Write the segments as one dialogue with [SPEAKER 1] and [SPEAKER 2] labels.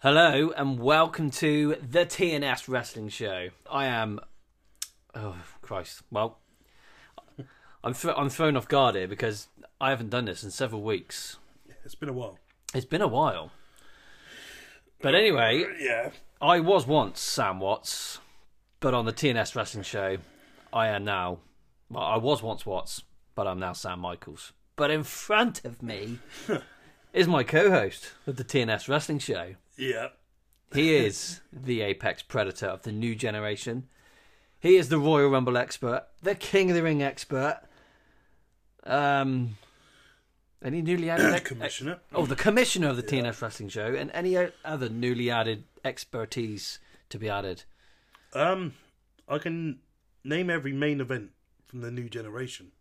[SPEAKER 1] Hello and welcome to the TNS Wrestling Show. I am, oh Christ, well, I'm thr I'm thrown off guard here because I haven't done this in several weeks.
[SPEAKER 2] It's been a while.
[SPEAKER 1] It's been a while, but anyway,
[SPEAKER 2] Yeah.
[SPEAKER 1] I was once Sam Watts, but on the TNS Wrestling Show, I am now. Well, I was once Watts, but I'm now Sam Michaels. But in front of me is my co-host of the TNS Wrestling Show.
[SPEAKER 2] Yeah.
[SPEAKER 1] He is the apex predator of the new generation. He is the Royal Rumble expert, the King of the Ring expert. Um, any newly added ex-
[SPEAKER 2] Commissioner.
[SPEAKER 1] Oh, the commissioner of the TNS Wrestling Show, and any o- other newly added expertise to be added.
[SPEAKER 2] Um, I can name every main event from the new generation.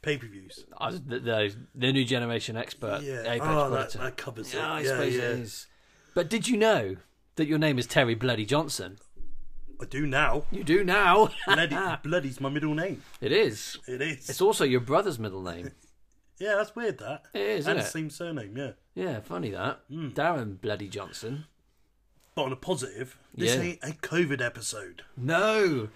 [SPEAKER 2] Pay per views.
[SPEAKER 1] I was- the, the, the new generation expert,
[SPEAKER 2] Yeah.
[SPEAKER 1] apex
[SPEAKER 2] oh, that,
[SPEAKER 1] predator.
[SPEAKER 2] that covers it.
[SPEAKER 1] Yeah, I
[SPEAKER 2] yeah,
[SPEAKER 1] suppose
[SPEAKER 2] yeah.
[SPEAKER 1] it is. But did you know that your name is Terry Bloody Johnson?
[SPEAKER 2] I do now.
[SPEAKER 1] You do now.
[SPEAKER 2] Bloody, Bloody's my middle name.
[SPEAKER 1] it is.
[SPEAKER 2] It is.
[SPEAKER 1] It's also your brother's middle name.
[SPEAKER 2] yeah, that's weird. That.
[SPEAKER 1] It is, isn't
[SPEAKER 2] And the
[SPEAKER 1] it?
[SPEAKER 2] same surname. Yeah.
[SPEAKER 1] Yeah, funny that.
[SPEAKER 2] Hmm.
[SPEAKER 1] Darren Bloody Johnson.
[SPEAKER 2] But on a positive, this
[SPEAKER 1] Yeah.
[SPEAKER 2] ain't a COVID episode.
[SPEAKER 1] No.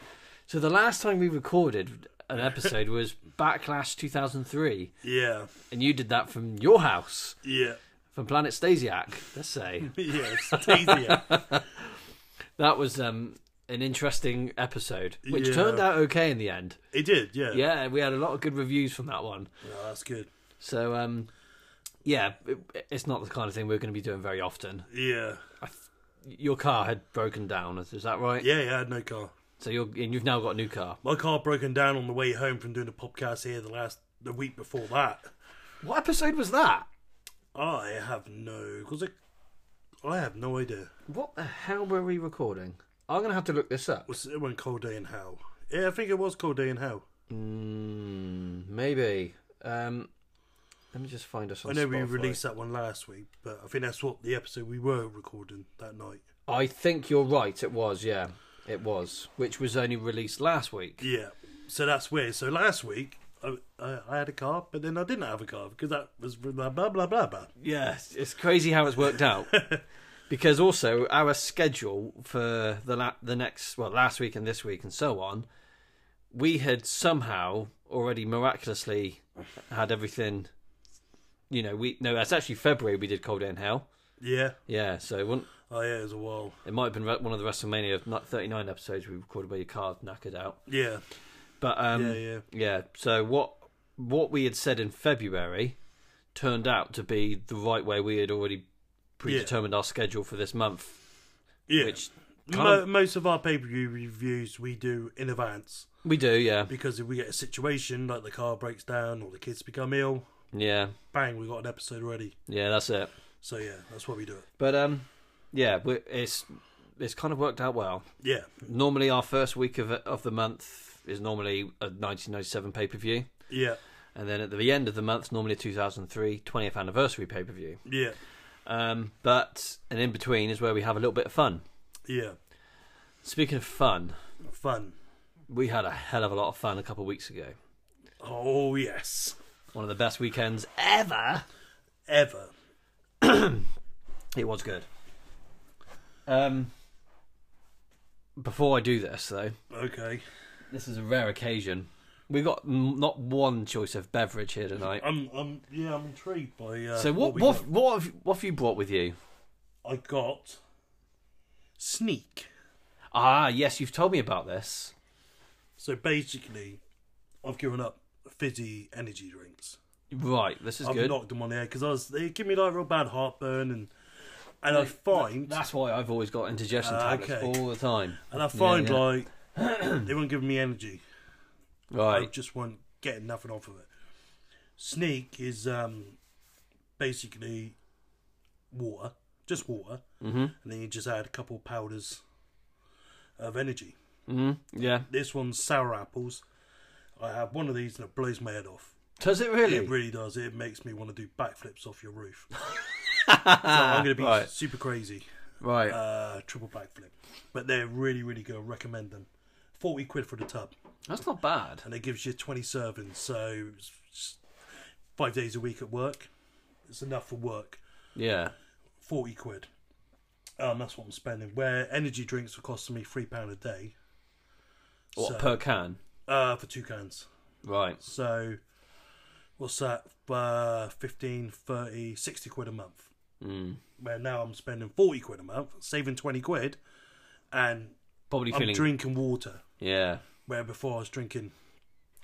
[SPEAKER 1] So the last time we recorded an episode was Backlash 2003,
[SPEAKER 2] Yeah.
[SPEAKER 1] and you did that from your house,
[SPEAKER 2] Yeah.
[SPEAKER 1] from Planet Stasiak. Let's say
[SPEAKER 2] Yeah. It's easier.
[SPEAKER 1] that was um, an interesting episode, which
[SPEAKER 2] Yeah.
[SPEAKER 1] turned out okay in the end.
[SPEAKER 2] it did. Yeah.
[SPEAKER 1] Yeah, we had a lot of good reviews from that one.
[SPEAKER 2] Oh, that's good.
[SPEAKER 1] So um, yeah, it, it's not the kind of thing we're going to be doing very often.
[SPEAKER 2] Yeah.
[SPEAKER 1] Your car had broken down, is is that right?
[SPEAKER 2] Yeah. Yeah. I had no car.
[SPEAKER 1] So you're and you've now got a new car.
[SPEAKER 2] My car broken down on the way home from doing a podcast here the last the week before that.
[SPEAKER 1] What episode was that?
[SPEAKER 2] I have no because I have no idea.
[SPEAKER 1] What the hell were we recording? I'm gonna have to look this up.
[SPEAKER 2] Was it when Cold Day in Hell? Yeah, I think it was Cold Day in Hell.
[SPEAKER 1] Mm, maybe. Um, let me just find us on.
[SPEAKER 2] I know we
[SPEAKER 1] Spotify.
[SPEAKER 2] released that one last week, but I think that's what the episode we were recording that night.
[SPEAKER 1] I think you're right. It was, yeah, it was, which was only released last week.
[SPEAKER 2] Yeah, so that's weird. So last week I, I, I had a car, but then I didn't have a car because that was blah blah blah blah blah.
[SPEAKER 1] Yeah, it's- it's crazy how it's worked out. because also our schedule for the la- the next, well, last week and this week and so on, we had somehow already miraculously had everything. You know, we no, that's actually February we did Cold Air and Hell.
[SPEAKER 2] Yeah,
[SPEAKER 1] Yeah, so one,
[SPEAKER 2] oh yeah, it was a while.
[SPEAKER 1] It might have been re- one of the WrestleMania not- 39 episodes we recorded where your card knackered out.
[SPEAKER 2] Yeah,
[SPEAKER 1] But um,
[SPEAKER 2] yeah,
[SPEAKER 1] yeah,
[SPEAKER 2] yeah,
[SPEAKER 1] So what what we had said in February turned out to be the right way we had already predetermined our schedule for this month.
[SPEAKER 2] yeah.
[SPEAKER 1] Which
[SPEAKER 2] Mo-
[SPEAKER 1] can't-
[SPEAKER 2] most of our pay per view reviews we do in advance
[SPEAKER 1] we do, yeah,
[SPEAKER 2] because if we get a situation like the car breaks down or the kids become ill,
[SPEAKER 1] yeah,
[SPEAKER 2] bang, we got an episode ready.
[SPEAKER 1] yeah. That's it.
[SPEAKER 2] So yeah, that's why we do it.
[SPEAKER 1] But um, yeah, we it's it's kind of worked out well.
[SPEAKER 2] Yeah,
[SPEAKER 1] Normally, our first week of of the month is normally a 1997 pay per view,
[SPEAKER 2] yeah,
[SPEAKER 1] and then at the end of the month, normally a 2003 20th anniversary pay per view.
[SPEAKER 2] yeah,
[SPEAKER 1] Um, but and in between is where we have a little bit of fun.
[SPEAKER 2] yeah.
[SPEAKER 1] Speaking of fun,
[SPEAKER 2] Fun.
[SPEAKER 1] we had a hell of a lot of fun a couple of weeks ago.
[SPEAKER 2] Oh yes,
[SPEAKER 1] One of the best weekends ever.
[SPEAKER 2] ever.
[SPEAKER 1] It was good. Um, before I do this though,
[SPEAKER 2] Okay,
[SPEAKER 1] this is a rare occasion. We've got n- not one choice of beverage here tonight.
[SPEAKER 2] I'm, I'm, yeah, I'm intrigued by. Uh,
[SPEAKER 1] So what
[SPEAKER 2] we
[SPEAKER 1] what
[SPEAKER 2] got.
[SPEAKER 1] what have, what have you brought with you?
[SPEAKER 2] I got? Sneak.
[SPEAKER 1] Ah, yes, you've told me about this.
[SPEAKER 2] So basically, I've given up fizzy energy drinks.
[SPEAKER 1] Right, this is
[SPEAKER 2] I've
[SPEAKER 1] good.
[SPEAKER 2] knocked them on the head because I was they give me like real bad heartburn and and I find
[SPEAKER 1] That's why I've always got indigestion
[SPEAKER 2] Ah,
[SPEAKER 1] tablets
[SPEAKER 2] okay.
[SPEAKER 1] all the time.
[SPEAKER 2] and I find
[SPEAKER 1] yeah.
[SPEAKER 2] like they weren't giving me energy. I
[SPEAKER 1] Right.
[SPEAKER 2] just weren't getting nothing off of it. Sneak is um basically water, just water, mm-hmm. and then you just add a couple powders of energy.
[SPEAKER 1] hmm Yeah.
[SPEAKER 2] This one's sour apples. I have one of these and it blows my head off.
[SPEAKER 1] Does it really?
[SPEAKER 2] It really does. It makes me want to do backflips off your roof. so I'm going to be
[SPEAKER 1] Right.
[SPEAKER 2] super crazy.
[SPEAKER 1] Right.
[SPEAKER 2] Uh, triple backflip. But they're really, really good. I recommend them. 40 quid for the tub.
[SPEAKER 1] That's not bad.
[SPEAKER 2] And it gives you 20 servings. So it's just five days a week at work. It's enough for work.
[SPEAKER 1] Yeah.
[SPEAKER 2] 40 quid. Um, that's what I'm spending. Where energy drinks were costing me three pound a day
[SPEAKER 1] What
[SPEAKER 2] So-
[SPEAKER 1] per can?
[SPEAKER 2] uh, for two cans.
[SPEAKER 1] Right.
[SPEAKER 2] So what's that? Uh, 15, 30, 60 quid a month.
[SPEAKER 1] Mm.
[SPEAKER 2] Where now I'm spending 40 quid a month, saving 20 quid, and
[SPEAKER 1] Probably
[SPEAKER 2] I'm
[SPEAKER 1] feeling
[SPEAKER 2] drinking water.
[SPEAKER 1] yeah
[SPEAKER 2] Where before I was drinking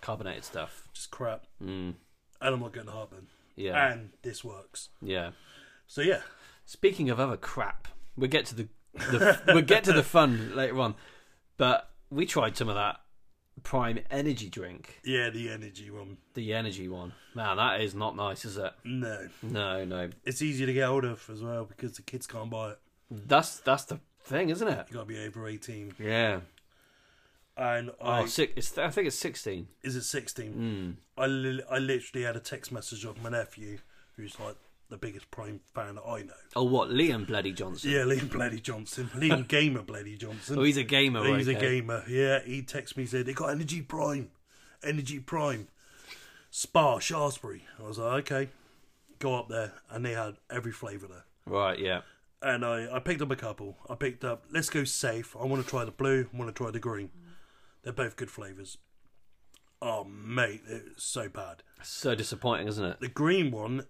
[SPEAKER 1] carbonated stuff.
[SPEAKER 2] just crap,
[SPEAKER 1] Mm.
[SPEAKER 2] and I'm not getting heartburn.
[SPEAKER 1] Yeah.
[SPEAKER 2] And this works.
[SPEAKER 1] yeah.
[SPEAKER 2] So yeah,
[SPEAKER 1] Speaking of other crap, we'll get to the, the we'll get to the fun later on. But we tried some of that prime energy drink,
[SPEAKER 2] yeah, the energy um, one.
[SPEAKER 1] the energy one. Man, that is not nice, is it?
[SPEAKER 2] No,
[SPEAKER 1] No, no.
[SPEAKER 2] it's easy to get hold of as well because the kids can't buy it.
[SPEAKER 1] That's that's the thing, isn't it?
[SPEAKER 2] You gotta be over 18.
[SPEAKER 1] Yeah.
[SPEAKER 2] And I,
[SPEAKER 1] Oh, six. It's, I think it's sixteen.
[SPEAKER 2] is it 16?
[SPEAKER 1] Mm.
[SPEAKER 2] I, li- I literally had a text message of my nephew, who's like the biggest Prime fan that I know.
[SPEAKER 1] Oh, what Liam Bloody Johnson?
[SPEAKER 2] Yeah, Liam Bloody Johnson, Liam Gamer Bloody Johnson.
[SPEAKER 1] Oh, he's a gamer.
[SPEAKER 2] He's
[SPEAKER 1] okay.
[SPEAKER 2] a gamer. Yeah, he texted me said they got Energy Prime, Energy Prime, Spa Shaftesbury. I was like, okay, go up there, and they had every flavour there.
[SPEAKER 1] Right. Yeah.
[SPEAKER 2] And I, I picked up a couple. I picked up Let's Go Safe. I want to try the blue. I want to try the green. They're both good flavours. Oh mate, it's so bad.
[SPEAKER 1] So disappointing, isn't it?
[SPEAKER 2] The green one,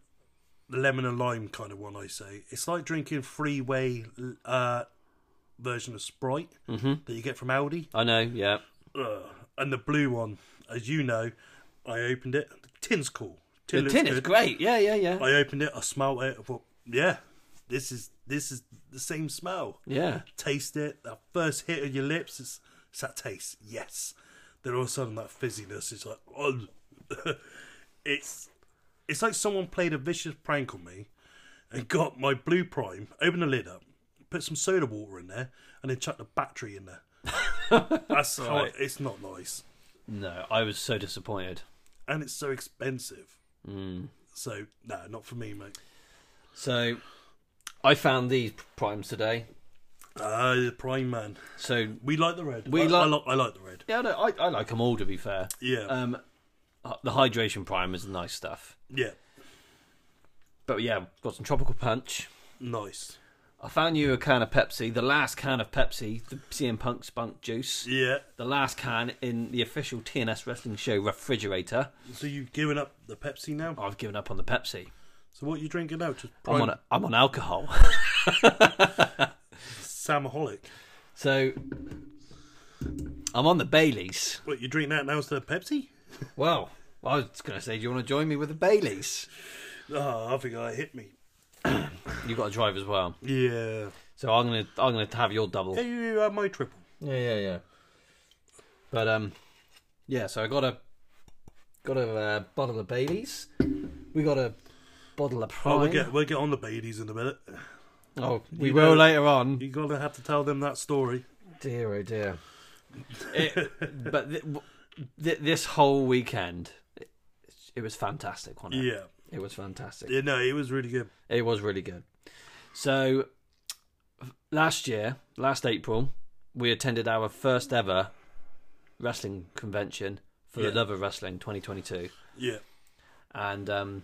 [SPEAKER 2] the lemon and lime kind of one, I say. It's like drinking three way uh, version of Sprite that you get from Aldi.
[SPEAKER 1] I know. Yeah.
[SPEAKER 2] Ugh. And the blue one, as you know, I opened it. The tin's cool. Tin
[SPEAKER 1] The
[SPEAKER 2] looks
[SPEAKER 1] tin is
[SPEAKER 2] good.
[SPEAKER 1] great. Yeah. Yeah. Yeah.
[SPEAKER 2] I opened it. I smelled it. I thought, yeah, this is this is the same smell.
[SPEAKER 1] yeah.
[SPEAKER 2] Taste it. That first hit on your lips, it's, it's that taste. Yes. Then all of a sudden, that fizziness is like, oh, it's it's like someone played a vicious prank on me and got my blue prime. Opened the lid up, put some soda water in there, and then chucked the battery in there. That's how
[SPEAKER 1] Right.
[SPEAKER 2] it's not nice,
[SPEAKER 1] No, I was so disappointed. Mm.
[SPEAKER 2] and it's so expensive. So no, not for me, mate.
[SPEAKER 1] So, I found these primes today.
[SPEAKER 2] Ah, the prime man.
[SPEAKER 1] So
[SPEAKER 2] We like the red.
[SPEAKER 1] We
[SPEAKER 2] I,
[SPEAKER 1] like-
[SPEAKER 2] I, like. I like the red.
[SPEAKER 1] yeah, no, I, I like them all to be fair.
[SPEAKER 2] Yeah.
[SPEAKER 1] Um, uh, the hydration prime is nice stuff.
[SPEAKER 2] yeah.
[SPEAKER 1] But yeah, got some tropical punch.
[SPEAKER 2] Nice.
[SPEAKER 1] I found you a can of Pepsi, the last can of Pepsi, the CM Punk Spunk Juice,
[SPEAKER 2] Yeah.
[SPEAKER 1] the last can in the official TNS Wrestling Show refrigerator.
[SPEAKER 2] So you've given up the Pepsi now.
[SPEAKER 1] I've given up on the Pepsi.
[SPEAKER 2] So what are you drinking now? Just
[SPEAKER 1] I'm
[SPEAKER 2] prime
[SPEAKER 1] on, a, I'm on alcohol.
[SPEAKER 2] Samaholic.
[SPEAKER 1] so, I'm on the Baileys.
[SPEAKER 2] What you drink that now instead of Pepsi?
[SPEAKER 1] Well, I was going to say, do you want to join me with the Baileys?
[SPEAKER 2] Oh, I think that hit me.
[SPEAKER 1] You've got to drive as well.
[SPEAKER 2] Yeah.
[SPEAKER 1] So I'm gonna I'm gonna have your double.
[SPEAKER 2] Hey, you had my triple.
[SPEAKER 1] Yeah, yeah, yeah. But um, yeah. So I got a got a uh, bottle of Bailey's. We got a bottle of Prime.
[SPEAKER 2] Oh, we'll get we'll get on the Baileys in a minute.
[SPEAKER 1] Oh, we
[SPEAKER 2] You
[SPEAKER 1] will
[SPEAKER 2] know-
[SPEAKER 1] later on.
[SPEAKER 2] You're gonna have to tell them that story.
[SPEAKER 1] Dear, oh dear. It, but th- w- th- this whole weekend, it, it was fantastic. Wasn't it?
[SPEAKER 2] Yeah.
[SPEAKER 1] It was fantastic.
[SPEAKER 2] Yeah. No, it was really good.
[SPEAKER 1] It was really good. So last year, last April, we attended our first ever wrestling convention for
[SPEAKER 2] Yeah.
[SPEAKER 1] the Love of Wrestling 2022,
[SPEAKER 2] Yeah.
[SPEAKER 1] and um,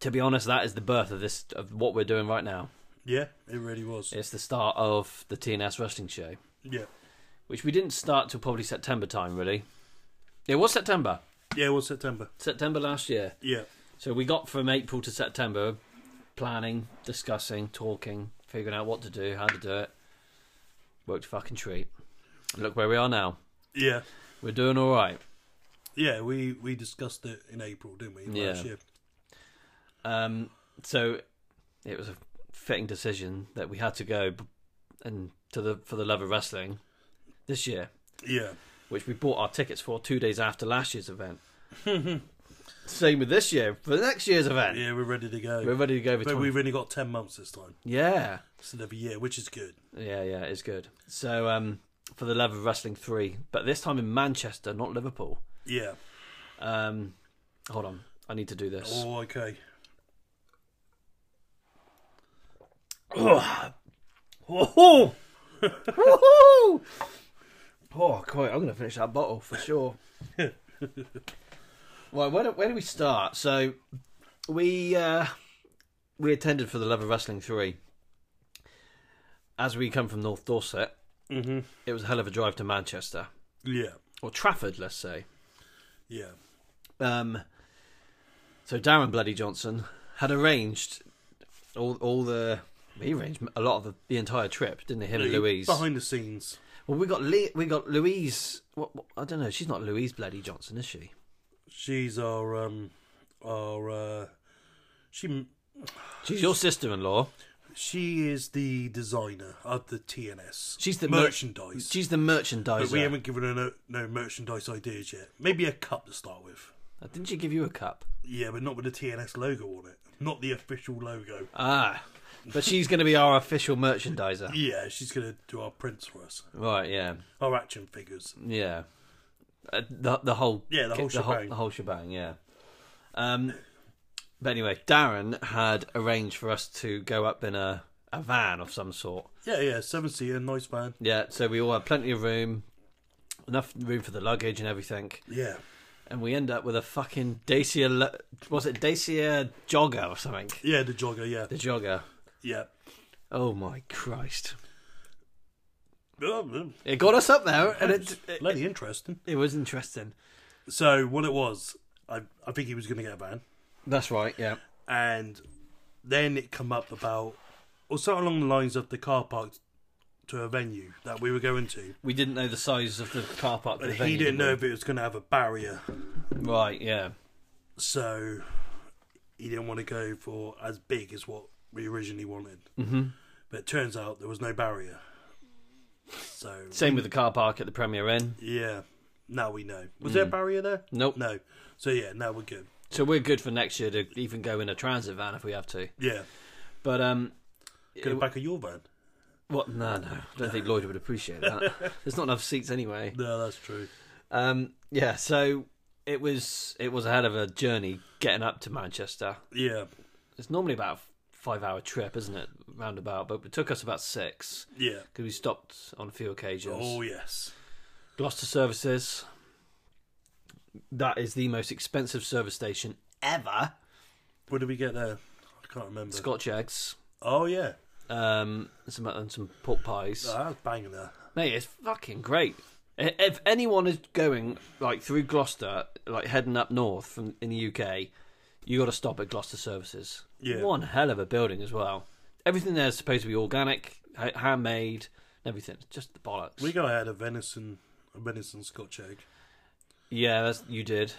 [SPEAKER 1] to be honest, that is the birth of this of what we're doing right now.
[SPEAKER 2] Yeah. It really was.
[SPEAKER 1] It's the start of the TNS Wrestling Show,
[SPEAKER 2] Yeah.
[SPEAKER 1] which we didn't start till probably September time. Really, it was September,
[SPEAKER 2] Yeah. It was September.
[SPEAKER 1] September last year.
[SPEAKER 2] Yeah.
[SPEAKER 1] So we got from April to September planning, discussing, talking, figuring out what to do, how to do it. Worked a fucking treat. Look where we are now.
[SPEAKER 2] Yeah.
[SPEAKER 1] We're doing all right.
[SPEAKER 2] Yeah. We we discussed it in April, didn't we?
[SPEAKER 1] Yeah.
[SPEAKER 2] Last year.
[SPEAKER 1] Um, so it was a fitting decision that we had to go b- and to the for the love of wrestling this year,
[SPEAKER 2] Yeah.
[SPEAKER 1] which we bought our tickets for two days after last year's event. Same with this year for next year's event.
[SPEAKER 2] Yeah. We're ready to go.
[SPEAKER 1] We're ready to go. For
[SPEAKER 2] but
[SPEAKER 1] 20
[SPEAKER 2] we've only got ten months this time
[SPEAKER 1] yeah.
[SPEAKER 2] instead of a year, which is good.
[SPEAKER 1] Yeah, yeah, it's good. So, um, for the love of wrestling three, but this time in Manchester, not Liverpool.
[SPEAKER 2] Yeah.
[SPEAKER 1] Um, hold on, I need to do this.
[SPEAKER 2] Oh, okay.
[SPEAKER 1] Oh, oh, quite. I'm gonna finish that bottle for sure. well, where do, where do we start? So, we uh, we attended for the love of wrestling three. as we come from North Dorset,
[SPEAKER 2] Mm-hmm.
[SPEAKER 1] it was a hell of a drive to Manchester
[SPEAKER 2] Yeah.
[SPEAKER 1] or Trafford, let's say.
[SPEAKER 2] Yeah.
[SPEAKER 1] Um, so Darren Bloody Johnson had arranged all all the he arranged a lot of the, the entire trip, didn't he? Him and Louise.
[SPEAKER 2] Behind the scenes.
[SPEAKER 1] Well, we got Lee, we got Louise. What, what, I don't know. She's not Louise Bloody Johnson, is she?
[SPEAKER 2] She's our um our uh she
[SPEAKER 1] She's your sister-in-law.
[SPEAKER 2] she is the designer of the TNS.
[SPEAKER 1] She's the mer-
[SPEAKER 2] merchandise.
[SPEAKER 1] She's the merchandiser.
[SPEAKER 2] but we haven't given her no, no merchandise ideas yet. Maybe a cup to start with.
[SPEAKER 1] Didn't she give you a cup?
[SPEAKER 2] Yeah, but not with the TNS logo on it. Not the official logo.
[SPEAKER 1] Ah, but she's going to be our official merchandiser.
[SPEAKER 2] Yeah, she's gonna do our prints for us.
[SPEAKER 1] Right? Yeah,
[SPEAKER 2] Our action figures.
[SPEAKER 1] yeah. Uh, the the whole
[SPEAKER 2] Yeah, the whole
[SPEAKER 1] the whole,
[SPEAKER 2] shebang.
[SPEAKER 1] the whole shebang. Yeah. Um, but anyway, Darren had arranged for us to go up in a a van of some sort.
[SPEAKER 2] Yeah, yeah, seven seater, nice van.
[SPEAKER 1] Yeah, so we all had plenty of room, enough room for the luggage and everything.
[SPEAKER 2] Yeah.
[SPEAKER 1] and we end up with a fucking Dacia. Lo- Was it Dacia jogger or something?
[SPEAKER 2] Yeah, the jogger, yeah.
[SPEAKER 1] The jogger.
[SPEAKER 2] Yeah.
[SPEAKER 1] Oh my Christ!
[SPEAKER 2] Oh, mm,
[SPEAKER 1] It got us up there, and it it,
[SPEAKER 2] bloody interesting.
[SPEAKER 1] it was interesting.
[SPEAKER 2] So what it was, I I think he was gonna get a van.
[SPEAKER 1] That's right. Yeah.
[SPEAKER 2] and then it come up about or something along the lines of the car park to a venue that we were going to.
[SPEAKER 1] We didn't know the size of the car park.
[SPEAKER 2] But he didn't know if it was going to have a barrier,
[SPEAKER 1] Right. Yeah.
[SPEAKER 2] so he didn't want to go for as big as what we originally wanted. Mm-hmm. But it turns out there was no barrier. So
[SPEAKER 1] Same with the car park at the Premier Inn.
[SPEAKER 2] yeah, now we know. Was there a barrier there?
[SPEAKER 1] Nope.
[SPEAKER 2] No. So yeah, now we're good.
[SPEAKER 1] So we're good for next year to even go in a transit van if we have to.
[SPEAKER 2] Yeah,
[SPEAKER 1] But um,
[SPEAKER 2] get it back of your van.
[SPEAKER 1] what? No, no. I don't think Lloyd would appreciate that. There's not enough seats anyway.
[SPEAKER 2] No, that's true.
[SPEAKER 1] Um, yeah, so it was it was a hell of a journey getting up to Manchester.
[SPEAKER 2] Yeah,
[SPEAKER 1] It's normally about a five hour trip, isn't it, roundabout? But it took us about six
[SPEAKER 2] yeah.
[SPEAKER 1] because we stopped on a few occasions.
[SPEAKER 2] Oh yes.
[SPEAKER 1] Gloucester Services. That is the most expensive service station ever.
[SPEAKER 2] What did we get there? I can't remember.
[SPEAKER 1] Scotch eggs,
[SPEAKER 2] Oh yeah,
[SPEAKER 1] um, some and some pork pies.
[SPEAKER 2] oh, that's banging there.
[SPEAKER 1] Mate, it's fucking great. I- If anyone is going like through Gloucester, like heading up north from in the UK, you got to stop at Gloucester Services.
[SPEAKER 2] Yeah.
[SPEAKER 1] One hell of a building as well. Everything there is supposed to be organic, ha- handmade, and everything. It's just the bollocks.
[SPEAKER 2] We got had a venison, a venison Scotch egg.
[SPEAKER 1] yeah, that's, you did.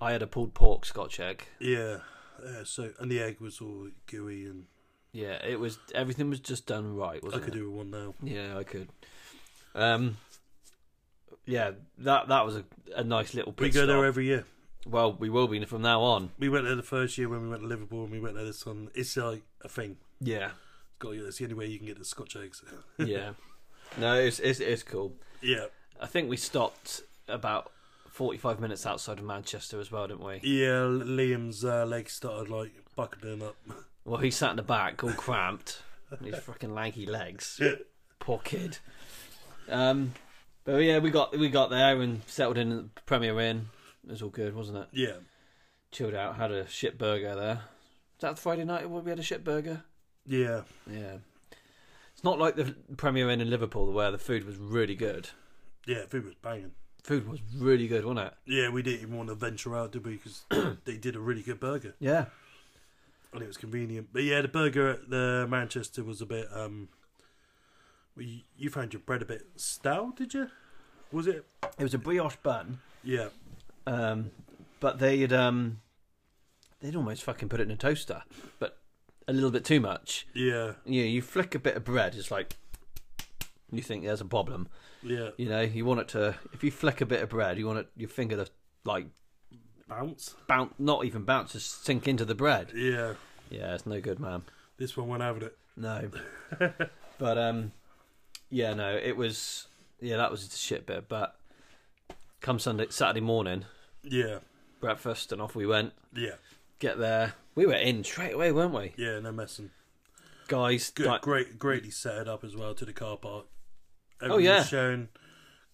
[SPEAKER 1] I had a pulled pork Scotch egg.
[SPEAKER 2] Yeah, yeah. So and the egg was all gooey, and
[SPEAKER 1] Yeah, it was everything was just done right.
[SPEAKER 2] I
[SPEAKER 1] Wasn't
[SPEAKER 2] could
[SPEAKER 1] it?
[SPEAKER 2] do with one now.
[SPEAKER 1] Yeah, I could. Um. Yeah, that that was a, a nice little.
[SPEAKER 2] We
[SPEAKER 1] pit
[SPEAKER 2] go there
[SPEAKER 1] stop.
[SPEAKER 2] every year.
[SPEAKER 1] Well, we will be from now on.
[SPEAKER 2] We went there the first year when we went to Liverpool, and we went there this one. It's like a thing.
[SPEAKER 1] Yeah.
[SPEAKER 2] It's got it's the only way you can get the Scotch eggs.
[SPEAKER 1] yeah. No, it's, it's it's cool.
[SPEAKER 2] yeah,
[SPEAKER 1] I think we stopped about forty-five minutes outside of Manchester as well, didn't we?
[SPEAKER 2] yeah. Liam's uh, legs started like buckling up.
[SPEAKER 1] Well, he sat in the back, all cramped, with his fucking lanky legs. Poor kid. Um, but yeah, we got we got there and settled in at the Premier Inn. It was all good, wasn't it?
[SPEAKER 2] yeah,
[SPEAKER 1] Chilled out, had a shit burger there. Was that Friday night where we had a shit burger?
[SPEAKER 2] yeah.
[SPEAKER 1] Yeah. It's not like the Premier Inn in Liverpool where the food was really good.
[SPEAKER 2] Yeah, food was banging.
[SPEAKER 1] Food was really good, wasn't it?
[SPEAKER 2] Yeah, we didn't even want to venture out, did we? Because they did a really good burger.
[SPEAKER 1] Yeah.
[SPEAKER 2] and it was convenient. But yeah, the burger at the Manchester was a bit. um well, you, you found your bread a bit stale, did you? Was it?
[SPEAKER 1] It was a brioche bun.
[SPEAKER 2] Yeah,
[SPEAKER 1] Um, but they'd um, they'd almost fucking put it in a toaster, but a little bit too much.
[SPEAKER 2] yeah,
[SPEAKER 1] You know, you flick a bit of bread, it's like you think there's a problem.
[SPEAKER 2] yeah.
[SPEAKER 1] You know, you want it to. If you flick a bit of bread, you want it your finger to like
[SPEAKER 2] Bounce.
[SPEAKER 1] bounce, not even bounce, just sink into the bread.
[SPEAKER 2] Yeah,
[SPEAKER 1] Yeah, it's no good, man.
[SPEAKER 2] this one went having it.
[SPEAKER 1] No. but um, yeah, no, it was yeah that was just a shit bit. But come Sunday, Saturday morning,
[SPEAKER 2] Yeah,
[SPEAKER 1] breakfast and off we went.
[SPEAKER 2] yeah,
[SPEAKER 1] get there. We were in straight away, weren't we?
[SPEAKER 2] yeah. No messing.
[SPEAKER 1] Guys,
[SPEAKER 2] Good,
[SPEAKER 1] like-
[SPEAKER 2] great, greatly set it up as well to the car park.
[SPEAKER 1] Oh, yeah.
[SPEAKER 2] Shown,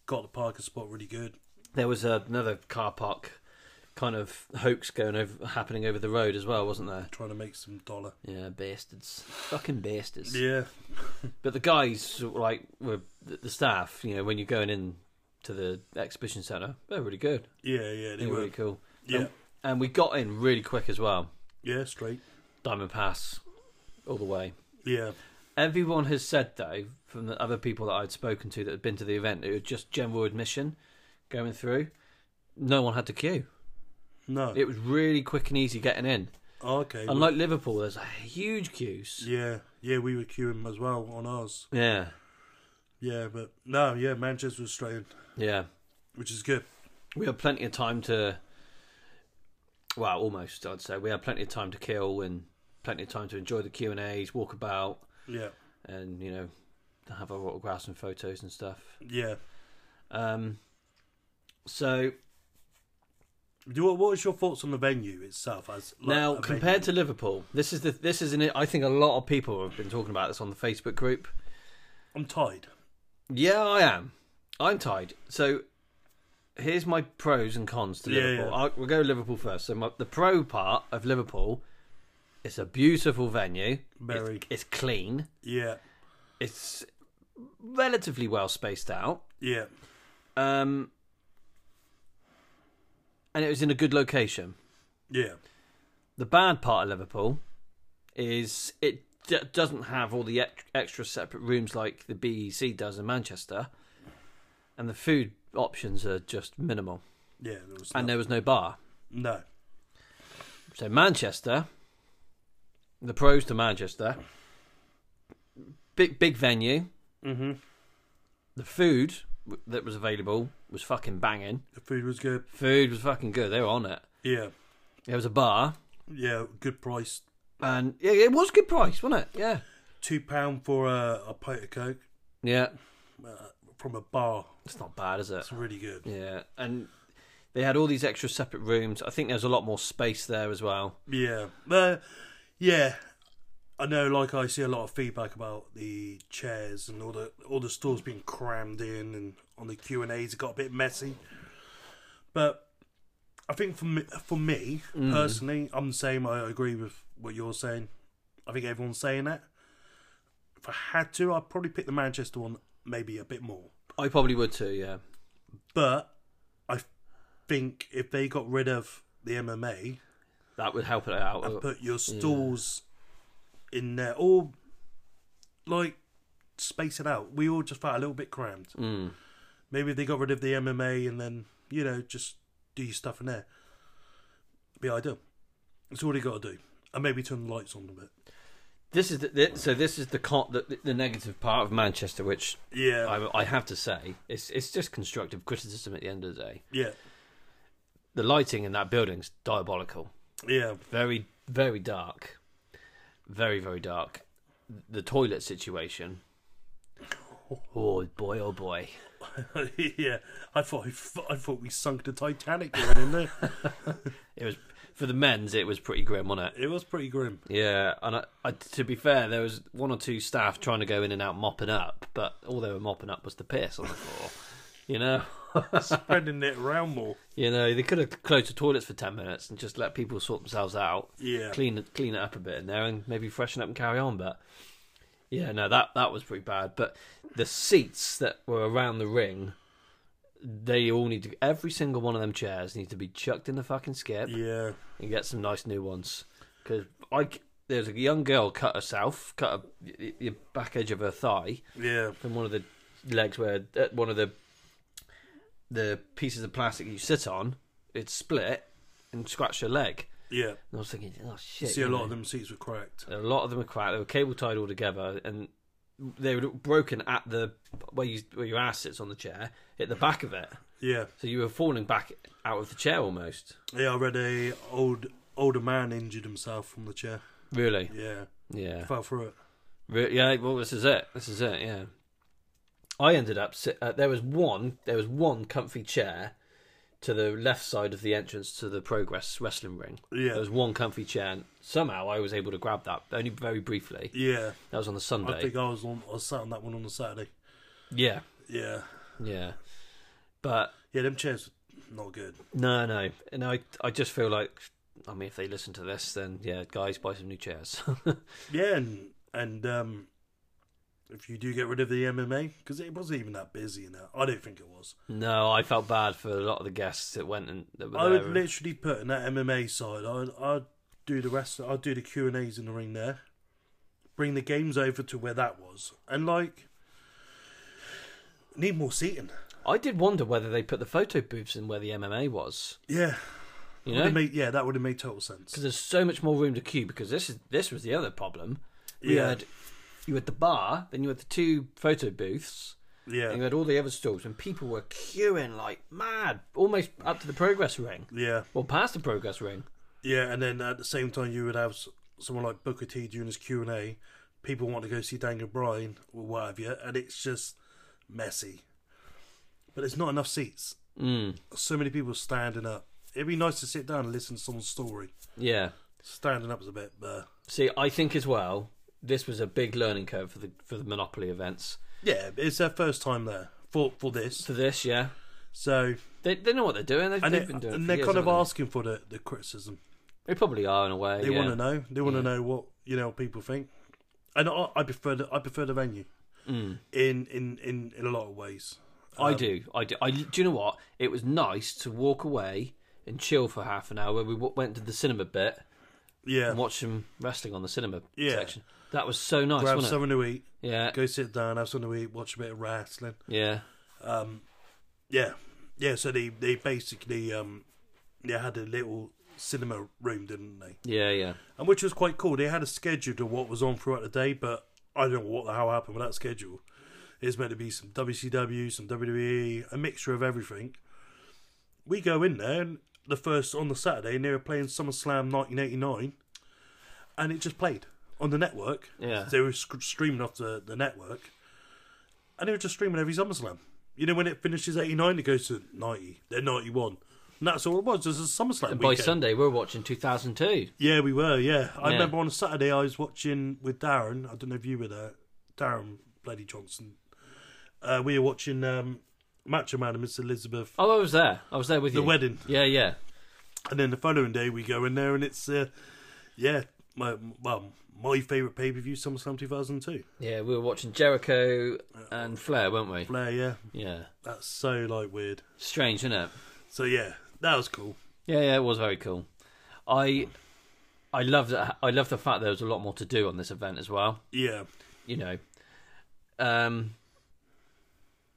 [SPEAKER 2] got the parking spot really good.
[SPEAKER 1] there was another car park kind of hoax going over happening over the road as well, wasn't there?
[SPEAKER 2] trying to make some dollar.
[SPEAKER 1] Yeah, bastards, fucking bastards.
[SPEAKER 2] Yeah,
[SPEAKER 1] But the guys, like, were the the staff. You know, when you're going in to the exhibition centre, they're really good.
[SPEAKER 2] yeah, yeah. They
[SPEAKER 1] They were
[SPEAKER 2] were.
[SPEAKER 1] really cool.
[SPEAKER 2] Yeah,
[SPEAKER 1] And, and we got in really quick as well.
[SPEAKER 2] yeah, straight.
[SPEAKER 1] Diamond Pass, all the way.
[SPEAKER 2] Yeah,
[SPEAKER 1] Everyone has said though, from the other people that I'd spoken to that had been to the event, it was just general admission going through. No one had to queue.
[SPEAKER 2] no. Oh,
[SPEAKER 1] It was really quick and easy getting in.
[SPEAKER 2] okay. well,
[SPEAKER 1] Unlike Liverpool, there's huge queues.
[SPEAKER 2] yeah, yeah. We were queuing as well on ours.
[SPEAKER 1] Yeah,
[SPEAKER 2] Yeah, but no, yeah. Manchester was straight, in,
[SPEAKER 1] yeah.
[SPEAKER 2] which is good.
[SPEAKER 1] We had plenty of time to. Well, almost. I'd say we had plenty of time to kill and plenty of time to enjoy the Q and A's, walk about,
[SPEAKER 2] Yeah,
[SPEAKER 1] and you know, have our autographs and photos and stuff.
[SPEAKER 2] yeah.
[SPEAKER 1] Um, so
[SPEAKER 2] Do what? What was your thoughts on the venue itself? As like,
[SPEAKER 1] now,
[SPEAKER 2] a
[SPEAKER 1] compared to Liverpool, this is the this is an. I think a lot of people have been talking about this on the Facebook group.
[SPEAKER 2] venue? I'm tied.
[SPEAKER 1] Yeah, I am. I'm tied. So here's my pros and cons to
[SPEAKER 2] Yeah,
[SPEAKER 1] Liverpool.
[SPEAKER 2] yeah.
[SPEAKER 1] I'll, we'll go Liverpool first. So my, the pro part of Liverpool, it's a beautiful venue.
[SPEAKER 2] Very.
[SPEAKER 1] It's, it's clean.
[SPEAKER 2] Yeah,
[SPEAKER 1] It's relatively well spaced out.
[SPEAKER 2] yeah,
[SPEAKER 1] Um, and it was in a good location.
[SPEAKER 2] yeah,
[SPEAKER 1] The bad part of Liverpool is it d- doesn't have all the ex- extra separate rooms like the BEC does in Manchester, and the food options are just minimal.
[SPEAKER 2] yeah. There was
[SPEAKER 1] And
[SPEAKER 2] no,
[SPEAKER 1] there was no bar.
[SPEAKER 2] no.
[SPEAKER 1] So Manchester, the pros to Manchester, big big venue.
[SPEAKER 2] Mm-hmm.
[SPEAKER 1] The food w- that was available was fucking banging.
[SPEAKER 2] The food was good.
[SPEAKER 1] Food was fucking good. They were on it.
[SPEAKER 2] Yeah,
[SPEAKER 1] There was a bar,
[SPEAKER 2] yeah. Good price.
[SPEAKER 1] and yeah, it was good price, wasn't it? Yeah,
[SPEAKER 2] Two pound for a, a pint of coke
[SPEAKER 1] yeah.
[SPEAKER 2] uh, from a bar.
[SPEAKER 1] It's not bad, is it?
[SPEAKER 2] It's really good.
[SPEAKER 1] Yeah, and they had all these extra separate rooms. I think there's a lot more space there as well.
[SPEAKER 2] Yeah. Uh, yeah. I know like I see a lot of feedback about the chairs and all the all the stores being crammed in and on the Q and A's it got a bit messy. But I think for me, for me personally, I'm the same. I agree with what you're saying. I think everyone's saying that. If I had to, I'd probably pick the Manchester one maybe a bit more.
[SPEAKER 1] I probably would too. Yeah,
[SPEAKER 2] But I think if they got rid of the MMA,
[SPEAKER 1] that would help it out.
[SPEAKER 2] put your stools in there or like space it out. We all just felt a little bit crammed.
[SPEAKER 1] Mm.
[SPEAKER 2] Maybe if they got rid of the MMA and then, you know, just do your stuff in there. Be ideal. It's all you gotta do. And maybe turn the lights on a bit.
[SPEAKER 1] This is the, thi- so. This is the, con, the the negative part of Manchester, which
[SPEAKER 2] Yeah.
[SPEAKER 1] I, I have to say, it's it's just constructive criticism at the end of the day.
[SPEAKER 2] yeah.
[SPEAKER 1] The lighting in that building's diabolical.
[SPEAKER 2] Yeah.
[SPEAKER 1] Very very dark, very very dark. The toilet situation. Oh boy! Oh boy!
[SPEAKER 2] yeah. I thought I, thought- I thought we sunk the Titanic going in there.
[SPEAKER 1] It was for the men's. It was pretty grim, wasn't it?
[SPEAKER 2] It was pretty grim.
[SPEAKER 1] Yeah, and I, I, to be fair, there was one or two staff trying to go in and out mopping up, but all they were mopping up was the piss on the floor. You know,
[SPEAKER 2] Spreading it around more.
[SPEAKER 1] you know, they could have closed the toilets for ten minutes and just let people sort themselves out,
[SPEAKER 2] Yeah.
[SPEAKER 1] clean it, clean it up a bit in there, and maybe freshen up and carry on. But yeah, no, that that was pretty bad. But the seats that were around the ring, they all need to. Every single one of them chairs needs to be chucked in the fucking skip
[SPEAKER 2] Yeah.
[SPEAKER 1] and get some nice new ones. Because I there's a young girl cut herself, cut a, the- the back edge of her thigh
[SPEAKER 2] Yeah.
[SPEAKER 1] from one of the legs where uh, one of the the pieces of plastic you sit on, it split and scratched her leg.
[SPEAKER 2] Yeah.
[SPEAKER 1] And I was thinking, oh shit!
[SPEAKER 2] See a
[SPEAKER 1] you
[SPEAKER 2] lot
[SPEAKER 1] know.
[SPEAKER 2] of them seats were cracked.
[SPEAKER 1] A lot of them are cracked. They were cable tied all together, and they were broken at the where you where your ass sits on the chair, at the back of it.
[SPEAKER 2] Yeah.
[SPEAKER 1] So you were falling back out of the chair almost.
[SPEAKER 2] Yeah, I read a old older man injured himself from the chair.
[SPEAKER 1] Really?
[SPEAKER 2] Yeah,
[SPEAKER 1] Yeah.
[SPEAKER 2] fell through it.
[SPEAKER 1] Re- Yeah, well, this is it. This is it. Yeah, I ended up. Sit- uh, there was one. There was one comfy chair to the left side of the entrance to the Progress Wrestling Ring. There
[SPEAKER 2] Yeah,
[SPEAKER 1] was one comfy chair, and somehow I was able to grab that only very briefly.
[SPEAKER 2] yeah.
[SPEAKER 1] That was on the
[SPEAKER 2] I
[SPEAKER 1] Sunday.
[SPEAKER 2] think I was on. I sat on that one on the Saturday.
[SPEAKER 1] Yeah,
[SPEAKER 2] Yeah,
[SPEAKER 1] yeah, but
[SPEAKER 2] yeah. Them chairs Not good.
[SPEAKER 1] No, no, and I, I just feel like, I mean, if they listen to this, then yeah, guys, buy some new chairs.
[SPEAKER 2] Yeah, and and um, if you do get rid of the MMA, because it wasn't even that busy in that. I don't think it was.
[SPEAKER 1] no, I felt bad for a lot of the guests that went and that were
[SPEAKER 2] I would
[SPEAKER 1] there.
[SPEAKER 2] literally put in that MMA side. I'd, I'd do the rest. I'd do the Q and A's in the ring there. Bring the games over to where that was, and like need more seating.
[SPEAKER 1] I did wonder whether they put the photo booths in where the MMA was.
[SPEAKER 2] Yeah,
[SPEAKER 1] You
[SPEAKER 2] Would've
[SPEAKER 1] know,
[SPEAKER 2] made- yeah, that would have made total sense.
[SPEAKER 1] because there's so much more room to queue. Because this is this was the other problem. You
[SPEAKER 2] Yeah.
[SPEAKER 1] had you had the bar, then you had the two photo booths, and you
[SPEAKER 2] Yeah,
[SPEAKER 1] had all the other stalls, and people were queuing like mad, almost up to the progress ring,
[SPEAKER 2] yeah,
[SPEAKER 1] well past the progress ring.
[SPEAKER 2] yeah, and then at the same time, you would have s- someone like Booker T doing his Q and A. People want to go see Daniel Bryan or what have you, and it's just messy. But there's not enough seats.
[SPEAKER 1] Mm.
[SPEAKER 2] So many people standing up. It'd be nice to sit down and listen to someone's story.
[SPEAKER 1] Yeah.
[SPEAKER 2] Standing up is a bit, uh,
[SPEAKER 1] See, I think as well, this was a big learning curve for the for the Monopoly events.
[SPEAKER 2] yeah, it's their first time there for for this.
[SPEAKER 1] For this, yeah,
[SPEAKER 2] So
[SPEAKER 1] they they know what they're doing. They've,
[SPEAKER 2] and,
[SPEAKER 1] they've
[SPEAKER 2] it-
[SPEAKER 1] been doing. it
[SPEAKER 2] and
[SPEAKER 1] for
[SPEAKER 2] they're
[SPEAKER 1] years,
[SPEAKER 2] kind of
[SPEAKER 1] haven't
[SPEAKER 2] asking for the, the criticism.
[SPEAKER 1] They They probably are in a way.
[SPEAKER 2] They
[SPEAKER 1] yeah.
[SPEAKER 2] want to know. They want to
[SPEAKER 1] Yeah.
[SPEAKER 2] know what you know people think. And I, I prefer the, I prefer the venue
[SPEAKER 1] Mm.
[SPEAKER 2] in in in, in a lot of ways.
[SPEAKER 1] I
[SPEAKER 2] Um,
[SPEAKER 1] do. I do. I, do you know what? It was nice to walk away and chill for half an hour. We w- went to the cinema bit
[SPEAKER 2] Yeah,
[SPEAKER 1] and watched some wrestling on the cinema
[SPEAKER 2] Yeah.
[SPEAKER 1] section. That was so nice,
[SPEAKER 2] grab
[SPEAKER 1] wasn't
[SPEAKER 2] something to eat.
[SPEAKER 1] it? Yeah.
[SPEAKER 2] Go sit down, have something to eat, watch a bit of wrestling.
[SPEAKER 1] Yeah.
[SPEAKER 2] Um, yeah, yeah. So they they basically um, they had a little cinema room, didn't they?
[SPEAKER 1] Yeah. Yeah.
[SPEAKER 2] and which was quite cool. They had a schedule to what was on throughout the day, but I don't know what the hell happened with that schedule. It's meant to be some WCW, some WWE, a mixture of everything. We go in there, and the first on the Saturday, and they were playing SummerSlam 1989, and it just played on the network.
[SPEAKER 1] Yeah.
[SPEAKER 2] They were sc- streaming off the, the network, and they were just streaming every SummerSlam. You know, when it finishes 89, it goes to 90, then 91. And that's all it was, just a SummerSlam
[SPEAKER 1] And by
[SPEAKER 2] weekend.
[SPEAKER 1] Sunday, we are watching 2002.
[SPEAKER 2] Yeah, we were. Yeah, I
[SPEAKER 1] Yeah.
[SPEAKER 2] remember on a Saturday I was watching with Darren. I don't know if you were there, Darren Bloody Johnson. Uh, we were watching um, Macho Man and Miss Elizabeth,
[SPEAKER 1] Oh, I was there. I was there with
[SPEAKER 2] the
[SPEAKER 1] you.
[SPEAKER 2] wedding,
[SPEAKER 1] Yeah. Yeah.
[SPEAKER 2] and then the following day we go in there and it's uh, yeah, my well my favorite pay per view SummerSlam 2002.
[SPEAKER 1] Yeah. We were watching Jericho and Flair, weren't we?
[SPEAKER 2] Flair, yeah,
[SPEAKER 1] Yeah.
[SPEAKER 2] that's so like weird.
[SPEAKER 1] Strange, isn't it?
[SPEAKER 2] So yeah, that was cool.
[SPEAKER 1] Yeah, yeah, it was very cool. I I love that. I love the fact there was a lot more to do on this event as well.
[SPEAKER 2] Yeah,
[SPEAKER 1] You know, um,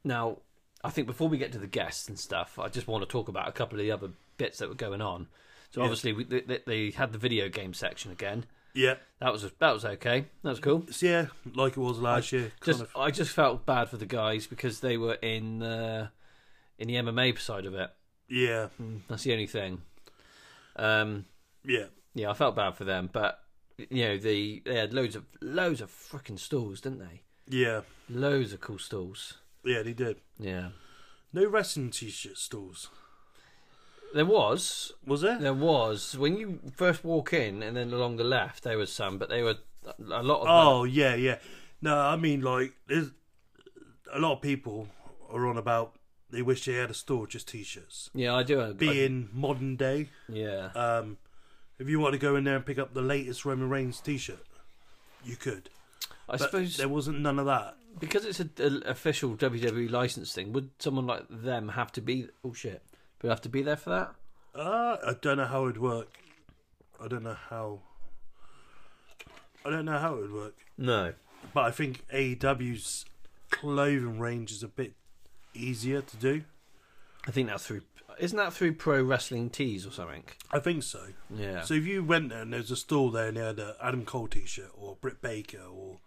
[SPEAKER 1] now I think before we get to the guests and stuff, I just want to talk about a couple of the other bits that were going on. So
[SPEAKER 2] Yeah.
[SPEAKER 1] obviously, we, they- they, they had the video game section again.
[SPEAKER 2] yeah,
[SPEAKER 1] That was that was okay. That was cool.
[SPEAKER 2] it's, yeah, like it was last year. Kind
[SPEAKER 1] Just
[SPEAKER 2] of.
[SPEAKER 1] I just felt bad for the guys because they were in the in the MMA side of it.
[SPEAKER 2] Yeah,
[SPEAKER 1] That's the only thing. Um,
[SPEAKER 2] yeah,
[SPEAKER 1] Yeah, I felt bad for them, but you know, the they had loads of loads of freaking stalls, didn't they?
[SPEAKER 2] yeah,
[SPEAKER 1] Loads of cool stalls.
[SPEAKER 2] yeah. They did
[SPEAKER 1] Yeah.
[SPEAKER 2] no wrestling t-shirt stalls.
[SPEAKER 1] There was
[SPEAKER 2] Was there?
[SPEAKER 1] there was when you first walk in and then along the left there was some, but they were a lot of
[SPEAKER 2] Oh yeah, yeah. No, I mean like there's a lot of people are on about they wish they had a store just t-shirts.
[SPEAKER 1] Yeah, I do. I,
[SPEAKER 2] Being modern day,
[SPEAKER 1] yeah.
[SPEAKER 2] um, if you want to go in there and pick up the latest Roman Reigns t-shirt, you could.
[SPEAKER 1] I
[SPEAKER 2] But
[SPEAKER 1] suppose
[SPEAKER 2] there wasn't none of that.
[SPEAKER 1] because it's an official WWE license thing, would someone like them have to be oh shit. Would have to be there for that?
[SPEAKER 2] Uh, I don't know how it'd work. I don't know how. I don't know how it would work,
[SPEAKER 1] No.
[SPEAKER 2] but I think AEW's clothing range is a bit easier to do.
[SPEAKER 1] I think that's through isn't that through pro wrestling tees or something?
[SPEAKER 2] I think so.
[SPEAKER 1] Yeah.
[SPEAKER 2] So if you went there and there's a stall there and they had a Adam Cole t-shirt or a Britt Baker or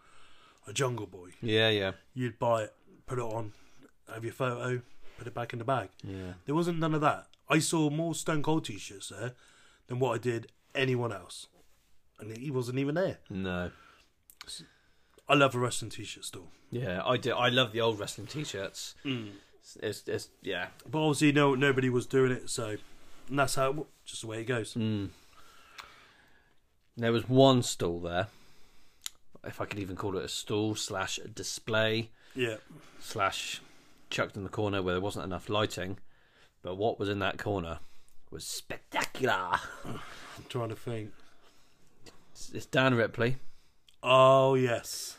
[SPEAKER 2] a Jungle Boy,
[SPEAKER 1] yeah, yeah.
[SPEAKER 2] you'd buy it, put it on, have your photo, put it back in the bag.
[SPEAKER 1] Yeah.
[SPEAKER 2] There wasn't none of that. I saw more Stone Cold t-shirts there than what I did anyone else, and he wasn't even there.
[SPEAKER 1] No.
[SPEAKER 2] I love a wrestling t-shirt stall,
[SPEAKER 1] Yeah, I do. I love the old wrestling t-shirts.
[SPEAKER 2] Mm.
[SPEAKER 1] It's, it's, it's- yeah,
[SPEAKER 2] but obviously no nobody was doing it, so and that's how just the way it goes.
[SPEAKER 1] Mm. there was one stall there, if I could even call it a stall slash display
[SPEAKER 2] Yeah,
[SPEAKER 1] slash chucked in the corner where there wasn't enough lighting, But what was in that corner was spectacular.
[SPEAKER 2] I'm trying to think.
[SPEAKER 1] It's, it's Dan Ripley,
[SPEAKER 2] Oh yes,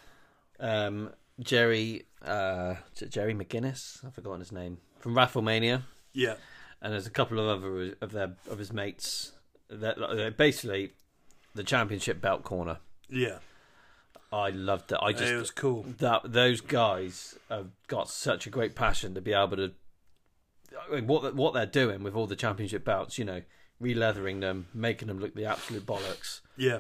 [SPEAKER 1] um, Jerry, uh, is it Jerry McGinnis. I've forgotten his name from Rafflemania,
[SPEAKER 2] yeah,
[SPEAKER 1] and there's a couple of other of their of his mates. That they're basically the championship belt corner.
[SPEAKER 2] yeah.
[SPEAKER 1] I loved it. I just
[SPEAKER 2] it was cool.
[SPEAKER 1] that those guys have got such a great passion to be able to I mean, what what they're doing with all the championship belts, you know, releathering them, making them look the absolute bollocks.
[SPEAKER 2] Yeah,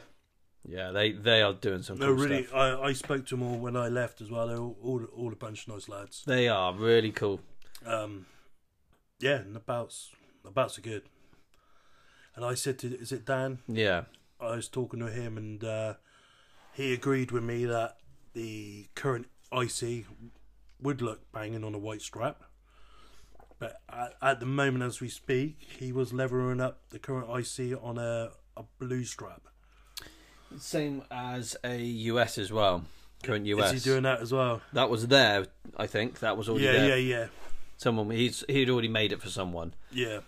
[SPEAKER 1] Yeah, they they are doing some
[SPEAKER 2] no,
[SPEAKER 1] cool
[SPEAKER 2] really.
[SPEAKER 1] stuff.
[SPEAKER 2] I, I spoke to them all when I left as well. They're all, all all a bunch of nice lads.
[SPEAKER 1] They are really cool.
[SPEAKER 2] Um, yeah, and the bouts the bouts are good. And I said to is it Dan?
[SPEAKER 1] Yeah,
[SPEAKER 2] I was talking to him, and uh, he agreed with me that the current IC would look banging on a white strap. But at, at the moment, as we speak, he was levering up the current IC on a, a blue strap.
[SPEAKER 1] same as a US as well. Current US.
[SPEAKER 2] Is he doing that as well?
[SPEAKER 1] that was there, I think. That was already
[SPEAKER 2] Yeah,
[SPEAKER 1] there.
[SPEAKER 2] yeah, yeah,
[SPEAKER 1] Someone he's he'd already made it for someone.
[SPEAKER 2] yeah.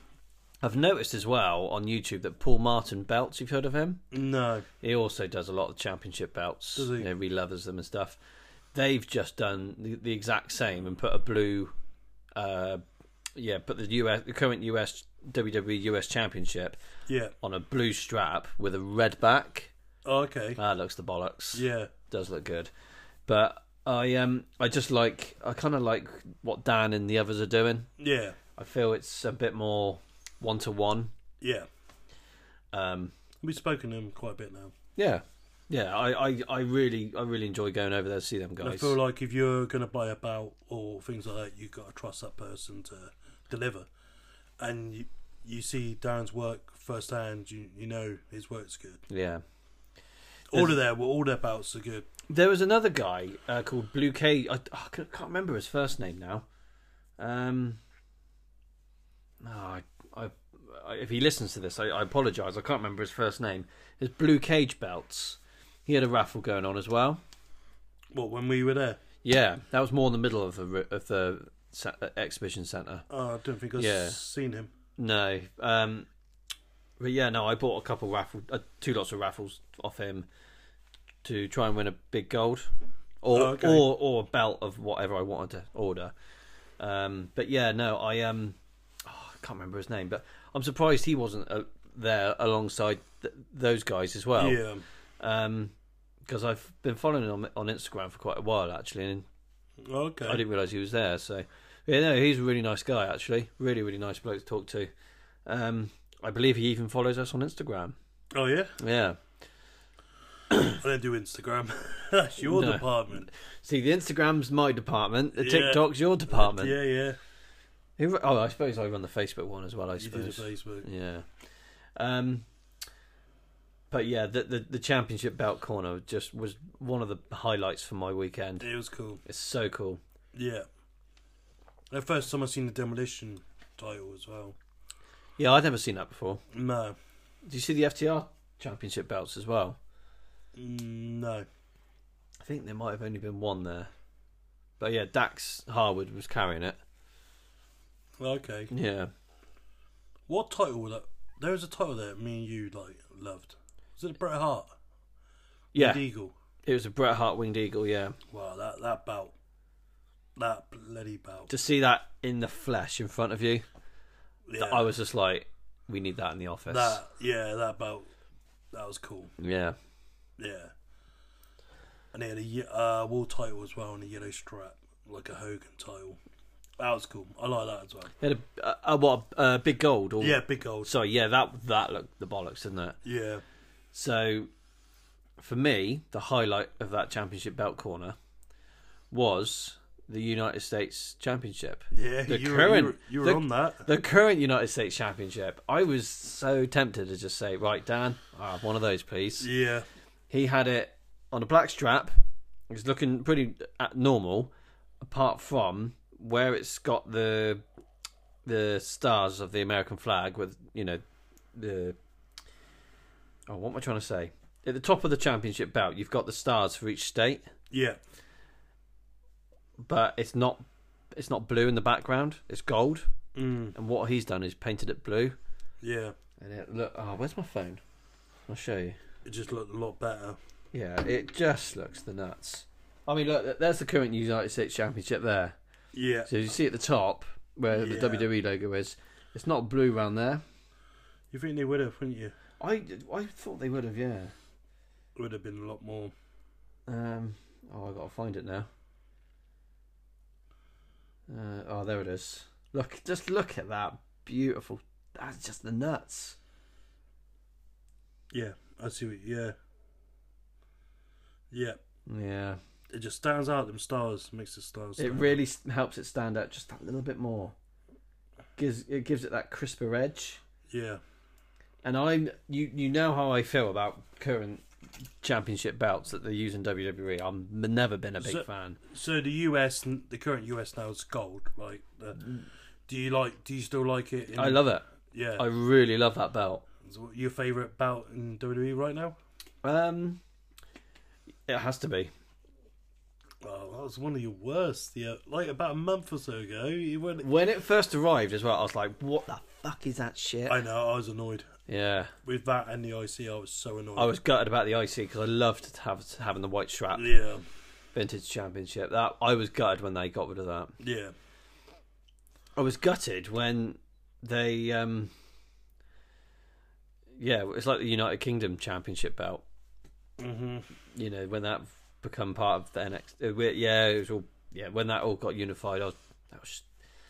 [SPEAKER 1] I've noticed as well on YouTube that Paul Martin belts. You've heard of him?
[SPEAKER 2] No,
[SPEAKER 1] He also does a lot of championship belts.
[SPEAKER 2] Does he?
[SPEAKER 1] You know, relevers them and stuff. They've just done the, the exact same and put a blue, uh, yeah, put the US, the current US WWE US E Championship
[SPEAKER 2] yeah.
[SPEAKER 1] on a blue strap with a red back.
[SPEAKER 2] Oh, okay,
[SPEAKER 1] That looks the bollocks.
[SPEAKER 2] yeah,
[SPEAKER 1] Does look good, but I um I just like I kind of like what Dan and the others are doing.
[SPEAKER 2] yeah,
[SPEAKER 1] I feel it's a bit more one to one.
[SPEAKER 2] yeah.
[SPEAKER 1] Um,
[SPEAKER 2] We've spoken to him quite a bit now.
[SPEAKER 1] Yeah, yeah. I, I, I really, I really enjoy going over there to see them
[SPEAKER 2] And I
[SPEAKER 1] guys.
[SPEAKER 2] feel like if you're going to buy a bout or things like that, you've got to trust that person to deliver. And you, you see Darren's work firsthand, you, you know his work's good.
[SPEAKER 1] yeah.
[SPEAKER 2] All of their all their bouts are good.
[SPEAKER 1] There was another guy uh, called Blue Cage. I, I can't can't remember his first name now. Um. No, I, I, I, if he listens to this, I, I apologize. I can't remember his first name. His Blue Cage belts. He had a raffle going on as well.
[SPEAKER 2] What when we were there?
[SPEAKER 1] Yeah, that was more in the middle of the ri- of the sa- uh, exhibition center.
[SPEAKER 2] Oh, I don't think I've
[SPEAKER 1] Yeah.
[SPEAKER 2] seen him.
[SPEAKER 1] No. Um, but yeah, no, I bought a couple raffle, uh, two lots of raffles off him to try and win a big gold, or
[SPEAKER 2] Oh, okay.
[SPEAKER 1] or or a belt of whatever I wanted to order. Um, but yeah, no, I um, oh, I can't remember his name, but I'm surprised he wasn't uh, there alongside th- those guys as well.
[SPEAKER 2] yeah,
[SPEAKER 1] Um, because I've been following him on, on Instagram for quite a while actually, and
[SPEAKER 2] okay.
[SPEAKER 1] I didn't realise he was there. So, yeah, no, he's a really nice guy, actually. Really, really nice bloke to talk to. Um, I believe he even follows us on Instagram.
[SPEAKER 2] Oh yeah,
[SPEAKER 1] Yeah.
[SPEAKER 2] I don't do Instagram. That's your
[SPEAKER 1] No.
[SPEAKER 2] department.
[SPEAKER 1] See, the Instagram's my department. The
[SPEAKER 2] Yeah.
[SPEAKER 1] TikTok's your department.
[SPEAKER 2] Yeah, yeah.
[SPEAKER 1] Who- Oh, I suppose I run the Facebook one as well. I
[SPEAKER 2] You do the
[SPEAKER 1] suppose.
[SPEAKER 2] Facebook.
[SPEAKER 1] Yeah. Um. But yeah, the, the the championship belt corner just was one of the highlights for my weekend.
[SPEAKER 2] It was cool.
[SPEAKER 1] It's so cool.
[SPEAKER 2] Yeah. The first time I seen the demolition title as well.
[SPEAKER 1] Yeah, I'd never seen that before.
[SPEAKER 2] No,
[SPEAKER 1] Do you see the FTR championship belts as well?
[SPEAKER 2] Mm, no.
[SPEAKER 1] I think there might have only been one there. But yeah, Dax Harwood was carrying it.
[SPEAKER 2] Okay.
[SPEAKER 1] Yeah.
[SPEAKER 2] What title was that? There was a title that me and you like loved. Was it Bret Hart?
[SPEAKER 1] Yeah.
[SPEAKER 2] Big Eagle.
[SPEAKER 1] It was a Bret Hart winged eagle, yeah.
[SPEAKER 2] Wow, that that bout, that bloody bout.
[SPEAKER 1] To see that in the flesh in front of you,
[SPEAKER 2] Yeah,
[SPEAKER 1] I was just like, we need that in the office.
[SPEAKER 2] that yeah that bout. That was cool.
[SPEAKER 1] Yeah.
[SPEAKER 2] Yeah. And he had a ye- uh, world title as well and a yellow strap, like a Hogan title. That was cool. I like that as well.
[SPEAKER 1] It had a, uh, uh, what, uh, big gold? Or,
[SPEAKER 2] Yeah, big gold.
[SPEAKER 1] Sorry, yeah, that, that looked the bollocks, didn't it?
[SPEAKER 2] Yeah,
[SPEAKER 1] So, for me, the highlight of that championship belt corner was the United States Championship.
[SPEAKER 2] yeah.
[SPEAKER 1] The
[SPEAKER 2] you,
[SPEAKER 1] current-
[SPEAKER 2] were, you were, you were
[SPEAKER 1] the-
[SPEAKER 2] on that.
[SPEAKER 1] The current United States Championship, I was so tempted to just say, right, Dan, I'll have one of those, please.
[SPEAKER 2] Yeah,
[SPEAKER 1] He had it on a black strap. It was looking pretty uh, normal, apart from where it's got the the stars of the American flag with, you know, the. Oh, what am I trying to say? At the top of the championship belt, you've got the stars for each state,
[SPEAKER 2] yeah,
[SPEAKER 1] but it's not it's not blue in the background. It's gold.
[SPEAKER 2] Mm.
[SPEAKER 1] And what he's done is painted it blue.
[SPEAKER 2] Yeah,
[SPEAKER 1] And it look. Oh, where's my phone? I'll show you.
[SPEAKER 2] it just looked a lot better.
[SPEAKER 1] Yeah, it just looks the nuts. I mean, look, there's the current United States Championship there.
[SPEAKER 2] Yeah,
[SPEAKER 1] So you see at the top where
[SPEAKER 2] Yeah.
[SPEAKER 1] the WWE logo is, it's not blue round there.
[SPEAKER 2] you think they would have, wouldn't you?
[SPEAKER 1] I, I thought they would have, yeah.
[SPEAKER 2] It would have been a lot more.
[SPEAKER 1] Um, oh, i got to find it now. Uh, oh, there it is. Look, just look at that. Beautiful. That's just the nuts.
[SPEAKER 2] Yeah, I see what. Yeah, yeah.
[SPEAKER 1] Yeah.
[SPEAKER 2] It just stands out. Them stars makes the stars.
[SPEAKER 1] It
[SPEAKER 2] stand
[SPEAKER 1] really s- helps it stand out just that little bit more. Gives It gives it that crisper edge.
[SPEAKER 2] out. Yeah,
[SPEAKER 1] And I'm you you know how I feel about current championship belts that they use in WWE. I've m- never been a big
[SPEAKER 2] So-
[SPEAKER 1] fan.
[SPEAKER 2] So the US, n- the current US now is gold, right? The, do you like? Do you still like it? in-
[SPEAKER 1] Mm. I love it.
[SPEAKER 2] Yeah.
[SPEAKER 1] I really love that belt.
[SPEAKER 2] So your favorite bout in WWE right now?
[SPEAKER 1] Um, it has to be.
[SPEAKER 2] Oh, that was one of your worst. Yeah, like about a month or so ago, you went.
[SPEAKER 1] When it first arrived as well, I was like, "What the fuck is that shit?"
[SPEAKER 2] I know. I was annoyed
[SPEAKER 1] yeah,
[SPEAKER 2] with that and the IC. I was so annoyed.
[SPEAKER 1] I was gutted about the IC because I loved to have having the white strap
[SPEAKER 2] Yeah,
[SPEAKER 1] vintage championship. That I was gutted when they got rid of that.
[SPEAKER 2] yeah,
[SPEAKER 1] I was gutted when they, um, yeah, it's like the United Kingdom Championship belt. Mm-hmm. You know, when that become part of the NXT, uh, we- yeah, it was all yeah. When that all got unified, I was, I was,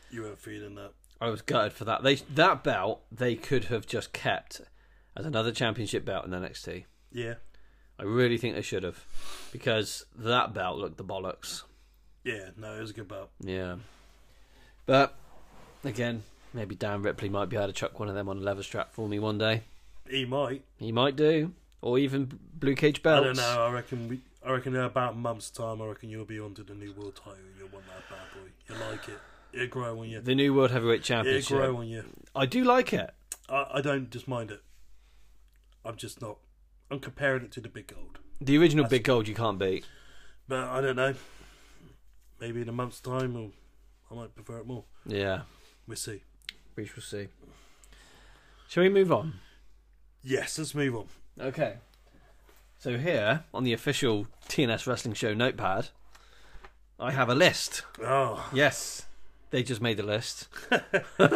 [SPEAKER 2] you weren't feeling that.
[SPEAKER 1] I was gutted for that. They that belt they could have just kept as another championship belt in NXT.
[SPEAKER 2] Yeah,
[SPEAKER 1] I really think they should have because that belt looked the bollocks.
[SPEAKER 2] yeah. No, it was a good bout.
[SPEAKER 1] Yeah, but again, maybe Dan Ripley might be able to chuck one of them on a leather strap for me one day.
[SPEAKER 2] He might.
[SPEAKER 1] He might do, or even blue cage
[SPEAKER 2] I
[SPEAKER 1] belts.
[SPEAKER 2] don't know. I reckon we. I reckon in about a month's time, I reckon you'll be onto the new world title. You'll want that bad boy. You like it. It'll grow on you.
[SPEAKER 1] The new world heavyweight
[SPEAKER 2] It'll
[SPEAKER 1] championship.
[SPEAKER 2] grow on you.
[SPEAKER 1] I do like it.
[SPEAKER 2] I, I don't just mind it. I'm just not. I'm comparing it to the big gold.
[SPEAKER 1] The original big gold you can't beat.
[SPEAKER 2] But I don't know. Maybe in a month's time, or I might prefer it more.
[SPEAKER 1] Yeah,
[SPEAKER 2] We'll see.
[SPEAKER 1] we shall see. Shall we move on?
[SPEAKER 2] Yes, let's move on.
[SPEAKER 1] Okay. So here on the official TNS Wrestling Show notepad, I have a list.
[SPEAKER 2] Oh,
[SPEAKER 1] Yes, they just made a list.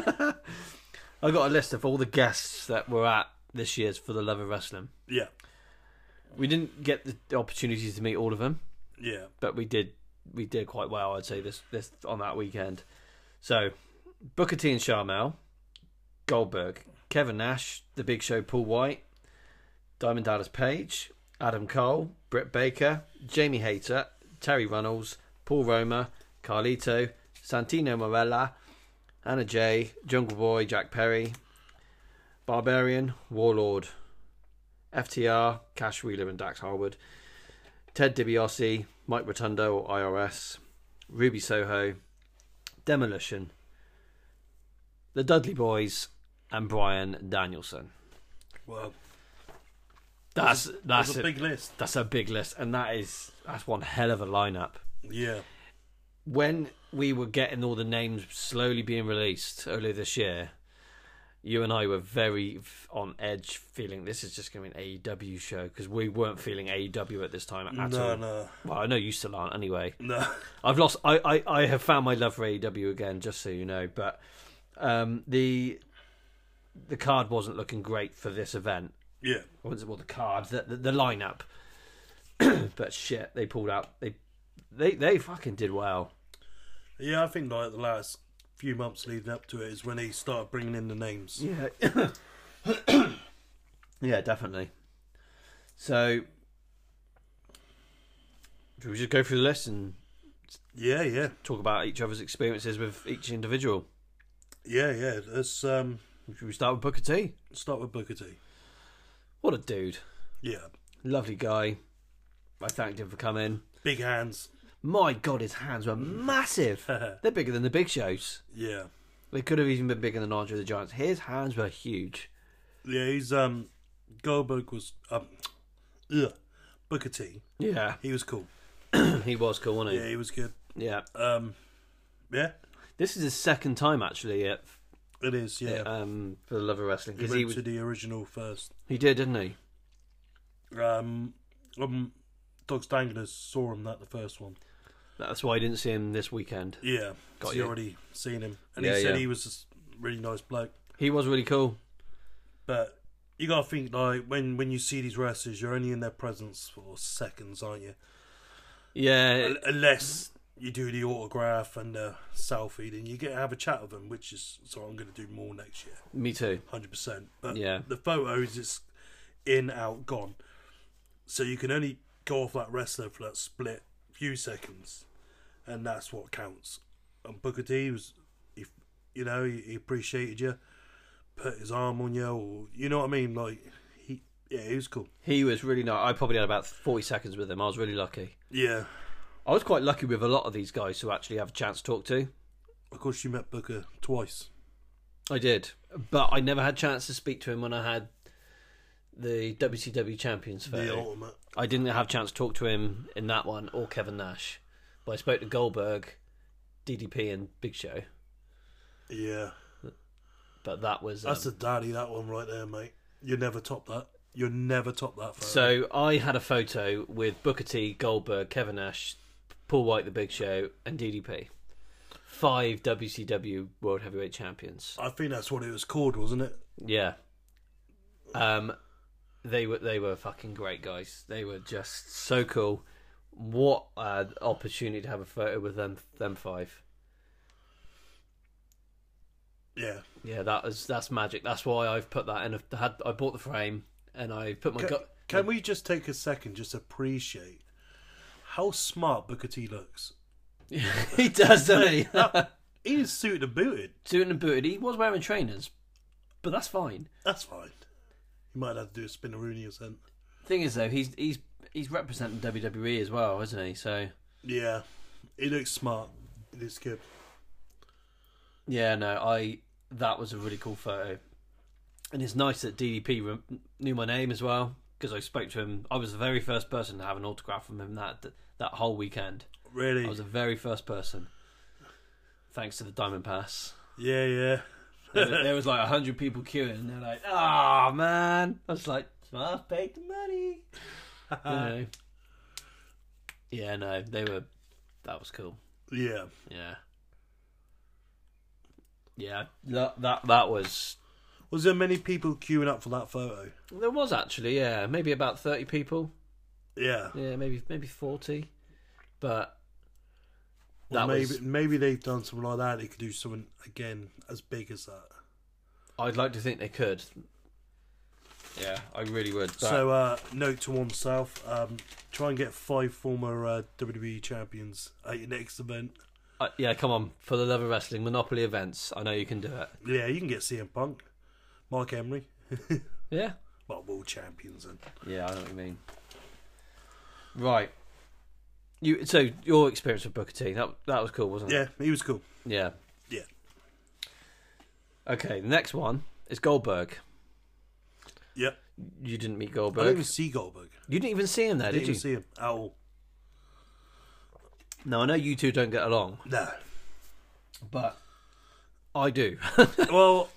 [SPEAKER 1] I got a list of all the guests that were at this year's For the Love of Wrestling.
[SPEAKER 2] yeah,
[SPEAKER 1] We didn't get the opportunity to meet all of them.
[SPEAKER 2] yeah,
[SPEAKER 1] but we did we did quite well, I'd say this this on that weekend. So Booker T and Charmel, Goldberg, Kevin Nash, The Big Show, Paul White, Diamond Dallas Page, Adam Cole, Britt Baker, Jamie Hayter, Terry Runnels, Paul Roma, Carlito, Santino Morella, Anna Jay, Jungle Boy, Jack Perry, Barbarian, Warlord, FTR, Cash Wheeler and Dax Harwood, Ted DiBiase, Mike Rotundo or IRS, Ruby Soho, Demolition, The Dudley Boys, and Brian Danielson.
[SPEAKER 2] well,
[SPEAKER 1] That's that's
[SPEAKER 2] it's a
[SPEAKER 1] it.
[SPEAKER 2] big list.
[SPEAKER 1] that's a big list, and that is that's one hell of a lineup.
[SPEAKER 2] Yeah,
[SPEAKER 1] When we were getting all the names slowly being released earlier this year, you and I were very f- on edge, feeling this is just going to be an AEW show because we weren't feeling AEW at this time at
[SPEAKER 2] no,
[SPEAKER 1] all.
[SPEAKER 2] no,
[SPEAKER 1] Well, I know you still aren't anyway.
[SPEAKER 2] no.
[SPEAKER 1] I've lost. I, I, I have found my love for AEW again. Just so you know, but um, the the card wasn't looking great for this event.
[SPEAKER 2] Yeah,
[SPEAKER 1] What was it? Well, the cards, the the, the lineup. but shit, they pulled out. They they they fucking did well.
[SPEAKER 2] yeah. I think like the last few months leading up to it is when he started bringing in the names.
[SPEAKER 1] Yeah. yeah, definitely. So, should we just go through the list and
[SPEAKER 2] Yeah, yeah,
[SPEAKER 1] talk about each other's experiences with each individual?
[SPEAKER 2] yeah, yeah. Let's um,
[SPEAKER 1] Should we start with Booker T?
[SPEAKER 2] start with Booker T.
[SPEAKER 1] What a dude.
[SPEAKER 2] Yeah,
[SPEAKER 1] Lovely guy. I thanked him for coming.
[SPEAKER 2] big hands.
[SPEAKER 1] My God, his hands were massive. They're bigger than the big shows.
[SPEAKER 2] Yeah.
[SPEAKER 1] They could have even been bigger than Andre the Giants. His hands were huge.
[SPEAKER 2] Yeah, he's um Goldberg was um ugh, Booker T.
[SPEAKER 1] Yeah.
[SPEAKER 2] He was cool.
[SPEAKER 1] He was cool, wasn't
[SPEAKER 2] Yeah, he was good.
[SPEAKER 1] he? Yeah.
[SPEAKER 2] Um yeah.
[SPEAKER 1] This is his second time actually at
[SPEAKER 2] It is, yeah.
[SPEAKER 1] um, for the love of wrestling
[SPEAKER 2] he
[SPEAKER 1] because
[SPEAKER 2] went
[SPEAKER 1] he was,
[SPEAKER 2] to the original first.
[SPEAKER 1] he did, didn't he?
[SPEAKER 2] Um, um, Doug Stanglers saw him at the first one.
[SPEAKER 1] That's why I didn't see him this weekend.
[SPEAKER 2] Yeah,
[SPEAKER 1] Got
[SPEAKER 2] got you
[SPEAKER 1] you.
[SPEAKER 2] already seen him, and
[SPEAKER 1] Yeah,
[SPEAKER 2] he said
[SPEAKER 1] yeah.
[SPEAKER 2] he was a really nice bloke.
[SPEAKER 1] He was really cool.
[SPEAKER 2] But you gotta think like when when you see these wrestlers, you're only in their presence for seconds, aren't you?
[SPEAKER 1] Yeah,
[SPEAKER 2] Un- Unless you do the autograph and the selfie, then you get to have a chat with them, which is so I'm gonna do more next year,
[SPEAKER 1] me too.
[SPEAKER 2] hundred percent. But
[SPEAKER 1] Yeah.
[SPEAKER 2] the photos is in out gone, so you can only go off that wrestler for that split few seconds, and that's what counts. And Booker T was, he, you know, he, he appreciated you, put his arm on you, or you know what I mean, like he, yeah, he was cool.
[SPEAKER 1] He was really nice. I probably had about forty seconds with him. I was really lucky.
[SPEAKER 2] Yeah,
[SPEAKER 1] I was quite lucky with a lot of these guys who actually have a chance to talk to.
[SPEAKER 2] of course you met Booker twice.
[SPEAKER 1] I did, but I never had chance to speak to him when I had the WCW Champions
[SPEAKER 2] The
[SPEAKER 1] photo.
[SPEAKER 2] ultimate.
[SPEAKER 1] I didn't have a chance to talk to him in that one or Kevin Nash, but I spoke to Goldberg, DDP, and Big Show.
[SPEAKER 2] Yeah,
[SPEAKER 1] But that was um,
[SPEAKER 2] that's a daddy that one right there, mate. You never top that. You never top that. Photo.
[SPEAKER 1] so I had a photo with Booker T, Goldberg, Kevin Nash, Paul White, The Big Show, and DDP. Five WCW World Heavyweight Champions.
[SPEAKER 2] I think that's what it was called, wasn't it?
[SPEAKER 1] Yeah. Um, they were they were fucking great guys. They were just so cool. What uh, opportunity to have a photo with them them five.
[SPEAKER 2] Yeah.
[SPEAKER 1] Yeah, that is that's magic. That's why I've put that in. I had I bought the frame and I put my
[SPEAKER 2] Can,
[SPEAKER 1] gut.
[SPEAKER 2] can we just take a second, just appreciate how smart Booker T looks?
[SPEAKER 1] he does, doesn't he?
[SPEAKER 2] He is suited and booted.
[SPEAKER 1] Suited and booted. He was wearing trainers, but that's fine.
[SPEAKER 2] That's fine. He might have to do a spinneroonie or something.
[SPEAKER 1] Thing is, though, he's he's he's representing WWE as well, isn't he? So
[SPEAKER 2] Yeah. He looks smart. He looks good.
[SPEAKER 1] yeah, no, I that was a really cool photo, and it's nice that DDP re- knew my name as well because I spoke to him. I was the very first person to have an autograph from him that that whole weekend.
[SPEAKER 2] Really?
[SPEAKER 1] I was the very first person, thanks to the Diamond Pass.
[SPEAKER 2] Yeah, yeah.
[SPEAKER 1] there, was- there was like hundred people queuing, and they're like, "Ah, man!" I was like, "I paid the money." you know. Yeah, no, they were. That was cool.
[SPEAKER 2] Yeah.
[SPEAKER 1] Yeah, yeah. That that that was.
[SPEAKER 2] Was there many people queuing up for that photo?
[SPEAKER 1] There was actually, yeah, maybe about thirty people.
[SPEAKER 2] Yeah.
[SPEAKER 1] Yeah, maybe maybe forty, but
[SPEAKER 2] Well,
[SPEAKER 1] that
[SPEAKER 2] maybe
[SPEAKER 1] was.
[SPEAKER 2] maybe they've done something like that. They could do something again as big as that.
[SPEAKER 1] I'd like to think they could. Yeah, I really would. That-
[SPEAKER 2] So, uh, note to oneself: um, try and get five former uh, WWE champions at your next event.
[SPEAKER 1] Uh, yeah, come on, for the love of wrestling, Monopoly events. I know you can do it.
[SPEAKER 2] Yeah, you can get CM Punk, Mark Henry,
[SPEAKER 1] Yeah.
[SPEAKER 2] well, world champions, and
[SPEAKER 1] Yeah, I know what you mean. Right. You so your experience with Booker T that that was cool, wasn't it?
[SPEAKER 2] yeah, he was cool.
[SPEAKER 1] Yeah.
[SPEAKER 2] Yeah,
[SPEAKER 1] Okay, the next one is Goldberg.
[SPEAKER 2] yep.
[SPEAKER 1] You didn't meet
[SPEAKER 2] I didn't
[SPEAKER 1] Goldberg.
[SPEAKER 2] even see Goldberg.
[SPEAKER 1] You didn't even see him there,
[SPEAKER 2] I didn't
[SPEAKER 1] did you?
[SPEAKER 2] even see him at all.
[SPEAKER 1] No, I know you two don't get along,
[SPEAKER 2] No.
[SPEAKER 1] but I do.
[SPEAKER 2] well,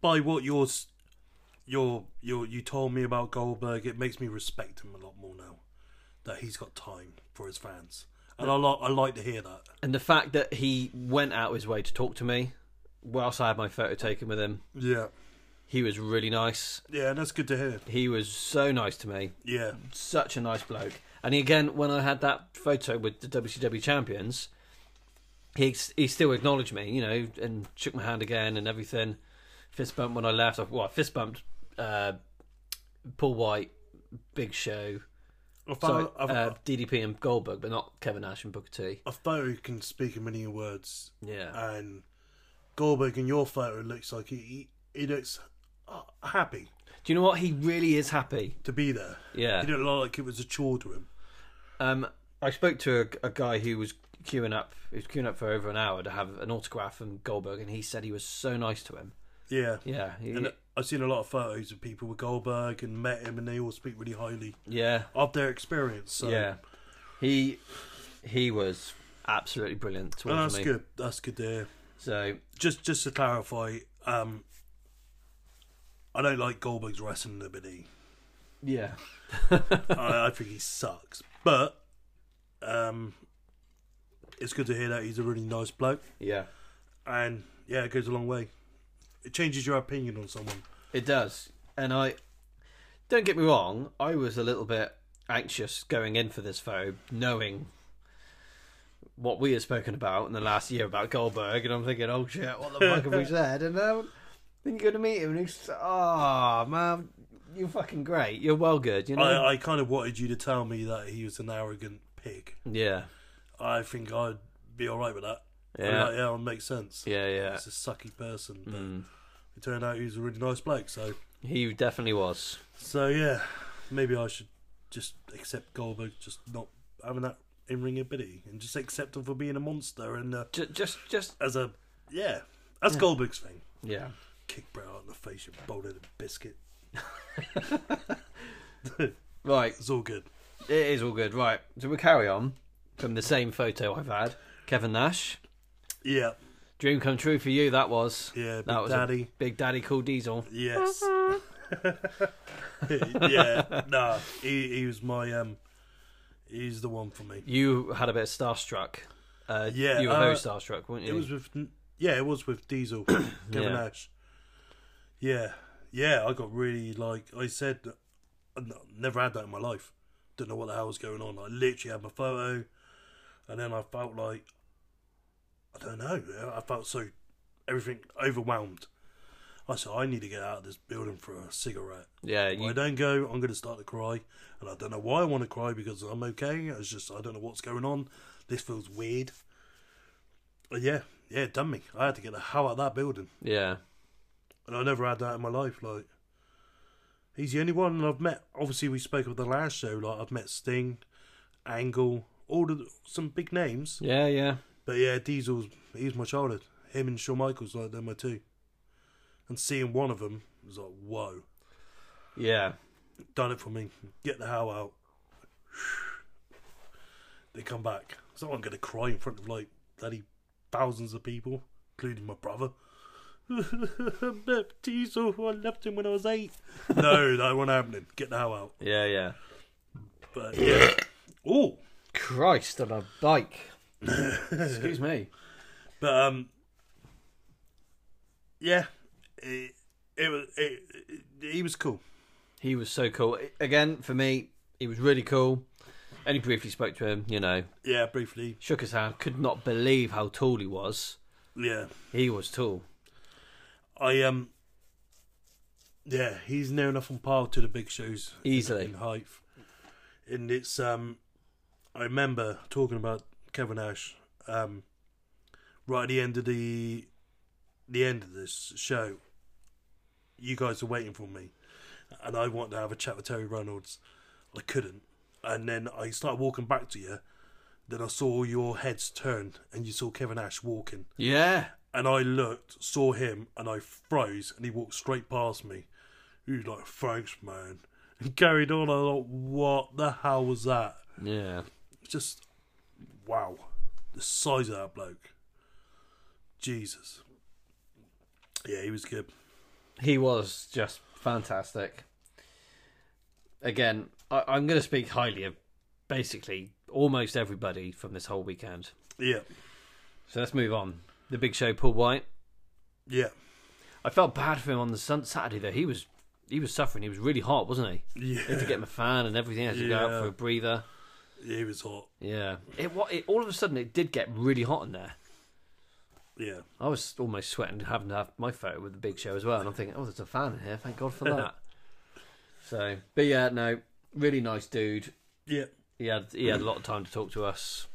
[SPEAKER 2] by what yours, your your you told me about Goldberg, it makes me respect him a lot more now that he's got time for his fans, and I like I like to hear that.
[SPEAKER 1] and the fact that he went out his way to talk to me whilst I had my photo taken with him,
[SPEAKER 2] Yeah,
[SPEAKER 1] he was really nice.
[SPEAKER 2] yeah, and that's good to hear.
[SPEAKER 1] He was so nice to me.
[SPEAKER 2] Yeah.
[SPEAKER 1] such a nice bloke. And he, again, when I had that photo with the WCW champions, he he still acknowledged me, you know, and shook my hand again and everything. Fist bumped when I left. I, well, I fist bumped uh, Paul White, Big Show,
[SPEAKER 2] A
[SPEAKER 1] sorry,
[SPEAKER 2] photo, a,
[SPEAKER 1] uh, DDP and Goldberg, but not Kevin Nash and Booker T. Uh,
[SPEAKER 2] a photo can speak a million words,
[SPEAKER 1] Yeah,
[SPEAKER 2] and Goldberg in your photo looks like he he, he looks uh, happy
[SPEAKER 1] do you know what? He really is happy.
[SPEAKER 2] to be there.
[SPEAKER 1] Yeah,
[SPEAKER 2] He didn't look like it was a chore to him.
[SPEAKER 1] Um, I spoke to a, a guy who was queuing up. He was queuing up for over an hour to have an autograph from Goldberg, and he said he was so nice to him.
[SPEAKER 2] Yeah.
[SPEAKER 1] Yeah, he-
[SPEAKER 2] And I've seen a lot of photos of people with Goldberg and met him, and they all speak really highly
[SPEAKER 1] yeah.
[SPEAKER 2] of their experience. So
[SPEAKER 1] Yeah, he he was absolutely brilliant
[SPEAKER 2] Oh,
[SPEAKER 1] towards
[SPEAKER 2] that's
[SPEAKER 1] me.
[SPEAKER 2] good. That's good to hear.
[SPEAKER 1] So
[SPEAKER 2] Just just to clarify, um, I don't like Goldberg's wrestling ability.
[SPEAKER 1] yeah,
[SPEAKER 2] I, I think he sucks, but um, it's good to hear that he's a really nice bloke,
[SPEAKER 1] yeah,
[SPEAKER 2] and yeah, it goes a long way. It changes your opinion on someone.
[SPEAKER 1] it does. And I don't get me wrong, I was a little bit anxious going in for this phobe, knowing what we had spoken about in the last year about Goldberg, and I'm thinking, oh shit, what the fuck have we said? And now then you go to meet him, and he's oh man, you're fucking great, you're well good, you know.
[SPEAKER 2] I, I kind of wanted you to tell me that he was an arrogant pig.
[SPEAKER 1] yeah,
[SPEAKER 2] I think I'd be all right with that. I'd be
[SPEAKER 1] Yeah.
[SPEAKER 2] like, yeah, it makes sense.
[SPEAKER 1] yeah, Mm. yeah.
[SPEAKER 2] He's a sucky person, but it turned out he was a really nice bloke. So,
[SPEAKER 1] He definitely was.
[SPEAKER 2] so yeah, maybe I should just accept Goldberg just not having that in-ring ability and just accept him for being a monster and uh,
[SPEAKER 1] Just, just, just
[SPEAKER 2] as a yeah, that's Goldberg's thing.
[SPEAKER 1] yeah.
[SPEAKER 2] Kick Brett out in the face, you bolder than biscuit.
[SPEAKER 1] Right,
[SPEAKER 2] It's all good.
[SPEAKER 1] it is all good. Right, so we carry on from the same photo I've had. Kevin Nash,
[SPEAKER 2] Yeah,
[SPEAKER 1] dream come true for you. That was
[SPEAKER 2] yeah, Big
[SPEAKER 1] that was a
[SPEAKER 2] Daddy.
[SPEAKER 1] big daddy called Diesel.
[SPEAKER 2] Yes. yeah, nah, he, he was my um, he's the one for me.
[SPEAKER 1] You had a bit of starstruck. Uh,
[SPEAKER 2] Yeah,
[SPEAKER 1] you were
[SPEAKER 2] uh,
[SPEAKER 1] very starstruck, weren't you?
[SPEAKER 2] It was with yeah, it was with Diesel, Kevin
[SPEAKER 1] Yeah.
[SPEAKER 2] Nash. Yeah, yeah, I got really like I said, I n- never had that in my life. Don't know what the hell was going on. I literally had my photo, and then I felt like I don't know. I felt so everything overwhelmed. I said I need to get out of this building for a cigarette.
[SPEAKER 1] yeah,
[SPEAKER 2] If I
[SPEAKER 1] you,
[SPEAKER 2] don't go, I'm going to start to cry, and I don't know why I want to cry because I'm okay. It's just I don't know what's going on. This feels weird. But yeah, yeah, it done me. I had to get the hell out of that building,
[SPEAKER 1] yeah,
[SPEAKER 2] and I never had that in my life. Like, he's the only one I've met. Obviously, we spoke of the last show. Like, I've met Sting, Angle, all the some big names,
[SPEAKER 1] yeah, yeah.
[SPEAKER 2] but yeah, Diesel's he's my childhood. Him and Shawn Michaels, like they're my two. And seeing one of them was like, whoa,
[SPEAKER 1] Yeah,
[SPEAKER 2] done it for me. Get the hell out. They come back. So I'm going to cry in front of like bloody thousands of people, including my brother. Diesel, I left him when I was eight. no, that won't happen. Get the hell out.
[SPEAKER 1] yeah, yeah.
[SPEAKER 2] But yeah. Oh,
[SPEAKER 1] Christ on a bike. Excuse me.
[SPEAKER 2] but um, yeah, it, it was it, it, he was cool.
[SPEAKER 1] He was so cool. Again, for me, he was really cool. Only briefly spoke to him, you know,
[SPEAKER 2] Yeah, briefly.
[SPEAKER 1] shook his hand, could not believe how tall he was.
[SPEAKER 2] Yeah,
[SPEAKER 1] He was tall.
[SPEAKER 2] I um, yeah, he's near enough on par to the big shows in
[SPEAKER 1] Easily.
[SPEAKER 2] height. And it's um, I remember talking about Kevin Nash um, right at the end of the the end of this show. You guys are waiting for me, and I wanted to have a chat with Terry Reynolds. I couldn't, and then I started walking back to you. Then I saw your heads turn, and you saw Kevin Nash walking
[SPEAKER 1] Yeah.
[SPEAKER 2] and I looked, saw him, and I froze, and he walked straight past me. He was like, thanks, man. And carried on. I thought, what the hell was that?
[SPEAKER 1] Yeah.
[SPEAKER 2] Just, wow. The size of that bloke. Jesus. Yeah, he was good.
[SPEAKER 1] He was just fantastic. Again, I, I'm going to speak highly of basically almost everybody from this whole weekend.
[SPEAKER 2] Yeah,
[SPEAKER 1] So let's move on. The Big Show, Paul White.
[SPEAKER 2] yeah,
[SPEAKER 1] I felt bad for him on the sun- Saturday though. He was he was suffering. He was really hot, wasn't he? Had
[SPEAKER 2] yeah.
[SPEAKER 1] to get him a fan and everything. Had to go
[SPEAKER 2] Yeah.
[SPEAKER 1] out for a breather.
[SPEAKER 2] He was hot.
[SPEAKER 1] Yeah. It, wa- it all of a sudden it did get really hot in there.
[SPEAKER 2] Yeah.
[SPEAKER 1] I was almost sweating having to have my photo with the big show as well, and I'm thinking, oh, there's a fan in here. Thank God for that. so, but yeah, no, really nice dude.
[SPEAKER 2] Yeah.
[SPEAKER 1] He had he had a lot of time to talk to us.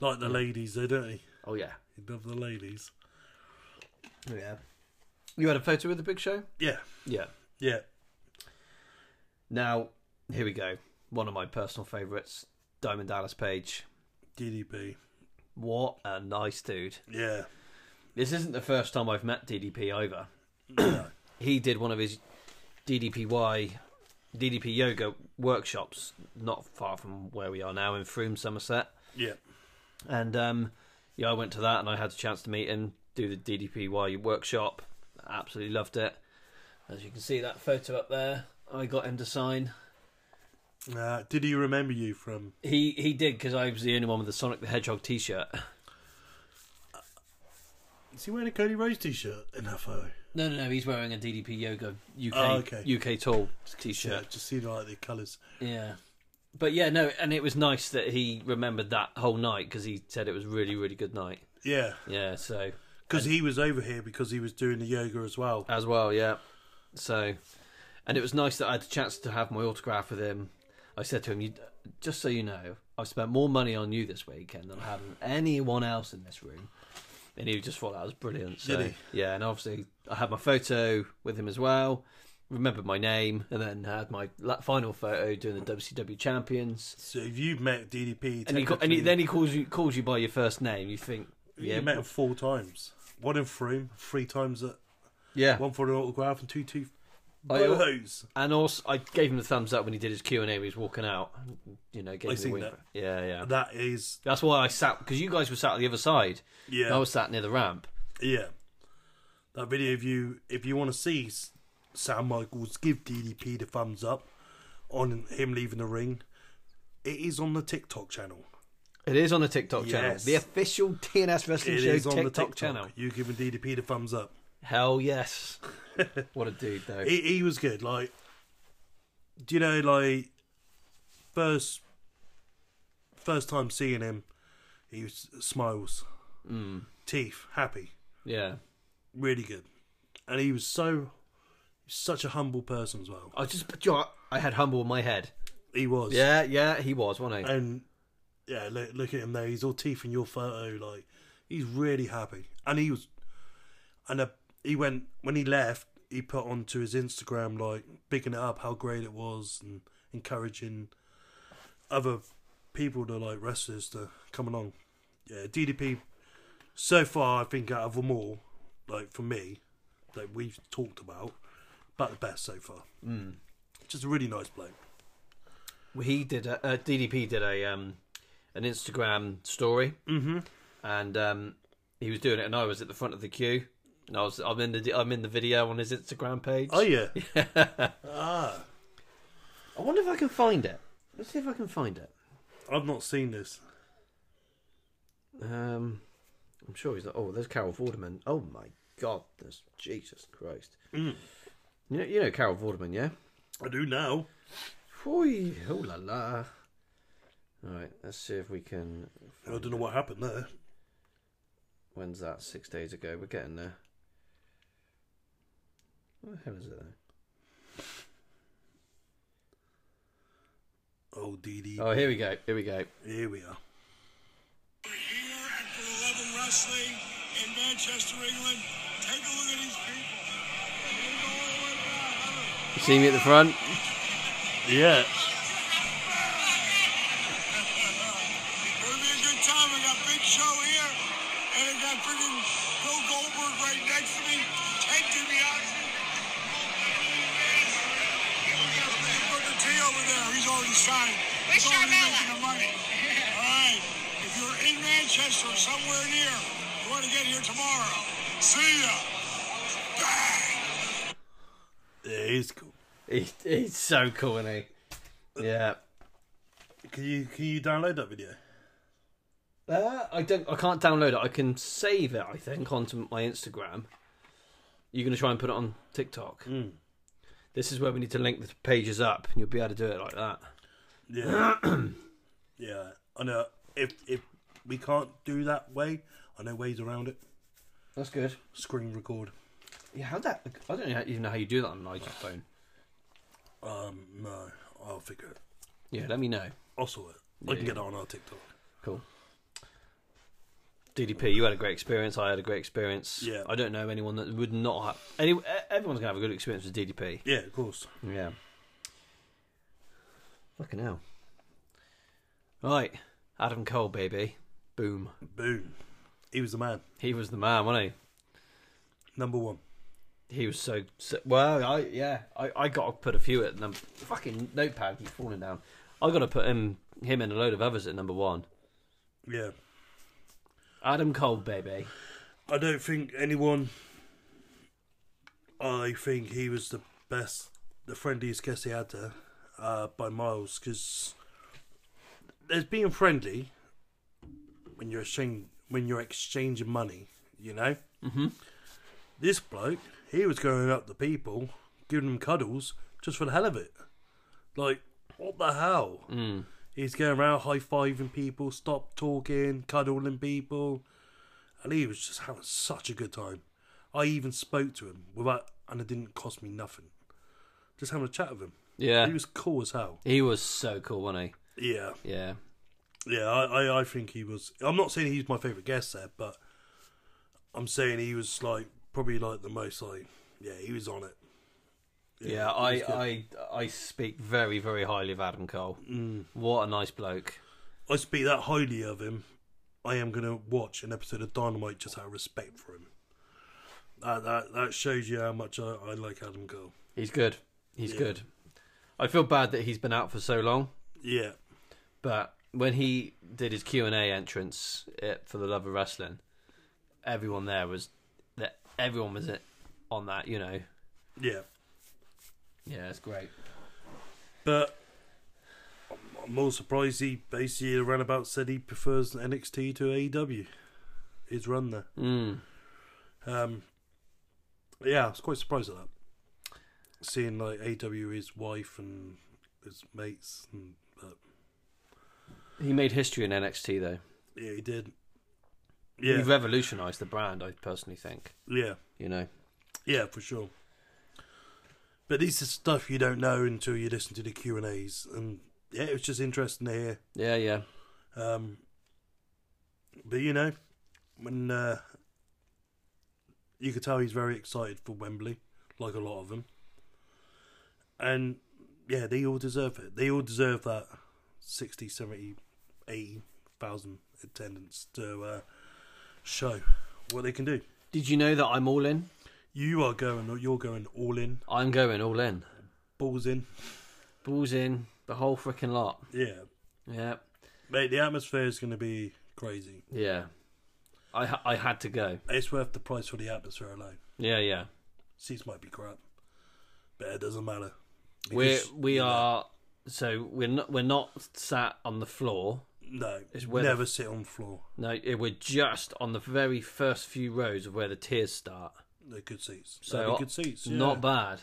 [SPEAKER 2] Like the ladies, though, don't he?
[SPEAKER 1] Oh yeah,
[SPEAKER 2] He'd love the ladies.
[SPEAKER 1] yeah. You had a photo with the big show.
[SPEAKER 2] Yeah,
[SPEAKER 1] Yeah.
[SPEAKER 2] yeah.
[SPEAKER 1] Now here we go. One of my personal favourites, Diamond Dallas Page.
[SPEAKER 2] DDP.
[SPEAKER 1] What a nice dude.
[SPEAKER 2] Yeah.
[SPEAKER 1] This isn't the first time I've met DDP either. he did one of his DDPY, DDP yoga workshops not far from where we are now in Froome, Somerset.
[SPEAKER 2] Yeah.
[SPEAKER 1] And um, yeah, I went to that and I had a chance to meet him, do the DDPY workshop. Absolutely loved it. As you can see, that photo up there, I got him to sign.
[SPEAKER 2] Uh, did he remember you from?
[SPEAKER 1] He he did because I was the only one with the Sonic the Hedgehog T-shirt.
[SPEAKER 2] Is he wearing a Cody Rose T-shirt in that photo?
[SPEAKER 1] No, no, no. He's wearing a DDP Yoga UK
[SPEAKER 2] Oh, okay.
[SPEAKER 1] UK Tall T-shirt.
[SPEAKER 2] just see like the colours.
[SPEAKER 1] Yeah. But yeah, no, and it was nice that he remembered that whole night because he said it was really, really good night.
[SPEAKER 2] Yeah,
[SPEAKER 1] Yeah, so
[SPEAKER 2] because he was over here because he was doing the yoga as well.
[SPEAKER 1] as well, yeah. So, and it was nice that I had a chance to have my autograph with him. I said to him, you, "Just so you know, I've spent more money on you this weekend than I have on anyone else in this room." And he just thought that was brilliant. So,
[SPEAKER 2] Did
[SPEAKER 1] Yeah, and obviously I had my photo with him as well. Remembered my name, and then had my la- final photo doing the WCW champions.
[SPEAKER 2] So if you met DDP,
[SPEAKER 1] and he ca- and he, then he calls you calls you by your first name. You think,
[SPEAKER 2] you
[SPEAKER 1] yeah,
[SPEAKER 2] met him four times. One in Froome, three times at
[SPEAKER 1] yeah.
[SPEAKER 2] one for an autograph and two two
[SPEAKER 1] I al-
[SPEAKER 2] photos.
[SPEAKER 1] And also, I gave him the thumbs up when he did his Q and A. He was walking out, you know, gave
[SPEAKER 2] I
[SPEAKER 1] him the
[SPEAKER 2] seen
[SPEAKER 1] wink.
[SPEAKER 2] that.
[SPEAKER 1] Yeah, yeah.
[SPEAKER 2] That is
[SPEAKER 1] That's why I sat because you guys were sat on the other side.
[SPEAKER 2] yeah,
[SPEAKER 1] I was sat near the ramp.
[SPEAKER 2] yeah. That video, if you if you want to see S- Sam Michaels give DDP the thumbs up on him leaving the ring, it is on the TikTok channel.
[SPEAKER 1] It is on the TikTok channel,
[SPEAKER 2] Yes.
[SPEAKER 1] the official TNS Wrestling
[SPEAKER 2] It is
[SPEAKER 1] Show
[SPEAKER 2] on
[SPEAKER 1] TikTok,
[SPEAKER 2] the TikTok
[SPEAKER 1] channel.
[SPEAKER 2] You giving DDP the thumbs up.
[SPEAKER 1] Hell yes. what a dude though.
[SPEAKER 2] He, he was good. Like, do you know, like, first first time seeing him, he was, smiles,
[SPEAKER 1] Mm.
[SPEAKER 2] teeth, happy,
[SPEAKER 1] Yeah.
[SPEAKER 2] really good, and he was so such a humble person as well.
[SPEAKER 1] I was just, do you know what? I had humble in my head.
[SPEAKER 2] He was,
[SPEAKER 1] Yeah, yeah, he was, wasn't he?
[SPEAKER 2] and yeah, look, look at him there. He's all teeth in your photo. Like, he's really happy, and he was, and uh he went when he left. He put onto his Instagram like picking it up how great it was and encouraging other people to like wrestlers to come along. Yeah, DDP. So far, I think out of them all, like for me, that we've talked about, about the best so far. Mm. Just a really nice bloke.
[SPEAKER 1] he did a, uh, DDP did a um an Instagram story, mm-hmm. and um he was doing it, and I was at the front of the queue, and I was I'm in the I'm in the video on his Instagram page.
[SPEAKER 2] Oh yeah, Ah.
[SPEAKER 1] I wonder if I can find it. Let's see if I can find it.
[SPEAKER 2] I've not seen this.
[SPEAKER 1] Um, I'm sure he's not. Oh, there's Carol Vorderman. Oh my God, there's Jesus Christ. You know, you know Carol Vorderman, yeah?
[SPEAKER 2] I do now.
[SPEAKER 1] Oi, oh la la. All right, let's see if we can.
[SPEAKER 2] I don't know what happened there.
[SPEAKER 1] When's that? Six days ago. We're getting there. What the hell is it? Though?
[SPEAKER 2] Oh, DD.
[SPEAKER 1] Oh, here we go. Here we go.
[SPEAKER 2] Here we are.
[SPEAKER 3] We're here at Pro 11 Wrestling in Manchester, England. Take a look at these people. They're going with the hammer.
[SPEAKER 1] You see me at the front?
[SPEAKER 2] Yeah.
[SPEAKER 3] It'll be a good time. I got Big Show here, and I got freaking Bill Goldberg right next to me. Ted DiBiase. Booker T over there. He's already signed. He's
[SPEAKER 4] Where's
[SPEAKER 3] already
[SPEAKER 4] Charmella?
[SPEAKER 3] making the money. All right. If you're in Manchester or somewhere near, you want to get here tomorrow. See ya. Bang.
[SPEAKER 2] It is cool.
[SPEAKER 1] He, he's so cool, isn't he? Yeah.
[SPEAKER 2] Can you can you download that video?
[SPEAKER 1] Uh, I don't. I can't download it. I can save it. I think onto my Instagram. You're gonna try and put it on TikTok. This is where we need to link the pages up, and you'll be able to do it like that.
[SPEAKER 2] Yeah. yeah. I know. If if we can't do that way, I know ways around it.
[SPEAKER 1] That's good.
[SPEAKER 2] Screen record.
[SPEAKER 1] Yeah, how that? I don't know- even know how you do that on an iPhone.
[SPEAKER 2] Um. No. I'll figure it.
[SPEAKER 1] Yeah, let me know.
[SPEAKER 2] I'll sort it. I can get that on our TikTok.
[SPEAKER 1] Cool. DDP, you had a great experience. I had a great experience.
[SPEAKER 2] Yeah.
[SPEAKER 1] I don't know anyone that would not have. Any, e- everyone's gonna have a good experience with DDP.
[SPEAKER 2] Yeah, of course.
[SPEAKER 1] Yeah. Fucking hell. Right. Adam Cole, baby. Boom.
[SPEAKER 2] Boom. He was the man.
[SPEAKER 1] He was the man, wasn't
[SPEAKER 2] Number one.
[SPEAKER 1] he? He was so, so well. I yeah. I, I got to put a few at number. Fucking notepad keeps falling down. I got to put him him and a load of others at number one.
[SPEAKER 2] Yeah.
[SPEAKER 1] Adam Cole, baby.
[SPEAKER 2] I don't think anyone. I think he was the best, the friendliest guest he had there uh, by miles because there's being friendly when you're exchange, when you're exchanging money, you know. Mm-hmm. This bloke, he was going up to people, giving them cuddles just for the hell of it. Like, what the hell? Mm. He's going around high fiving people, stop talking, cuddling people and he was just having such a good time. I even spoke to him without, and it didn't cost me nothing. Just having a chat with him.
[SPEAKER 1] Yeah.
[SPEAKER 2] He was cool as hell.
[SPEAKER 1] He was so cool, wasn't
[SPEAKER 2] Yeah,
[SPEAKER 1] he? Yeah.
[SPEAKER 2] yeah. I, I, I think he was. I'm not saying he's my favorite guest there, but I'm saying he was like probably like the most like yeah he was on it.
[SPEAKER 1] Yeah, I, I I speak very, very highly of Adam Cole. Mm. What a nice bloke.
[SPEAKER 2] I speak that highly of him. I am gonna watch an episode of Dynamite just out of respect for him. That that, that shows you how much I, I like Adam Cole.
[SPEAKER 1] He's good. He's good. I feel bad that he's been out for so long,
[SPEAKER 2] Yeah,
[SPEAKER 1] but when he did his Q and A entrance it, for the love of wrestling, everyone there was that everyone was it on that. You know.
[SPEAKER 2] yeah.
[SPEAKER 1] Yeah, it's great.
[SPEAKER 2] But I'm more surprised he basically around about said he prefers NXT to AEW. His run there.
[SPEAKER 1] Mm.
[SPEAKER 2] Um, yeah, I was quite surprised at that. Seeing like AEW, his wife and his mates, and, but
[SPEAKER 1] He made history in NXT though.
[SPEAKER 2] yeah, he did.
[SPEAKER 1] He
[SPEAKER 2] Yeah,
[SPEAKER 1] revolutionised the brand. I personally think.
[SPEAKER 2] yeah,
[SPEAKER 1] You know.
[SPEAKER 2] yeah, for sure. But these is stuff you don't know until you listen to the Q and A's, and yeah, it was just interesting to hear
[SPEAKER 1] Yeah, yeah.
[SPEAKER 2] Um, but you know, when uh, you could tell he's very excited for Wembley, like a lot of them, and yeah, they all deserve it. They all deserve that 60, 70, 80,000 attendance to uh, show what they can do.
[SPEAKER 1] Did you know that I'm all in?
[SPEAKER 2] You are going, or you're going all in,
[SPEAKER 1] I'm going all in.
[SPEAKER 2] balls in.
[SPEAKER 1] Balls in the whole freaking lot.
[SPEAKER 2] Yeah,
[SPEAKER 1] Yeah,
[SPEAKER 2] mate, the atmosphere is going to be crazy.
[SPEAKER 1] yeah. I ha- I had to go.
[SPEAKER 2] It's worth the price for the atmosphere alone.
[SPEAKER 1] Yeah, yeah.
[SPEAKER 2] Seats might be crap, but it doesn't matter.
[SPEAKER 1] We're
[SPEAKER 2] Because-
[SPEAKER 1] we are so we're not we're not sat on the floor.
[SPEAKER 2] no,
[SPEAKER 1] it's where
[SPEAKER 2] never sit on floor.
[SPEAKER 1] No, it, we're just on the very first few rows of where the tears start.
[SPEAKER 2] They're good seats.
[SPEAKER 1] So
[SPEAKER 2] That'd be good seats. Yeah.
[SPEAKER 1] Not bad.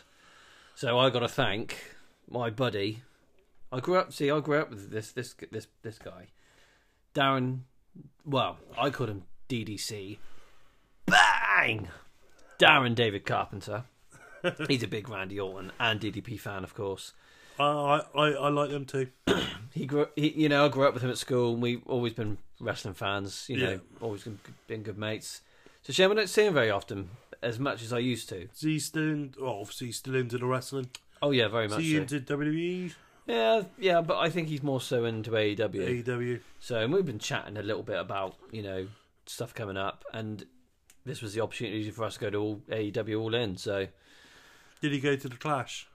[SPEAKER 1] So I got to thank my buddy. I grew up. See, I grew up with this this this this guy, Darren. Well, I called him DDC. Bang, Darren David Carpenter. He's a big Randy Orton and DDP fan, of course.
[SPEAKER 2] I, I I I like them too.
[SPEAKER 1] He grew. He, you know, I grew up with him at school, and we've always been wrestling fans. You know,
[SPEAKER 2] Yeah.
[SPEAKER 1] always been, been good mates. It's a shame I don't see him very often, as much as I used to.
[SPEAKER 2] Is he still in? Oh, obviously he's still into the wrestling.
[SPEAKER 1] Oh yeah, very much.
[SPEAKER 2] Is he
[SPEAKER 1] so.
[SPEAKER 2] into E? WWE,
[SPEAKER 1] Yeah, yeah, but I think he's more so into AEW.
[SPEAKER 2] AEW?
[SPEAKER 1] So and we've been chatting a little bit about you know stuff coming up, and this was the opportunity for us to go to all AEW All In. So,
[SPEAKER 2] Did he go to the Clash?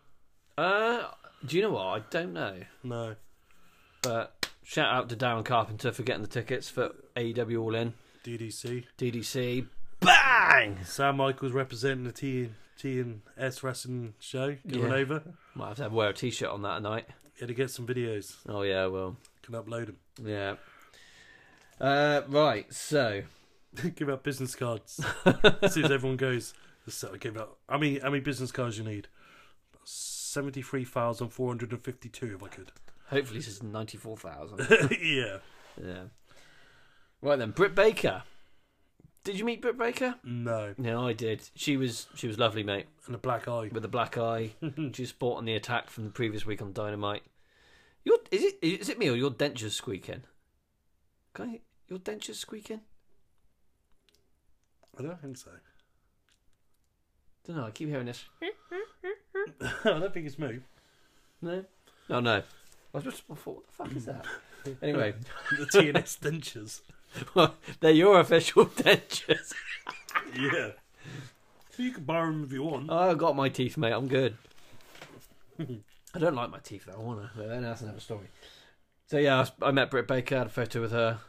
[SPEAKER 1] uh, do you know what? I don't know,
[SPEAKER 2] No.
[SPEAKER 1] but shout out to Darren Carpenter for getting the tickets for AEW All In,
[SPEAKER 2] DDC.
[SPEAKER 1] DDC. Bang!
[SPEAKER 2] Sam Michaels representing the T T and S wrestling show going
[SPEAKER 1] Yeah.
[SPEAKER 2] over.
[SPEAKER 1] Might have to wear a t-shirt on that night.
[SPEAKER 2] Had to get some videos.
[SPEAKER 1] Oh yeah, well,
[SPEAKER 2] Can upload
[SPEAKER 1] yeah. Uh, right, so
[SPEAKER 2] them. Give out business cards. as soon as everyone goes, so I give out. How many how many business cards you need? Seventy three thousand four hundred and fifty two, if I could.
[SPEAKER 1] hopefully this is ninety-four thousand.
[SPEAKER 2] yeah.
[SPEAKER 1] Yeah. Right then, Britt Baker. Did you meet Britt Baker?
[SPEAKER 2] No.
[SPEAKER 1] No, I did. She was she was lovely, mate,
[SPEAKER 2] And a black eye.
[SPEAKER 1] with the black eye. she was sporting the attack from the previous week on Dynamite. Your is it is it me or your dentures squeaking? Can I, your dentures squeaking?
[SPEAKER 2] I don't think so.
[SPEAKER 1] Don't know. I keep hearing this.
[SPEAKER 2] I don't think it's me.
[SPEAKER 1] No, no, no. I just I thought, what the fuck is that? Anyway,
[SPEAKER 2] The TNS dentures.
[SPEAKER 1] they're your official dentures.
[SPEAKER 2] Yeah. You can borrow them if you want.
[SPEAKER 1] Oh, I got my teeth, mate. I'm good. I don't like my teeth though. I wanna. But then that's another story. So yeah, I, s- I met Britt Baker. Had a photo with her.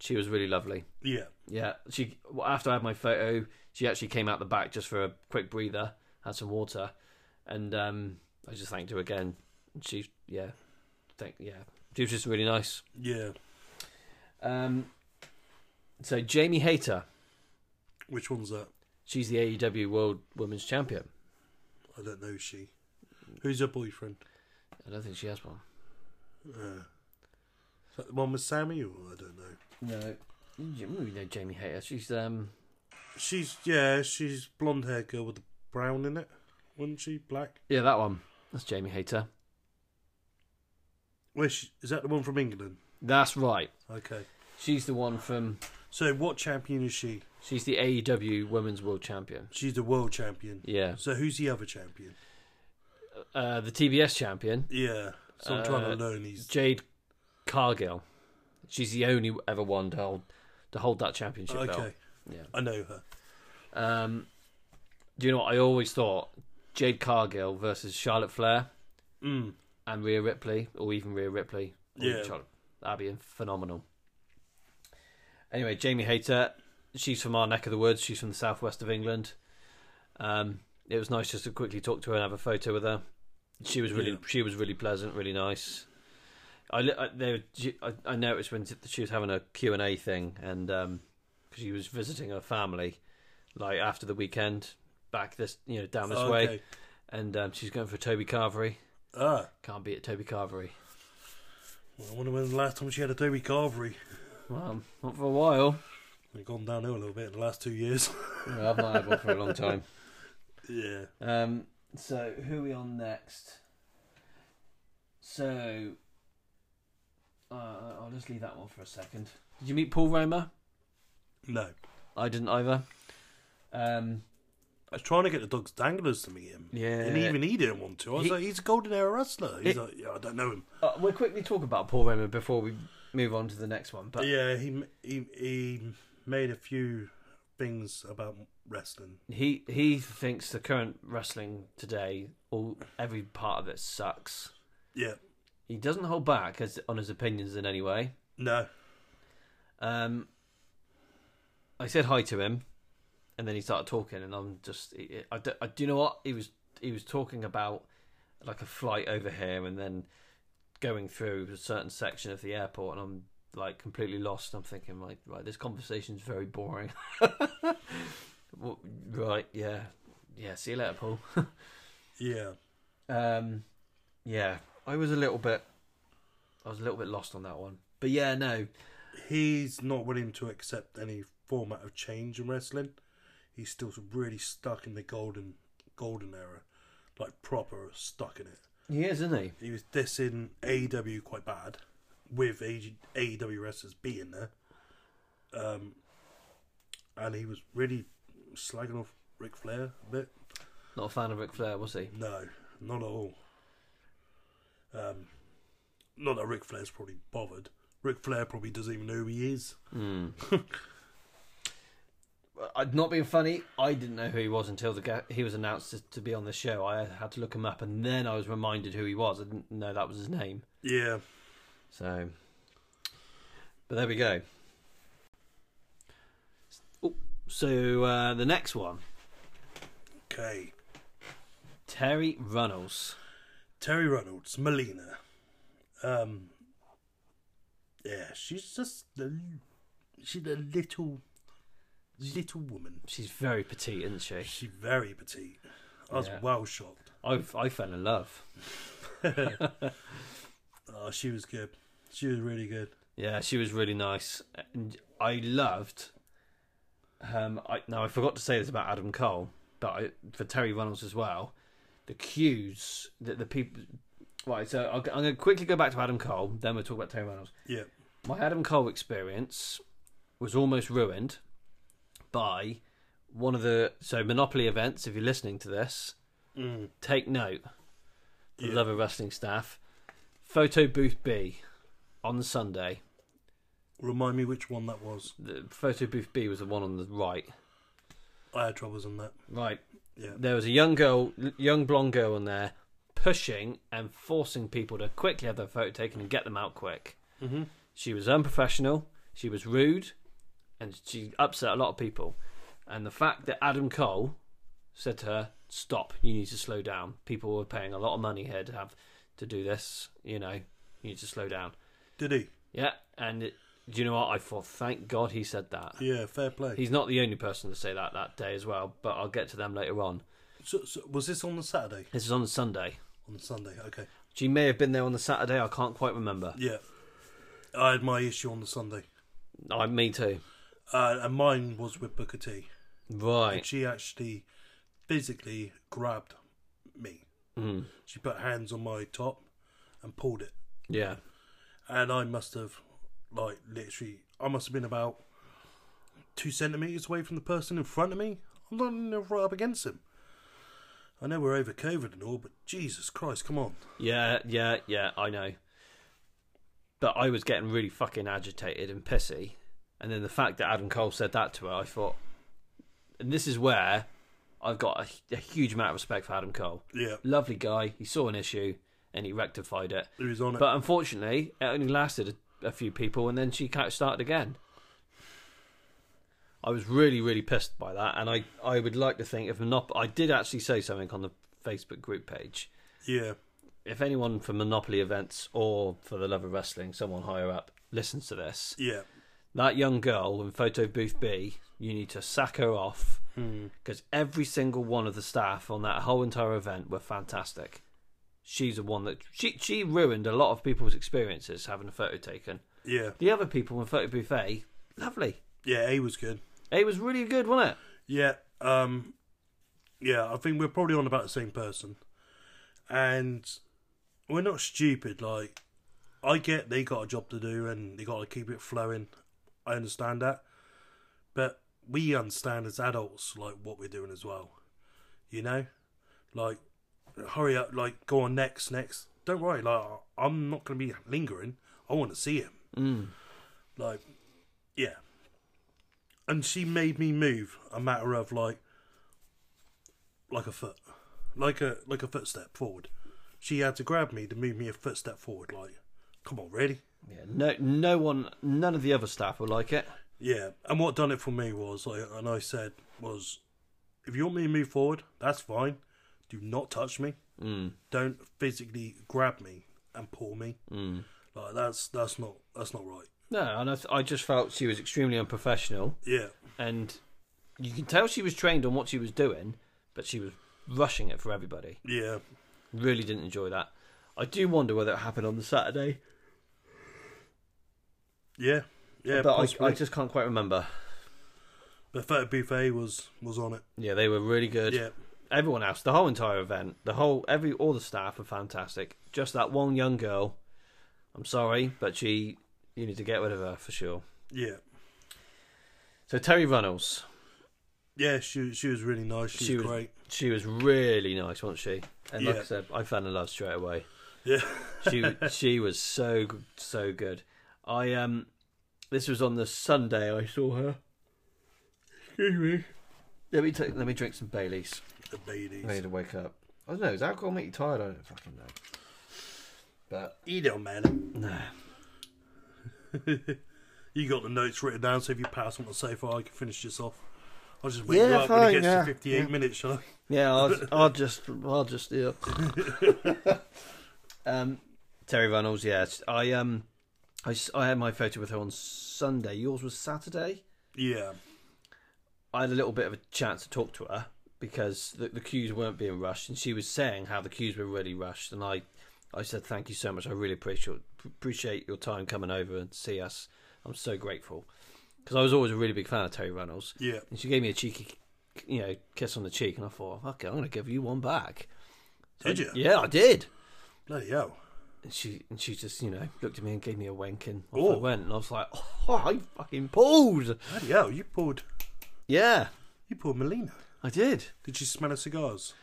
[SPEAKER 1] She was really lovely.
[SPEAKER 2] Yeah.
[SPEAKER 1] Yeah, she well, after I had my photo, she actually came out the back just for a quick breather, had some water, and um, I just thanked her again. She, yeah, thank yeah, she was just really nice.
[SPEAKER 2] Yeah.
[SPEAKER 1] Um, so Jamie Hayter,
[SPEAKER 2] Which one's that?
[SPEAKER 1] she's the AEW World Women's Champion.
[SPEAKER 2] I don't know. She. Who's her boyfriend?
[SPEAKER 1] I don't think she has one.
[SPEAKER 2] Uh, is that the one with Sammy, or I don't know.
[SPEAKER 1] No, you you know Jamie Hayter. She's um,
[SPEAKER 2] She's yeah. She's blonde hair girl with the brown in it. Wasn't she black?
[SPEAKER 1] yeah, that one. That's Jamie Hayter.
[SPEAKER 2] Where she, is that the one from England?
[SPEAKER 1] That's right.
[SPEAKER 2] Okay.
[SPEAKER 1] She's the one from.
[SPEAKER 2] So what champion is she?
[SPEAKER 1] She's the AEW Women's World Champion.
[SPEAKER 2] She's the world champion.
[SPEAKER 1] Yeah,
[SPEAKER 2] So who's the other champion?
[SPEAKER 1] uh, the TBS champion.
[SPEAKER 2] Yeah. So I'm trying
[SPEAKER 1] Uh,
[SPEAKER 2] to learn these.
[SPEAKER 1] Jade Cargill. She's the only ever one to hold to hold that championship belt.
[SPEAKER 2] Okay.
[SPEAKER 1] Yeah.
[SPEAKER 2] I know her.
[SPEAKER 1] Um, do you know what I always thought? Jade Cargill versus Charlotte Flair
[SPEAKER 2] Mm.
[SPEAKER 1] and Rhea Ripley, or even Rhea Ripley. or
[SPEAKER 2] Yeah.
[SPEAKER 1] even Charlotte. That'd be phenomenal. Anyway, Jamie Hayter. She's from our neck of the woods. She's from the southwest of England. Um, it was nice just to quickly talk to her and have a photo with her. She was really,
[SPEAKER 2] Yeah.
[SPEAKER 1] she was really pleasant, really nice. I, li- I, they, were- she- I, I noticed when she was having a Q and A thing, and um 'cause she was visiting her family, like after the weekend, back this, you know, down this way,
[SPEAKER 2] Oh, Okay.
[SPEAKER 1] and um, she's going for Toby Carvery.
[SPEAKER 2] Ah.
[SPEAKER 1] Can't beat a Toby Carvery.
[SPEAKER 2] Well, I wonder when the last time she had a Toby Carvery.
[SPEAKER 1] Well, not for a while.
[SPEAKER 2] They've gone downhill a little bit in the last two years.
[SPEAKER 1] No, I've not had one for a long time.
[SPEAKER 2] yeah.
[SPEAKER 1] Um, so who are we on next? So uh, I'll just leave that one for a second. Did you meet Paul Roma?
[SPEAKER 2] No.
[SPEAKER 1] I didn't either. Um,
[SPEAKER 2] I was trying to get the dog's danglers to meet him.
[SPEAKER 1] Yeah.
[SPEAKER 2] And even he didn't want to. I was
[SPEAKER 1] He-
[SPEAKER 2] like, he's a golden era wrestler. He's
[SPEAKER 1] It-
[SPEAKER 2] like, yeah, I don't know him.
[SPEAKER 1] uh, we'll quickly talk about Paul Roma before we move on to the next one. But
[SPEAKER 2] yeah, he, he he made a few things about wrestling.
[SPEAKER 1] he he thinks the current wrestling today, all every part of it sucks.
[SPEAKER 2] Yeah.
[SPEAKER 1] He doesn't hold back as, on his opinions in any way.
[SPEAKER 2] No.
[SPEAKER 1] Um, I said hi to him, and then he started talking, and I'm just, I, do, I do you know what he was. He was talking about like a flight over here, and then going through a certain section of the airport, and I'm like completely lost. I'm thinking, like, right, this conversation's very boring. Well, right, yeah, yeah. See you later, Paul.
[SPEAKER 2] Yeah.
[SPEAKER 1] Um, yeah, I was a little bit, I was a little bit lost on that one. But yeah, no,
[SPEAKER 2] He's not willing to accept any format of change in wrestling. He's still really stuck in the golden golden era. Like proper stuck in it.
[SPEAKER 1] he is, isn't he?
[SPEAKER 2] He was dissing AEW quite bad, with AG AEW E wrestlers being there. Um, and he was really slagging off Ric Flair a bit.
[SPEAKER 1] Not a fan of Ric Flair, was he?
[SPEAKER 2] No, not at all. Um, not that Ric Flair's probably bothered. Ric Flair probably doesn't even know who he is.
[SPEAKER 1] I'd Uh, not being funny. I didn't know who he was until the ga- he was announced to, to be on the show. I had to look him up, and then I was reminded who he was. I didn't know that was his name.
[SPEAKER 2] Yeah,
[SPEAKER 1] So, but there we go. Oh, so uh, the next one,
[SPEAKER 2] okay.
[SPEAKER 1] Terry Runnels.
[SPEAKER 2] Terry Reynolds, Melina. Um, yeah, she's just the, she's a little, little woman.
[SPEAKER 1] She's very petite, isn't she?
[SPEAKER 2] She's very petite. I was
[SPEAKER 1] Yeah.
[SPEAKER 2] well shocked.
[SPEAKER 1] I I fell in love.
[SPEAKER 2] Oh, she was good. She was really good.
[SPEAKER 1] Yeah, she was really nice. And I loved. Um, I now I forgot to say this about Adam Cole, but I, for Terry Reynolds as well, the cues that the people. Right, so I'll, I'm going to quickly go back to Adam Cole, then we'll talk about Terry Reynolds.
[SPEAKER 2] Yeah.
[SPEAKER 1] My Adam Cole experience was almost ruined by one of the so Monopoly events. If you're listening to this,
[SPEAKER 2] Mm.
[SPEAKER 1] take note. The
[SPEAKER 2] Yeah.
[SPEAKER 1] Love of Wrestling staff, photo booth B, on Sunday.
[SPEAKER 2] Remind me which one that was.
[SPEAKER 1] The photo booth B was the one on the right.
[SPEAKER 2] I had troubles on that.
[SPEAKER 1] Right.
[SPEAKER 2] Yeah.
[SPEAKER 1] There was a young girl, young blonde girl on there, pushing and forcing people to quickly have their photo taken and get them out quick.
[SPEAKER 2] Mm-hmm.
[SPEAKER 1] She was unprofessional. She was rude, and she upset a lot of people. And the fact that Adam Cole said to her, "Stop! You need to slow down. People were paying a lot of money here to have to do this. You know, you need to slow down."
[SPEAKER 2] Did he?
[SPEAKER 1] Yeah, and it, do you know what? I thought, thank God he said that.
[SPEAKER 2] Yeah, fair play.
[SPEAKER 1] He's not the only person to say that that day as well, but I'll get to them later on.
[SPEAKER 2] So, so was this on the Saturday?
[SPEAKER 1] This is on Sunday.
[SPEAKER 2] On Sunday, okay.
[SPEAKER 1] She may have been there on the Saturday. I can't quite remember.
[SPEAKER 2] Yeah, I had my issue on the Sunday,
[SPEAKER 1] I, me too.
[SPEAKER 2] uh, and mine was with Booker T.
[SPEAKER 1] Right.
[SPEAKER 2] She actually physically grabbed me. Mm. She put hands on my top and pulled it,
[SPEAKER 1] Yeah.
[SPEAKER 2] and I must have, like, literally, I must have been about two centimeters away from the person in front of me. I'm not even right up against him. I know we're over COVID and all, but Jesus Christ, come on.
[SPEAKER 1] Yeah. Yeah. Yeah. I know. But I was getting really fucking agitated and pissy, and then the fact that Adam Cole said that to her, I thought, and this is where I've got a, a huge amount of respect for Adam Cole.
[SPEAKER 2] Yeah,
[SPEAKER 1] Lovely guy. He saw an issue and he rectified it.
[SPEAKER 2] he was on it.
[SPEAKER 1] But unfortunately, it only lasted a, a few people, and then she kind of started again. I was really, really pissed by that, and I, I would like to think if Monop- I did actually say something on the Facebook group page.
[SPEAKER 2] yeah,
[SPEAKER 1] If anyone from Monopoly events or for the love of wrestling, someone higher up listens to this,
[SPEAKER 2] yeah.
[SPEAKER 1] that young girl in photo booth B, you need to sack her off because every single one of the staff on that whole entire event were fantastic. She's the one that she she ruined a lot of people's experiences having a photo taken.
[SPEAKER 2] Yeah,
[SPEAKER 1] The other people in photo booth A, lovely.
[SPEAKER 2] yeah, he was good.
[SPEAKER 1] It was really good, wasn't it?
[SPEAKER 2] Yeah, um, yeah, I think we're probably on about the same person, and we're not stupid. Like, I get they got a job to do and they got to keep it flowing. I understand that, but we understand as adults like what we're doing as well. You know, like, hurry up, like, go on next, next. Don't worry, like, I'm not going to be lingering. I want to see him. Like, yeah. And she made me move a matter of like, like a foot, like a like a footstep forward. She had to grab me to move me a footstep forward. Like, come on, really?
[SPEAKER 1] Yeah. No, no one, none of the other staff were like it.
[SPEAKER 2] Yeah. And what done it for me was, like, and I said was, if you want me to move forward, that's fine. Do not touch me.
[SPEAKER 1] Hmm.
[SPEAKER 2] Mm. Don't physically grab me and pull me. Mm. Like that's that's not that's not right.
[SPEAKER 1] No, and I, I just felt she was extremely unprofessional,
[SPEAKER 2] Yeah.
[SPEAKER 1] and you can tell she was trained on what she was doing, but she was rushing it for everybody.
[SPEAKER 2] Yeah.
[SPEAKER 1] Really didn't enjoy that. I do wonder whether it happened on the Saturday,
[SPEAKER 2] Yeah. Yeah.
[SPEAKER 1] but I,
[SPEAKER 2] possibly.
[SPEAKER 1] I just can't quite remember.
[SPEAKER 2] The Fat Buffet was was on it.
[SPEAKER 1] Yeah, they were really good.
[SPEAKER 2] Yeah,
[SPEAKER 1] Everyone else, the whole entire event, the whole every all the staff were fantastic. Just that one young girl. I'm sorry, but she you need to get rid of her for sure.
[SPEAKER 2] yeah,
[SPEAKER 1] So Terry Runnels,
[SPEAKER 2] yeah. She she was really nice. She,
[SPEAKER 1] she
[SPEAKER 2] was,
[SPEAKER 1] was
[SPEAKER 2] great.
[SPEAKER 1] she was really nice, wasn't she? And like I
[SPEAKER 2] Yeah.
[SPEAKER 1] said, I fell in love straight away.
[SPEAKER 2] Yeah,
[SPEAKER 1] she she was so so good. I um, this was on the Sunday I saw her. Excuse me. Let me take, let me drink some Baileys.
[SPEAKER 2] the babies.
[SPEAKER 1] I need to wake up. I don't know. Does alcohol make you tired? I don't fucking know. But
[SPEAKER 2] Eat it, man.
[SPEAKER 1] no,
[SPEAKER 2] You got the notes written down, so if you pass on the sofa, I can finish this off. I'll just wake
[SPEAKER 1] Yeah,
[SPEAKER 2] you up when it
[SPEAKER 1] fine,
[SPEAKER 2] gets
[SPEAKER 1] yeah,
[SPEAKER 2] to fifty-eight minutes, shall I?
[SPEAKER 1] yeah, I'll, I'll just I'll just yeah. um, Terry Runnels, yes. I um, I, s- I had my photo with her on Sunday. Yours was Saturday.
[SPEAKER 2] Yeah,
[SPEAKER 1] I had a little bit of a chance to talk to her because the, the queues weren't being rushed, and she was saying how the queues were really rushed. And I, I said, "Thank you so much. I really appreciate appreciate your time coming over and see us. I'm so grateful." Because I was always a really big fan of Terry Runnels,
[SPEAKER 2] yeah,
[SPEAKER 1] and she gave me a cheeky, you know, kiss on the cheek, and I thought, "Okay, I'm going to give you one back."
[SPEAKER 2] Did you?
[SPEAKER 1] Yeah, I did.
[SPEAKER 2] bloody hell.
[SPEAKER 1] And she and she just, you know, looked at me and gave me a wink, and off I
[SPEAKER 2] Oh.
[SPEAKER 1] went, and I was like, "Oh, I fucking pulled."
[SPEAKER 2] Bloody hell, you poured
[SPEAKER 1] Yeah,
[SPEAKER 2] you poured Melina.
[SPEAKER 1] I did.
[SPEAKER 2] Did she smell of cigars?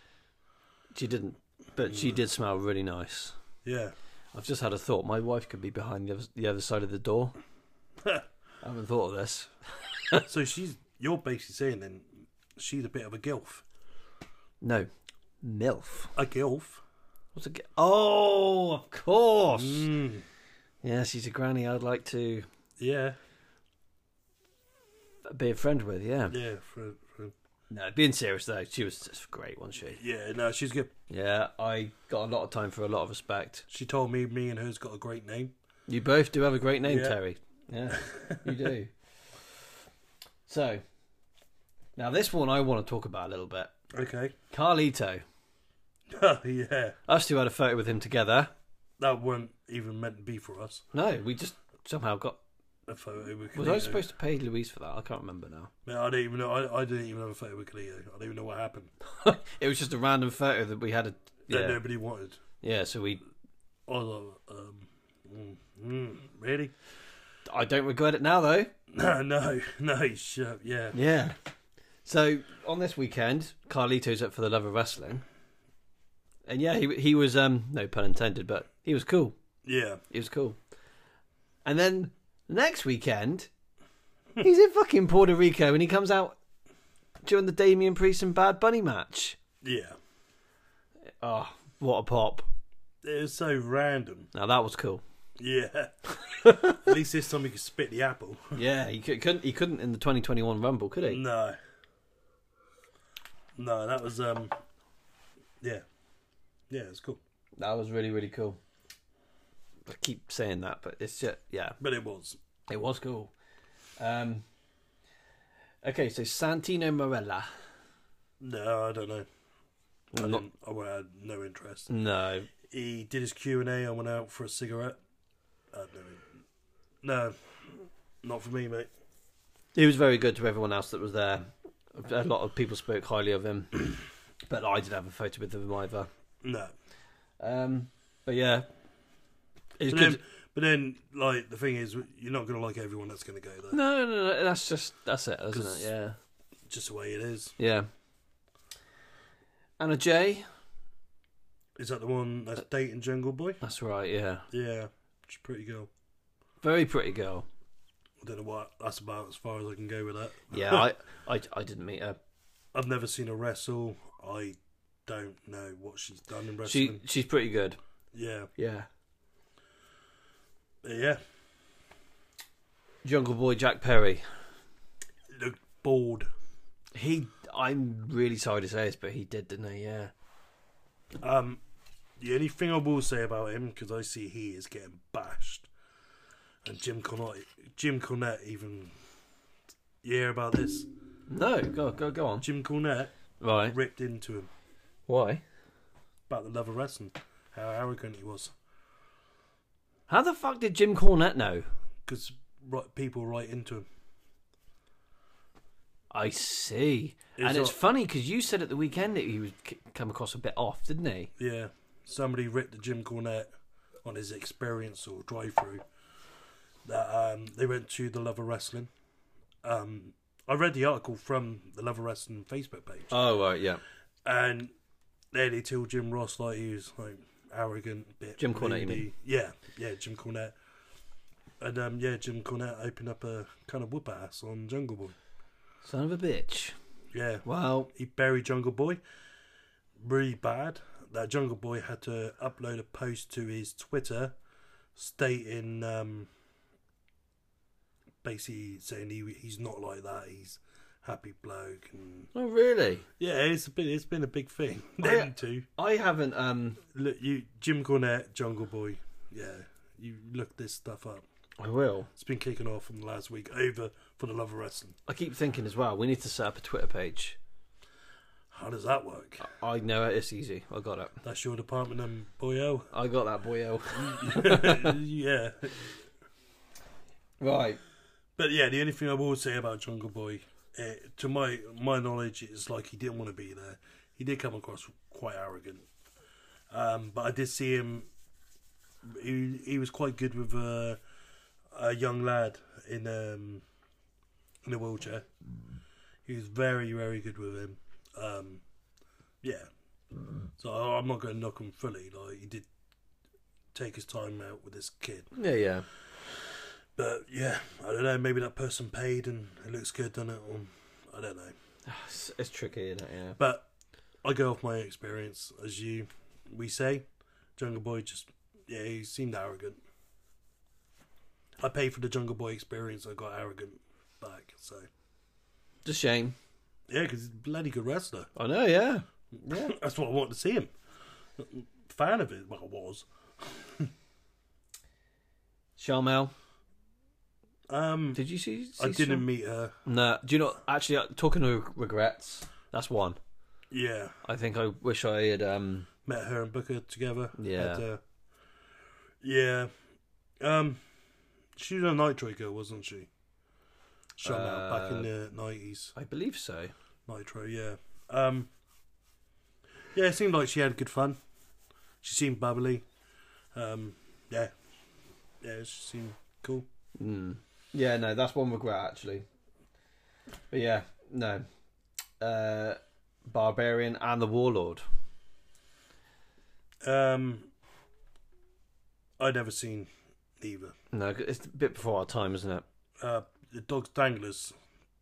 [SPEAKER 1] She didn't, but she did smell really nice.
[SPEAKER 2] Yeah,
[SPEAKER 1] I've just had a thought. My wife could be behind the other, the other side of the door. I haven't thought of this.
[SPEAKER 2] so she's you're basically saying then she's a bit of a gilf.
[SPEAKER 1] No, milf.
[SPEAKER 2] A gilf.
[SPEAKER 1] What's a g
[SPEAKER 2] Mm.
[SPEAKER 1] oh, of course. Yeah, she's a granny. I'd like to.
[SPEAKER 2] Yeah,
[SPEAKER 1] be a friend with, yeah.
[SPEAKER 2] Yeah, for, for,
[SPEAKER 1] No, being serious though, she was just great, wasn't she?
[SPEAKER 2] yeah. No, she's good.
[SPEAKER 1] Yeah, I got a lot of time for a lot of respect.
[SPEAKER 2] She told me me and her's got a great name.
[SPEAKER 1] You both do have a great name,
[SPEAKER 2] Yeah.
[SPEAKER 1] Terry. Yeah, you do. So, now this one I want to talk about a little bit.
[SPEAKER 2] Okay. Oh,
[SPEAKER 1] Carlito.
[SPEAKER 2] yeah,
[SPEAKER 1] Us two had a photo with him together.
[SPEAKER 2] that weren't even meant to be for us.
[SPEAKER 1] No, we just somehow got.
[SPEAKER 2] A photo with
[SPEAKER 1] Was
[SPEAKER 2] Canito.
[SPEAKER 1] I supposed to pay Louise for that? I can't remember now.
[SPEAKER 2] Man, I don't even know. I, I didn't even have a photo with Canito. I don't even know what happened.
[SPEAKER 1] it was just a random photo that we had. A,
[SPEAKER 2] That
[SPEAKER 1] yeah,
[SPEAKER 2] nobody wanted.
[SPEAKER 1] yeah. So we.
[SPEAKER 2] I was like, um, mm, mm, really?
[SPEAKER 1] I don't regret it now though.
[SPEAKER 2] No, no, no. Shut up. Yeah.
[SPEAKER 1] Yeah. So on this weekend, Carlito's up for the love of wrestling, and yeah, he he was um no pun intended, but he was cool.
[SPEAKER 2] Yeah.
[SPEAKER 1] He was cool. And then next weekend, he's in fucking Puerto Rico, and he comes out during the Damian Priest and Bad Bunny match.
[SPEAKER 2] Yeah.
[SPEAKER 1] Oh, what a pop!
[SPEAKER 2] It was so random.
[SPEAKER 1] Now that was cool.
[SPEAKER 2] Yeah. At least this time he could spit the apple.
[SPEAKER 1] Yeah, he cou- couldn't. He couldn't in the 2021 Rumble, could he?
[SPEAKER 2] no. No, that was um. Yeah. Yeah, it's cool,
[SPEAKER 1] That was really really cool. I keep saying that, but it's just yeah,
[SPEAKER 2] but it was.
[SPEAKER 1] It was cool. Um, okay, so Santino Morella.
[SPEAKER 2] No, I don't know. I,
[SPEAKER 1] Not-
[SPEAKER 2] didn't, I would have had no interest.
[SPEAKER 1] No,
[SPEAKER 2] He did his Q and A. I went out for a cigarette. I had no, in- no, not for me, mate.
[SPEAKER 1] he was very good to everyone else that was there. A lot of people spoke highly of him, but I didn't have a photo with him either.
[SPEAKER 2] No.
[SPEAKER 1] Um, but yeah, it's
[SPEAKER 2] But
[SPEAKER 1] good.
[SPEAKER 2] then, but then, like the thing is, you're not gonna like everyone that's gonna go there.
[SPEAKER 1] No, no, no, that's just that's it, isn't it?
[SPEAKER 2] 'Cause-
[SPEAKER 1] Yeah,
[SPEAKER 2] Just the way it is.
[SPEAKER 1] yeah. Anna Jay.
[SPEAKER 2] Is that the one
[SPEAKER 1] Uh,
[SPEAKER 2] that's dating Jungle Boy?
[SPEAKER 1] That's right. Yeah,
[SPEAKER 2] Yeah, she's a pretty girl.
[SPEAKER 1] very pretty girl.
[SPEAKER 2] I don't know what that's about as far as I can go with that.
[SPEAKER 1] Yeah, I, I, I didn't meet her.
[SPEAKER 2] I've never seen her wrestle. I don't know what she's done in
[SPEAKER 1] She,
[SPEAKER 2] wrestling.
[SPEAKER 1] she's pretty good.
[SPEAKER 2] Yeah,
[SPEAKER 1] Yeah.
[SPEAKER 2] But yeah.
[SPEAKER 1] Jungle Boy Jack Perry.
[SPEAKER 2] Look bored.
[SPEAKER 1] He, I'm really sorry to say this, but he did, didn't he? Yeah.
[SPEAKER 2] Um, the only thing I will say about him because I see he is getting bashed, and Jim Cornette, Jim Cornette even. You hear about this?
[SPEAKER 1] No, go, go, go on.
[SPEAKER 2] Jim Cornette
[SPEAKER 1] Right.
[SPEAKER 2] ripped into him
[SPEAKER 1] Why?
[SPEAKER 2] about the love of wrestling, how arrogant he was,
[SPEAKER 1] How the fuck did Jim Cornette know?
[SPEAKER 2] because right, people right into him.
[SPEAKER 1] I see.
[SPEAKER 2] It's
[SPEAKER 1] and it's
[SPEAKER 2] not-
[SPEAKER 1] funny because you said at the weekend that he was c- come across a bit off, didn't he?
[SPEAKER 2] Yeah, somebody ripped the Jim Cornette on his experience or drive through. That um, they went to the Love of Wrestling. Um, I read the article from the Love of Wrestling Facebook page,
[SPEAKER 1] Oh right, yeah.
[SPEAKER 2] and there they told Jim Ross like he was like arrogant, bit
[SPEAKER 1] Jim Cornette, you
[SPEAKER 2] moody.
[SPEAKER 1] mean?
[SPEAKER 2] Yeah, yeah, Jim Cornette. And um, yeah, Jim Cornette opened up a kind of whoop ass on Jungle Boy.
[SPEAKER 1] Son of a bitch.
[SPEAKER 2] Yeah,
[SPEAKER 1] Well,
[SPEAKER 2] he buried Jungle Boy really bad. That Jungle Boy had to upload a post to his Twitter stating um, basically saying he, he's not like that. He's happy bloke and
[SPEAKER 1] oh really?
[SPEAKER 2] yeah, it's been it's been a big thing.
[SPEAKER 1] Oh,
[SPEAKER 2] Them
[SPEAKER 1] yeah.
[SPEAKER 2] two,
[SPEAKER 1] I haven't. Um,
[SPEAKER 2] look you Jim Cornette, Jungle Boy, yeah, you look this stuff up.
[SPEAKER 1] I will.
[SPEAKER 2] It's been kicking off from the last week over for the love of wrestling.
[SPEAKER 1] I keep thinking as well. We need to set up a Twitter page.
[SPEAKER 2] How does that work?
[SPEAKER 1] I know it. It's easy. I got it.
[SPEAKER 2] That's your department, um, boyo.
[SPEAKER 1] I got that boyo.
[SPEAKER 2] yeah,
[SPEAKER 1] right.
[SPEAKER 2] But yeah, the only thing I will say about Jungle Boy, eh, to my my knowledge, it's like he didn't want to be there. He did come across quite arrogant, um, but I did see him. He he was quite good with a, a young lad in um in a wheelchair. He was very very good with him. Um, yeah, so I- I'm not going to knock him fully. Like he did take his time out with this kid.
[SPEAKER 1] Yeah, yeah.
[SPEAKER 2] But yeah, I don't know. Maybe that person paid and it looks good, doesn't it? Or, I don't know.
[SPEAKER 1] It's, it's tricky, isn't it? Yeah.
[SPEAKER 2] But I go off my experience, as you we say. Jungle Boy just yeah, he seemed arrogant. I paid for the Jungle Boy experience. I got arrogant back. So
[SPEAKER 1] It's a shame.
[SPEAKER 2] Yeah, because he's a bloody good wrestler.
[SPEAKER 1] I know, yeah.
[SPEAKER 2] That's what I wanted to see him. Fan of it, well, I was.
[SPEAKER 1] Charmel,
[SPEAKER 2] Um,
[SPEAKER 1] did you see? see
[SPEAKER 2] I didn't
[SPEAKER 1] Charm-
[SPEAKER 2] meet her.
[SPEAKER 1] No, do you know? Actually, uh, talking of regrets, that's one.
[SPEAKER 2] Yeah,
[SPEAKER 1] I think I wish I had. um
[SPEAKER 2] met her and Booker together.
[SPEAKER 1] Yeah.
[SPEAKER 2] Had, uh, yeah. Um, she was a Nitro girl, wasn't she? Shot out back in the nineties.
[SPEAKER 1] I believe so.
[SPEAKER 2] Nitro, yeah. Um, yeah, it seemed like she had good fun. She seemed bubbly. Um, yeah, yeah, she seemed cool.
[SPEAKER 1] Hmm. Yeah, no, that's one regret actually. But yeah, no. Uh Barbarian and the Warlord.
[SPEAKER 2] Um, I'd never seen either.
[SPEAKER 1] No, it's a bit before our time, isn't it?
[SPEAKER 2] Uh, the Dogs Danglers,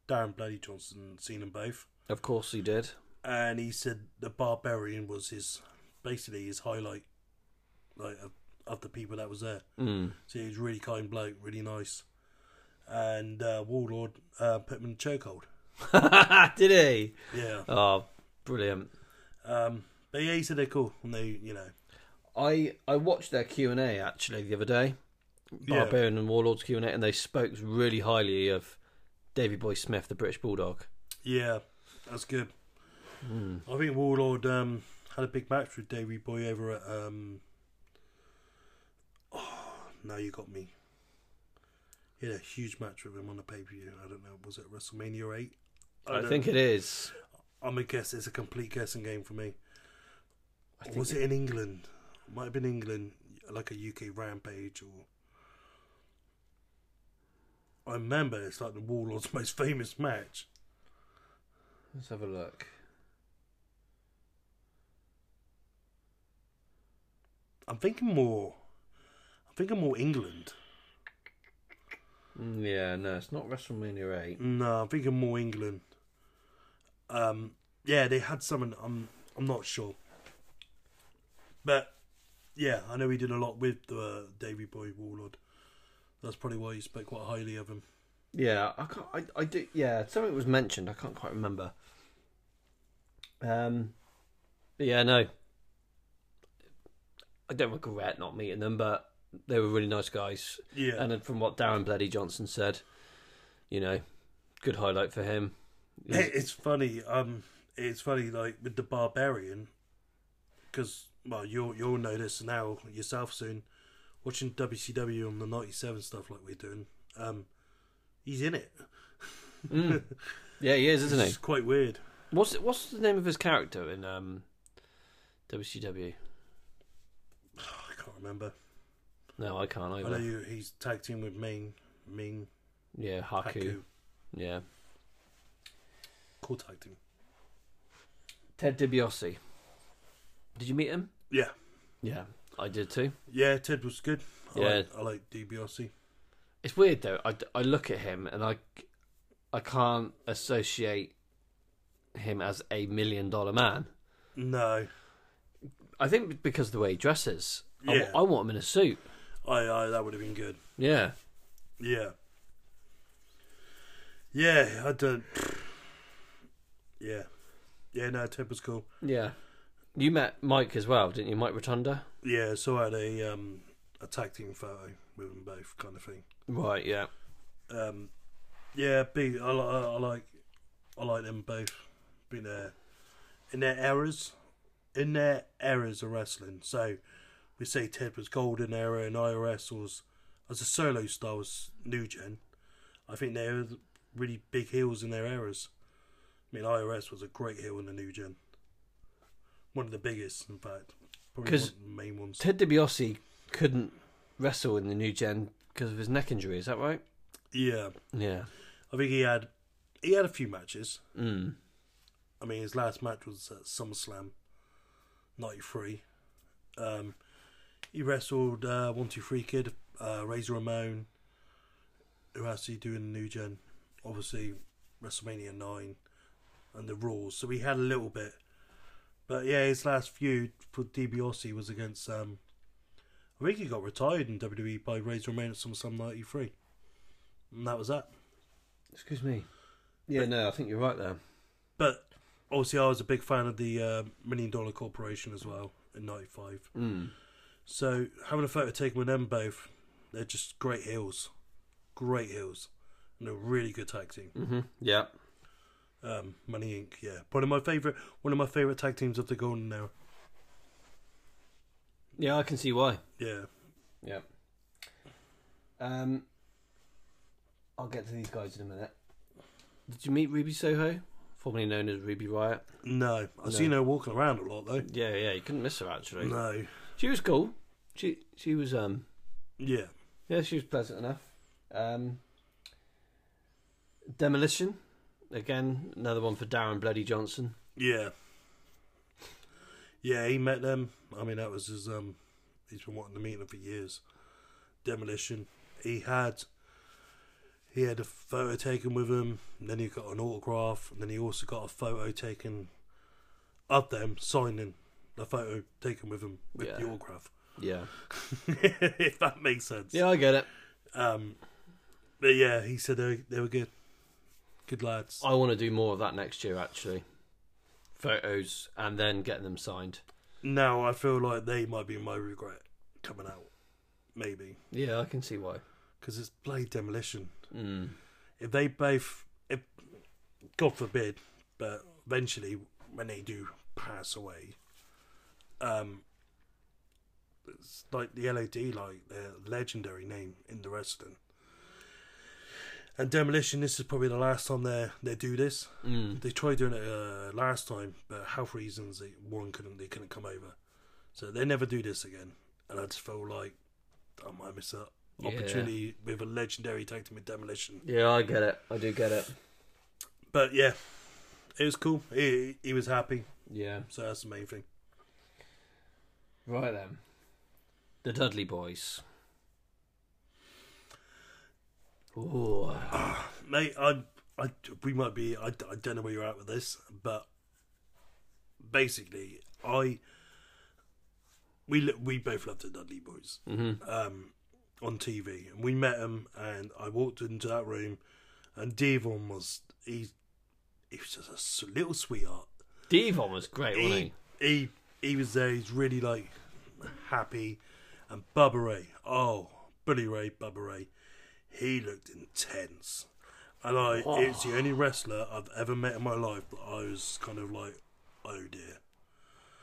[SPEAKER 2] Darren Bloody Johnson, seen them both,
[SPEAKER 1] Of course he did.
[SPEAKER 2] and he said the Barbarian was his basically his highlight, like of, of the people that was there.
[SPEAKER 1] Mm.
[SPEAKER 2] So he was really kind bloke, really nice. And uh, Warlord uh, put him in a chokehold.
[SPEAKER 1] did he?
[SPEAKER 2] Yeah.
[SPEAKER 1] Oh, brilliant.
[SPEAKER 2] Um, but yeah, he said they're cool, and they, you know,
[SPEAKER 1] I I watched their Q and A actually the other day,
[SPEAKER 2] Yeah.
[SPEAKER 1] Barbarian and Warlord's Q and A, and they spoke really highly of Davy Boy Smith, the British Bulldog.
[SPEAKER 2] yeah, that's good.
[SPEAKER 1] Hmm.
[SPEAKER 2] I think Warlord um, had a big match with Davey Boy over at. Um, oh, now you got me. He had a huge match with him on the pay per view. I don't know, was it WrestleMania eight?
[SPEAKER 1] I,
[SPEAKER 2] don't-
[SPEAKER 1] think it is.
[SPEAKER 2] I'm a guess. It's a complete guessing game for me.
[SPEAKER 1] I think
[SPEAKER 2] Was it in England? Might have been England, like a UK rampage or. I remember it's like the Warlord's most famous match.
[SPEAKER 1] Let's have a look.
[SPEAKER 2] I'm thinking more. I'm thinking more England.
[SPEAKER 1] Mm, Yeah, no, it's not WrestleMania eight.
[SPEAKER 2] No, I'm thinking more England. Um, yeah, they had someone. I'm. I'm not sure. But yeah, I know he did a lot with the uh, Davy Boy Warlord. That's probably why you spoke quite highly of him.
[SPEAKER 1] Yeah, I can't. I, I do. Yeah, something was mentioned. I can't quite remember. Um, but yeah, no. I don't regret not meeting them, but they were really nice guys.
[SPEAKER 2] Yeah,
[SPEAKER 1] And then from what Darren Bloody Johnson said, you know, good highlight for him.
[SPEAKER 2] It- it's funny. Um, it's funny like with the barbarian, because well, you'll you'll know this now yourself soon. Watching WCW on the '97 stuff like we're doing, um, he's in it.
[SPEAKER 1] Mm. Yeah, he is, isn't he?
[SPEAKER 2] It's quite weird.
[SPEAKER 1] What's what's the name of his character in um, WCW?
[SPEAKER 2] I can't remember.
[SPEAKER 1] No, I can't
[SPEAKER 2] I know
[SPEAKER 1] either.
[SPEAKER 2] you, he's tag team with Ming, Ming
[SPEAKER 1] Yeah, Haku.
[SPEAKER 2] Haku.
[SPEAKER 1] Yeah,
[SPEAKER 2] Cool tag team.
[SPEAKER 1] Ted DiBiase. Did you meet him?
[SPEAKER 2] Yeah,
[SPEAKER 1] Yeah, I did too.
[SPEAKER 2] yeah. Ted was good. I
[SPEAKER 1] Yeah.
[SPEAKER 2] like, I like DiBiase.
[SPEAKER 1] It's weird though. I, I look at him and I I can't associate him as a million dollar man.
[SPEAKER 2] No,
[SPEAKER 1] I think because of the way he dresses. I wa-
[SPEAKER 2] Yeah.
[SPEAKER 1] I, want him in a suit.
[SPEAKER 2] I, I that would have been good.
[SPEAKER 1] Yeah.
[SPEAKER 2] Yeah. Yeah, I don't. Yeah. Yeah, no, Ted was cool.
[SPEAKER 1] Yeah. You met Mike as well, didn't you? Mike Rotunda?
[SPEAKER 2] Yeah, so I had a um a tag team photo with them both, kind of thing.
[SPEAKER 1] Right, yeah.
[SPEAKER 2] Um, yeah, be I, li- I, I like I like them both. Been there in their eras, in their eras of wrestling. So we say Ted was golden era and IRS was as a solo star was new gen. I think they were really big heels in their eras. I mean, IRS was a great heel in the new gen. One of the biggest, in fact. Probably one
[SPEAKER 1] 'Cause
[SPEAKER 2] of the main ones.
[SPEAKER 1] Ted DiBiase couldn't wrestle in the new gen because of his neck injury, is that right?
[SPEAKER 2] yeah.
[SPEAKER 1] Yeah.
[SPEAKER 2] I think he had he had a few matches.
[SPEAKER 1] Mm.
[SPEAKER 2] I mean, his last match was at SummerSlam '93. Um, he wrestled uh, One Two Three Kid, uh, Razor Ramon. Who else did he do in the New Gen? Obviously, WrestleMania Nine and the Rules. So he had a little bit, but yeah, his last feud for DiBiase was against. Um, I think he got retired in E WWE by Razor Ramon at SummerSlam '93, and that was that.
[SPEAKER 1] Excuse me. Yeah, no, I think you're right there.
[SPEAKER 2] But obviously, I was a big fan of the uh, Million Dollar Corporation as well in '95. So having a photo taken with them both, they're just great heels, great heels, and a really good tag team.
[SPEAKER 1] Mm-hmm. Yeah.
[SPEAKER 2] Um, Money Inc. Yeah, one of my favorite, one of my favorite tag teams of the golden era.
[SPEAKER 1] Yeah, I can see why.
[SPEAKER 2] Yeah,
[SPEAKER 1] Yeah. Um, I'll get to these guys in a minute. Did you meet Ruby Soho, formerly known as Ruby Riot?
[SPEAKER 2] no, I seen her walking around a lot though.
[SPEAKER 1] Yeah, yeah, you couldn't miss her actually.
[SPEAKER 2] No,
[SPEAKER 1] She was cool. She she was um
[SPEAKER 2] yeah,
[SPEAKER 1] yeah she was pleasant enough. Um, Demolition, again another one for Darren Bloody Johnson.
[SPEAKER 2] yeah, yeah. He met them. I mean, that was his. Um, he's been wanting to meet them for years. Demolition. He had. He had a photo taken with him. And then he got an autograph, and then he also got a photo taken of them signing the photo taken with him with the
[SPEAKER 1] Yeah.
[SPEAKER 2] autograph.
[SPEAKER 1] Yeah.
[SPEAKER 2] if that makes sense.
[SPEAKER 1] Yeah, I get it.
[SPEAKER 2] Um, but yeah, he said they they were good, good lads.
[SPEAKER 1] I want to do more of that next year actually. Photos and then getting them signed.
[SPEAKER 2] Now I feel like they might be my regret coming out, maybe
[SPEAKER 1] Yeah, I can see why.
[SPEAKER 2] because it's bloody demolition.
[SPEAKER 1] Mm.
[SPEAKER 2] If they both, if God forbid, but eventually when they do pass away, um, it's like the LAD, like their legendary name in the wrestling. And demolition, this is probably the last time they they do this.
[SPEAKER 1] Mm.
[SPEAKER 2] They tried doing it uh, last time, but health reasons they one couldn't they couldn't come over, so they never do this again. And I just feel like I might miss that opportunity with a legendary tag team with demolition.
[SPEAKER 1] Yeah, I get it. I do get it.
[SPEAKER 2] But yeah, it was cool. He he was happy,
[SPEAKER 1] Yeah.
[SPEAKER 2] so that's the main thing.
[SPEAKER 1] Right then. The Dudley Boys. Ooh.
[SPEAKER 2] Mate, I I we might be I, I don't know where you're at with this, but basically I we lo- we both loved the Dudley Boys
[SPEAKER 1] Mm-hmm.
[SPEAKER 2] um, on TV, and we met them, and I walked into that room, and Devon was he he was just a s- little sweetheart.
[SPEAKER 1] Devon was great, wasn't
[SPEAKER 2] he,
[SPEAKER 1] he?
[SPEAKER 2] he he was there. He's really like happy, and Bubba Ray. Oh, Bully Ray, Bubba Ray. He looked intense, and I. It's the only wrestler I've ever met in my life that I was kind of like, oh dear.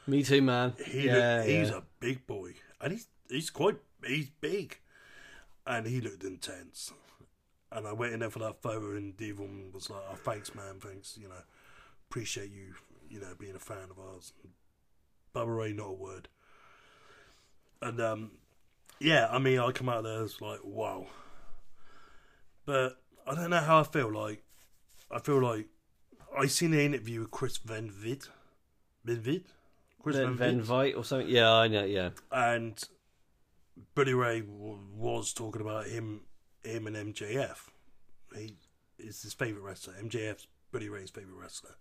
[SPEAKER 1] Me too, man.
[SPEAKER 2] He
[SPEAKER 1] yeah,
[SPEAKER 2] looked,
[SPEAKER 1] yeah.
[SPEAKER 2] he's a big boy, and he's he's quite he's big, and he looked intense. And I went in there for that photo, and Devon was like, oh, "Thanks, man. Thanks. You know, appreciate you. You know, being a fan of ours." And Bubba Ray, not a word. And um, yeah, I mean, I come out of there as like, wow. But I don't know how I feel. Like, I feel like I seen an interview with Chris Van Vid, Van Vid, Chris
[SPEAKER 1] Van,
[SPEAKER 2] Vid
[SPEAKER 1] Van Vite or something. Yeah, I know. Yeah,
[SPEAKER 2] and Billy Ray w- was talking about him, him and MJF. He is his favorite wrestler. MJF's Billy Ray's favorite wrestler,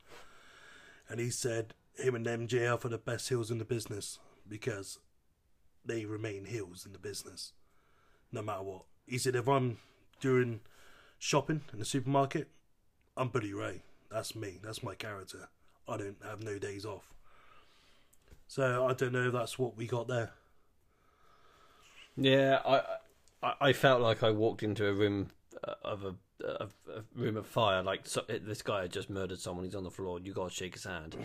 [SPEAKER 2] and he said him and MJF are the best heels in the business because they remain heels in the business, no matter what. He said if I'm doing shopping in the supermarket, I'm Billy Ray. That's me. That's my character. I don't have no days off. So I don't know if that's what we got there.
[SPEAKER 1] yeah. I, I, I felt like I walked into a room uh, of a, of a room of fire. Like so, this guy had just murdered someone. He's on the floor. and You gotta shake his hand.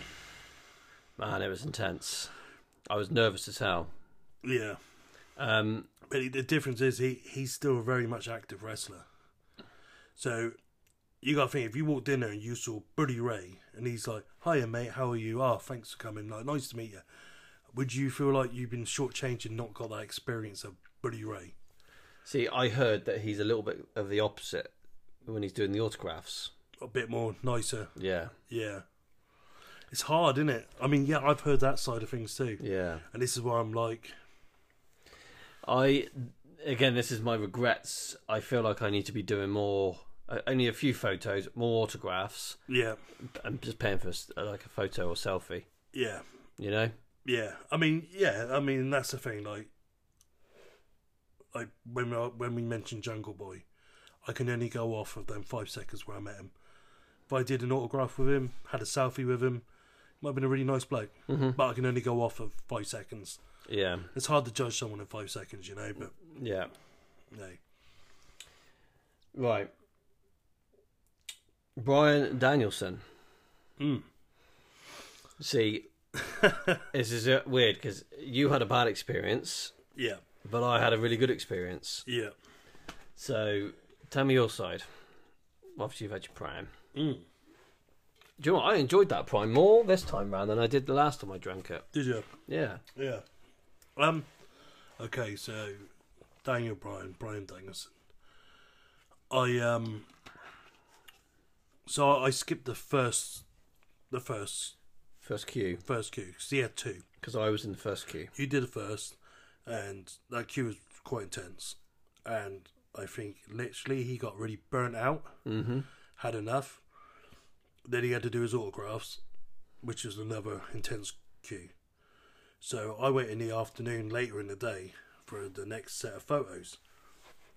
[SPEAKER 1] Man, it was intense. I was nervous as hell.
[SPEAKER 2] Yeah,
[SPEAKER 1] Um,
[SPEAKER 2] but he- the difference is he he's still a very much active wrestler. So you got to think if you walked in there and you saw Buddy Ray and he's like, "Hiya, mate, how are you? Ah, thanks for coming. Like, nice to meet you." Would you feel like you've been shortchanged and not got that experience of Buddy Ray?
[SPEAKER 1] see, I heard that he's a little bit of the opposite when he's doing the autographs.
[SPEAKER 2] A bit more nicer,
[SPEAKER 1] Yeah,
[SPEAKER 2] yeah. It's hard, isn't it? I mean, yeah, I've heard that side of things too,
[SPEAKER 1] yeah.
[SPEAKER 2] and this is why I'm like,
[SPEAKER 1] I again, this is my regrets. I feel like I need to be doing more, uh, only a few photos, more autographs.
[SPEAKER 2] yeah,
[SPEAKER 1] I'm just paying for s- like a photo or selfie.
[SPEAKER 2] yeah.
[SPEAKER 1] You know?
[SPEAKER 2] Yeah, I mean, yeah, I mean that's the thing. Like, like when we when we mentioned Jungle Boy, I can only go off of them five seconds where I met him. If I did an autograph with him, had a selfie with him, might have been a really nice bloke. But I can only go off of five seconds.
[SPEAKER 1] Yeah.
[SPEAKER 2] It's hard to judge someone in five seconds, you know. But
[SPEAKER 1] Yeah.
[SPEAKER 2] no,
[SPEAKER 1] Right. Brian Danielson. See, this is uh, weird because you had a bad experience,
[SPEAKER 2] yeah,
[SPEAKER 1] but I had a really good experience.
[SPEAKER 2] yeah.
[SPEAKER 1] So tell me your side. Obviously, you've had your prime.
[SPEAKER 2] Mm.
[SPEAKER 1] Do you know what? I enjoyed that prime more this time round than I did the last time I drank it.
[SPEAKER 2] Did you?
[SPEAKER 1] Yeah.
[SPEAKER 2] Yeah. Um. Okay, so Daniel Bryan, Brian Danielson. I um. So I skipped the first, the first
[SPEAKER 1] First queue.
[SPEAKER 2] first queue because he had two.
[SPEAKER 1] Because I was in the first queue.
[SPEAKER 2] You did it first, and that queue was quite intense. And I think literally he got really burnt out, mm-hmm. had enough. Then he had to do his autographs, which is another intense queue. So I went in the afternoon later in the day for the next set of photos.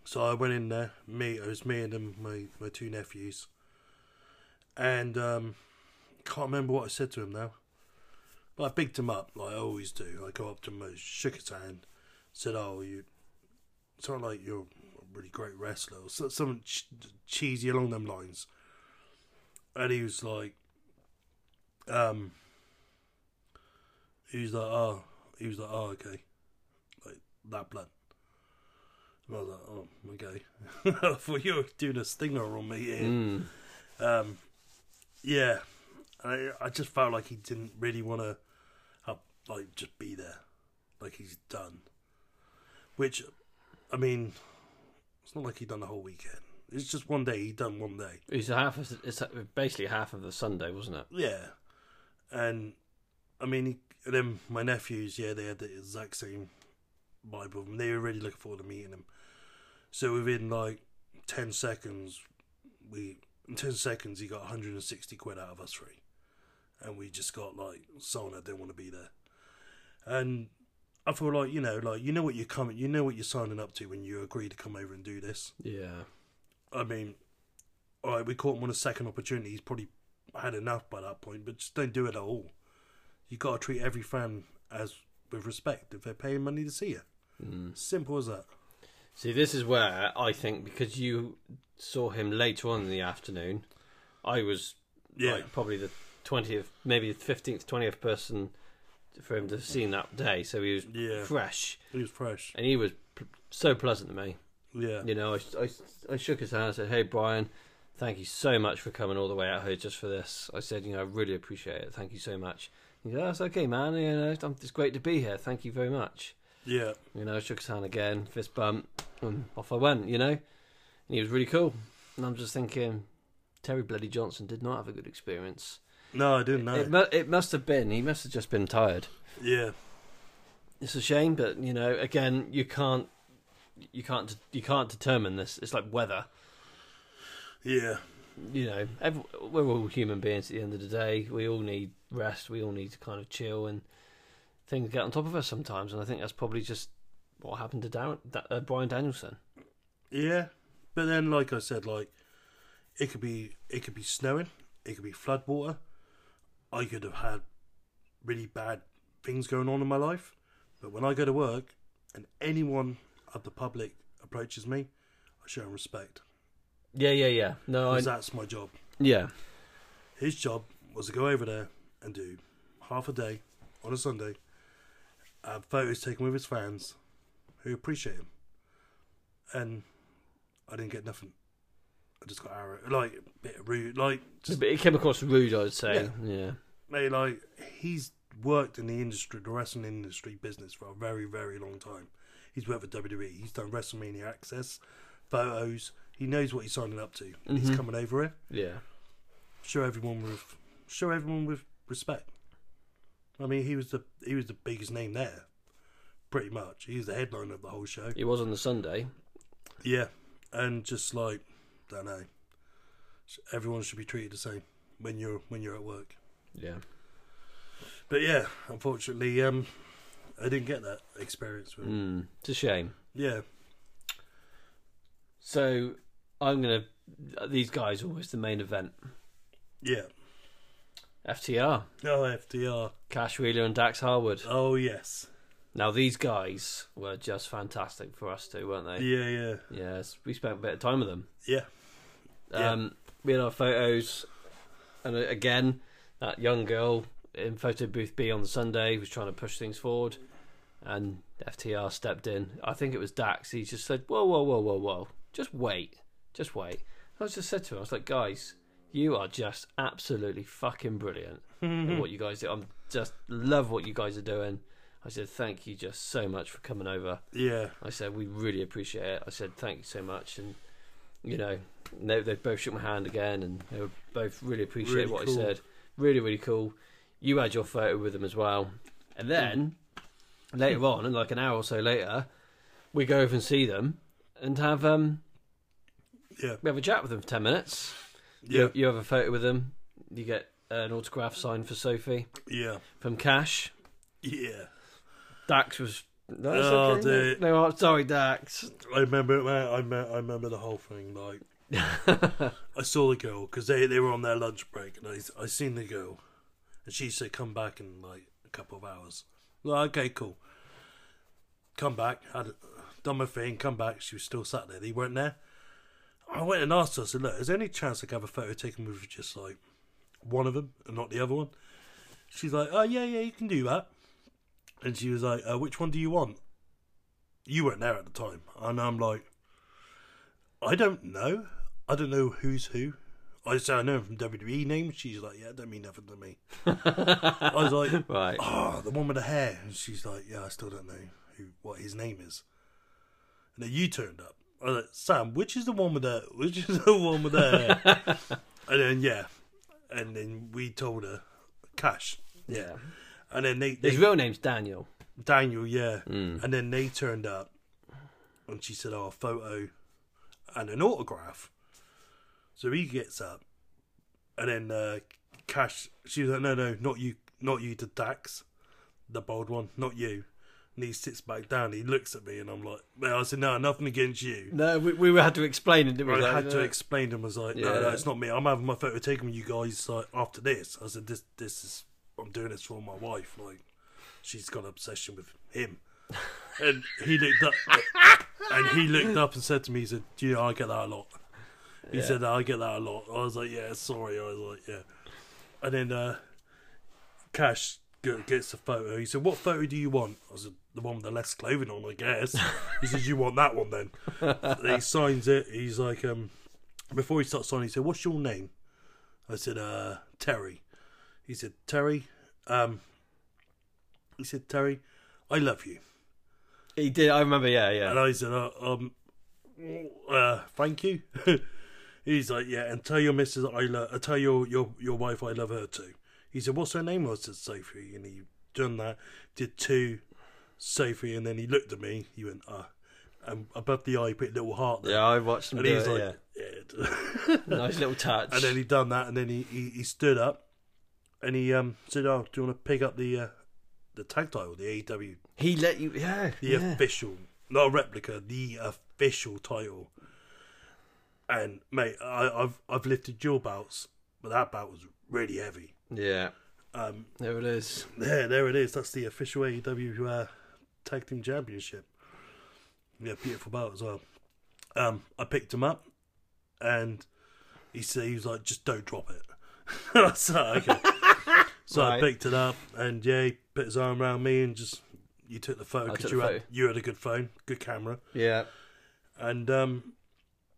[SPEAKER 2] So I went in there, me, it was me and then my, my two nephews. And um, can't remember what I said to him now. But I picked him up, like I always do. I go up to him, I shook his hand, said, "Oh, you sound like you're a really great wrestler," or so- something ch- cheesy along them lines. And he was like, um, he was like, "Oh," he was like, "Oh, okay," like that blunt. And I was like, "Oh, okay." I thought you were doing a stinger on me here.
[SPEAKER 1] Hmm.
[SPEAKER 2] Um, yeah, I I just felt like he didn't really want to, like just be there, like he's done. Which, I mean, it's not like he done the whole weekend. It's just one day. He done one day.
[SPEAKER 1] It's half. Of, it's basically half of the Sunday, wasn't it?
[SPEAKER 2] Yeah, and I mean, he, and then my nephews, yeah, they had the exact same vibe of him. They were really looking forward to meeting him. So within like ten seconds, we in ten seconds he got 160 quid out of us three, and we just got like someone that didn't want to be there, and. I feel like you know, like you know what you're coming, you know what you're signing up to when you agree to come over and do this.
[SPEAKER 1] Yeah.
[SPEAKER 2] I mean, all right, we caught him on a second opportunity. He's probably had enough by that point, but just don't do it at all. You got to treat every fan as with respect if they're paying money to see you. Simple as that.
[SPEAKER 1] See, this is where I think because you saw him later on in the afternoon, I was
[SPEAKER 2] Yeah.
[SPEAKER 1] like probably the twentieth, maybe fifteenth, twentieth person for him to have seen that day. So he was
[SPEAKER 2] Yeah.
[SPEAKER 1] fresh,
[SPEAKER 2] He was fresh.
[SPEAKER 1] and he was p- so pleasant to me.
[SPEAKER 2] Yeah.
[SPEAKER 1] You know, I, I, I shook his hand. I said, "Hey, Brian, thank you so much for coming all the way out here just for this." I said, "You know, I really appreciate it. Thank you so much." He goes, "That's okay, man. You know, it's um, it's great to be here. Thank you very much."
[SPEAKER 2] Yeah.
[SPEAKER 1] You know, shook his hand again, fist bump, and off I went, you know? And he was really cool. And I'm just thinking, Terry Bloody Johnson did not have a good experience.
[SPEAKER 2] No, I didn't know.
[SPEAKER 1] It, mu- it must have been, he must have just been tired.
[SPEAKER 2] yeah.
[SPEAKER 1] It's a shame, but, you know, again, you can't. You can't you can't determine this. It's like weather,
[SPEAKER 2] Yeah.
[SPEAKER 1] you know. Every, we're all human beings at the end of the day. We all need rest. We all need to kind of chill, and things get on top of us sometimes. And I think that's probably just what happened to Darren, Da- uh, Brian Danielson.
[SPEAKER 2] Yeah. But then, like I said, like it could be it could be snowing, it could be flood water. I could have had really bad things going on in my life, but when I go to work and anyone of the public approaches me, I show them respect.
[SPEAKER 1] Yeah, yeah, yeah. No, I,
[SPEAKER 2] 'Cause that's my job.
[SPEAKER 1] Yeah.
[SPEAKER 2] His job was to go over there and do half a day on a Sunday, have photos taken with his fans who appreciate him. And I didn't get nothing. I just got arrow like a bit rude like just
[SPEAKER 1] But it came across rude, I'd say. Yeah.
[SPEAKER 2] mate, like he's worked in the industry, the wrestling industry business for a very, very long time. He's worked for WWE. He's done WrestleMania access, photos. He knows what he's signing up to, and he's coming over here.
[SPEAKER 1] Yeah.
[SPEAKER 2] show everyone with show everyone with respect. I mean, he was the he was the biggest name there, pretty much. He was the headline of the whole show.
[SPEAKER 1] It was on the Sunday.
[SPEAKER 2] Yeah, and just like don't know, everyone should be treated the same when you're when you're at work.
[SPEAKER 1] Yeah.
[SPEAKER 2] But yeah, unfortunately, um, I didn't get that experience with him.
[SPEAKER 1] Mm, it's a shame.
[SPEAKER 2] Yeah,
[SPEAKER 1] So I'm going to. These guys are always the main event.
[SPEAKER 2] Yeah.
[SPEAKER 1] FTR,
[SPEAKER 2] Oh, FDR.
[SPEAKER 1] Cash Wheeler, and Dax Harwood.
[SPEAKER 2] Oh, yes.
[SPEAKER 1] Now these guys were just fantastic for us too, weren't they?
[SPEAKER 2] Yeah, yeah.
[SPEAKER 1] Yes, we spent a bit of time with them.
[SPEAKER 2] Yeah. Yeah.
[SPEAKER 1] Um, we had our photos, and uh, again, that young girl in photo booth B on the Sunday was trying to push things forward, and FTR stepped in. I think it was Dax. He just said, "Whoa, whoa, whoa, whoa, whoa! Just wait, just wait." I was just said to him, "I was like, guys, you are just absolutely fucking brilliant at what you guys do. I'm just love what you guys are doing." I said, "Thank you just so much for coming over."
[SPEAKER 2] Yeah.
[SPEAKER 1] I said, "We really appreciate it." I said, "Thank you so much," and you know, they, they both shook my hand again, and they were both really appreciate
[SPEAKER 2] Really
[SPEAKER 1] what
[SPEAKER 2] cool.
[SPEAKER 1] I said. Really, really cool. You had your photo with them as well, and then later on, and like an hour or so later, we go over and see them and have um
[SPEAKER 2] Yeah.
[SPEAKER 1] we have a chat with them for ten minutes.
[SPEAKER 2] Yeah.
[SPEAKER 1] You, you have a photo with them. You get an autograph signed for Sophie
[SPEAKER 2] Yeah.
[SPEAKER 1] from Cash.
[SPEAKER 2] Yeah.
[SPEAKER 1] Dax was. No, it's
[SPEAKER 2] Oh,
[SPEAKER 1] okay, no-
[SPEAKER 2] dude.
[SPEAKER 1] no, I'm sorry, Dax.
[SPEAKER 2] I remember, man, I, me- I remember the whole thing. Like, I saw the girl because they, they were on their lunch break, and I I seen the girl, and she said, "Come back in like a couple of hours." Like, okay, cool. Come back. Had done my thing. Come back. She was still sat there. They weren't there. I went and asked her. I said, "Look, is there any chance I could have a photo taken with just like one of them and not the other one?" She's like, "Oh yeah, yeah, you can do that." And she was like, uh, "Which one do you want?" you weren't there at the time. And I'm like, I don't know. I don't know who's who. I said, I know him from WWE names. She's like, yeah, don't mean nothing to me. I was like,
[SPEAKER 1] Right.
[SPEAKER 2] oh, the one with the hair. And she's like, yeah, I still don't know who what his name is. And then you turned up. I was like, Sam, which is the one with the, which is the one with the hair? and then, yeah. And then we told her, Cash.
[SPEAKER 1] Yeah.
[SPEAKER 2] And then they, they
[SPEAKER 1] His real name's Daniel.
[SPEAKER 2] Daniel, yeah. And then they turned up and she said, Oh, a photo and an autograph. So he gets up and then uh, Cash, she was like, No, no, not you, not you to Dax, the bold one, not you. And he sits back down, he looks at me and I'm like, well, I said, No, nothing against you.
[SPEAKER 1] No, we, we had to explain it, didn't we?
[SPEAKER 2] I
[SPEAKER 1] Like,
[SPEAKER 2] had to
[SPEAKER 1] uh,
[SPEAKER 2] explain to him, I was like, No,
[SPEAKER 1] Yeah.
[SPEAKER 2] no, it's not me. I'm having my photo taken with you guys like, after this. I said, This, this is, I'm doing this for my wife. Like, she's got an obsession with him. And he looked up, and he looked up and said to me, he said, "Do you know I get that a lot?" He said, "I get that a lot." I was like, "Yeah, sorry." I was like, "Yeah." And then uh, Cash g- gets a photo. He said, "What photo do you want?" I said, "The one with the less clothing on, I guess." he said, "You want that one then?" And he signs it. He's like, um, before he starts signing, he said, "What's your name?" I said, uh, "Terry." He said, "Terry." Um, he said, "Terry, I love you."
[SPEAKER 1] He did. I remember. Yeah, yeah.
[SPEAKER 2] And I said, uh, um, uh, thank you. He's like, yeah, and tell your missus I love, uh, tell your, your, your wife I love her too. He said, what's her name? I said, Sophie. And he done that, did two, Sophie, and then he looked at me, he went, uh, and above the eye, he put a little heart there.
[SPEAKER 1] Yeah, I watched him
[SPEAKER 2] and
[SPEAKER 1] do
[SPEAKER 2] he's
[SPEAKER 1] it.
[SPEAKER 2] like,
[SPEAKER 1] yeah.
[SPEAKER 2] yeah.
[SPEAKER 1] Nice little touch.
[SPEAKER 2] And then he done that, and then he, he, he stood up, and he um said, oh, do you want to pick up the, uh, the tag title, the AEW
[SPEAKER 1] he let you. Yeah.
[SPEAKER 2] the
[SPEAKER 1] yeah.
[SPEAKER 2] official, not a replica, the official title. And mate, I, I've I've lifted dual belts, but that belt was really heavy.
[SPEAKER 1] Yeah.
[SPEAKER 2] Um,
[SPEAKER 1] There it is.
[SPEAKER 2] there, there it is. That's the official AEW uh, Tag Team Championship. Yeah, beautiful belt as well. Um, I picked him up, and he said he was like, "Just don't drop it." And I said, "Okay." so I
[SPEAKER 1] Right.
[SPEAKER 2] picked it up, and yeah, he put his arm around me and just you took the photo
[SPEAKER 1] I
[SPEAKER 2] because
[SPEAKER 1] took
[SPEAKER 2] you
[SPEAKER 1] the
[SPEAKER 2] had
[SPEAKER 1] photo.
[SPEAKER 2] you had a good phone, good camera,
[SPEAKER 1] Yeah.
[SPEAKER 2] and um,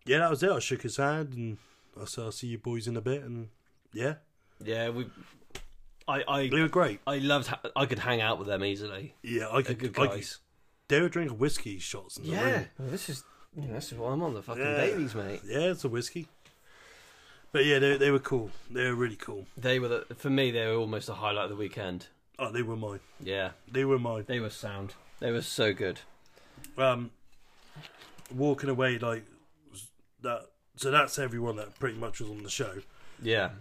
[SPEAKER 2] yeah, that was it. I shook his hand and I said, "I'll see you boys in a bit," and yeah,
[SPEAKER 1] Yeah. We. I. I.
[SPEAKER 2] they were great.
[SPEAKER 1] I loved. ho- I could hang out with them easily.
[SPEAKER 2] Yeah, I
[SPEAKER 1] They're
[SPEAKER 2] could,
[SPEAKER 1] good
[SPEAKER 2] I could
[SPEAKER 1] guys.
[SPEAKER 2] they were drinking whiskey shots in the
[SPEAKER 1] yeah.
[SPEAKER 2] room.
[SPEAKER 1] Well, this is. You know, this is why I'm on the fucking
[SPEAKER 2] Yeah.
[SPEAKER 1] dailies, mate.
[SPEAKER 2] Yeah, it's a whiskey. But yeah, they, they were cool. They were really cool.
[SPEAKER 1] They were the, for me. They were almost a highlight of the weekend.
[SPEAKER 2] Oh, they were mine.
[SPEAKER 1] Yeah.
[SPEAKER 2] They were mine.
[SPEAKER 1] They were sound. They were so good.
[SPEAKER 2] Um, walking away like that. So that's everyone that pretty much was on the show.
[SPEAKER 1] Yeah.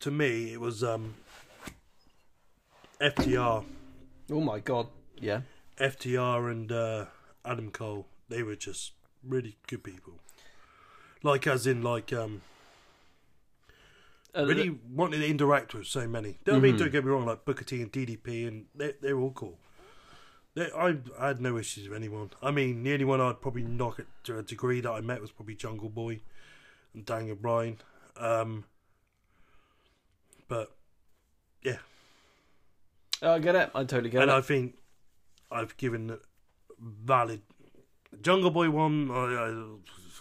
[SPEAKER 2] To me, it was um, FTR,
[SPEAKER 1] Oh my god. Yeah.
[SPEAKER 2] FTR, and uh, Adam Cole. They were just really good people. Like as in like um,
[SPEAKER 1] uh,
[SPEAKER 2] Really wanted to interact with so many. I mean, don't get me wrong, like Booker T and DDP, and they, they're all cool. They, I, I had no issues with anyone. I mean, the only one I'd probably knock it to a degree that I met was probably Jungle Boy and Daniel Bryan. Um, but yeah,
[SPEAKER 1] oh, I get it. I totally get
[SPEAKER 2] and
[SPEAKER 1] it.
[SPEAKER 2] I think I've given valid Jungle Boy one, I, I,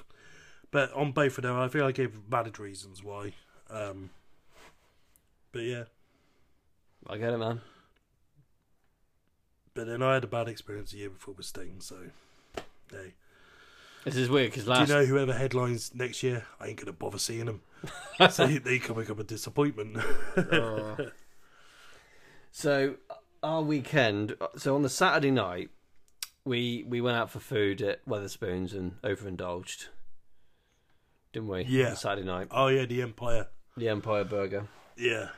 [SPEAKER 2] but on both of them, I think I gave valid reasons why. Um, but yeah,
[SPEAKER 1] I get it, man.
[SPEAKER 2] but then I had a bad experience the year before with Sting, so hey.
[SPEAKER 1] This is weird because
[SPEAKER 2] Do you
[SPEAKER 1] last
[SPEAKER 2] know whoever headlines next year? I ain't gonna bother seeing them. so they- they can become a disappointment.
[SPEAKER 1] Oh. So our weekend, so on the Saturday night, we we went out for food at Weatherspoons and overindulged, didn't we?
[SPEAKER 2] Yeah.
[SPEAKER 1] On Saturday night,
[SPEAKER 2] oh yeah, the Empire.
[SPEAKER 1] the Empire Burger.
[SPEAKER 2] Yeah,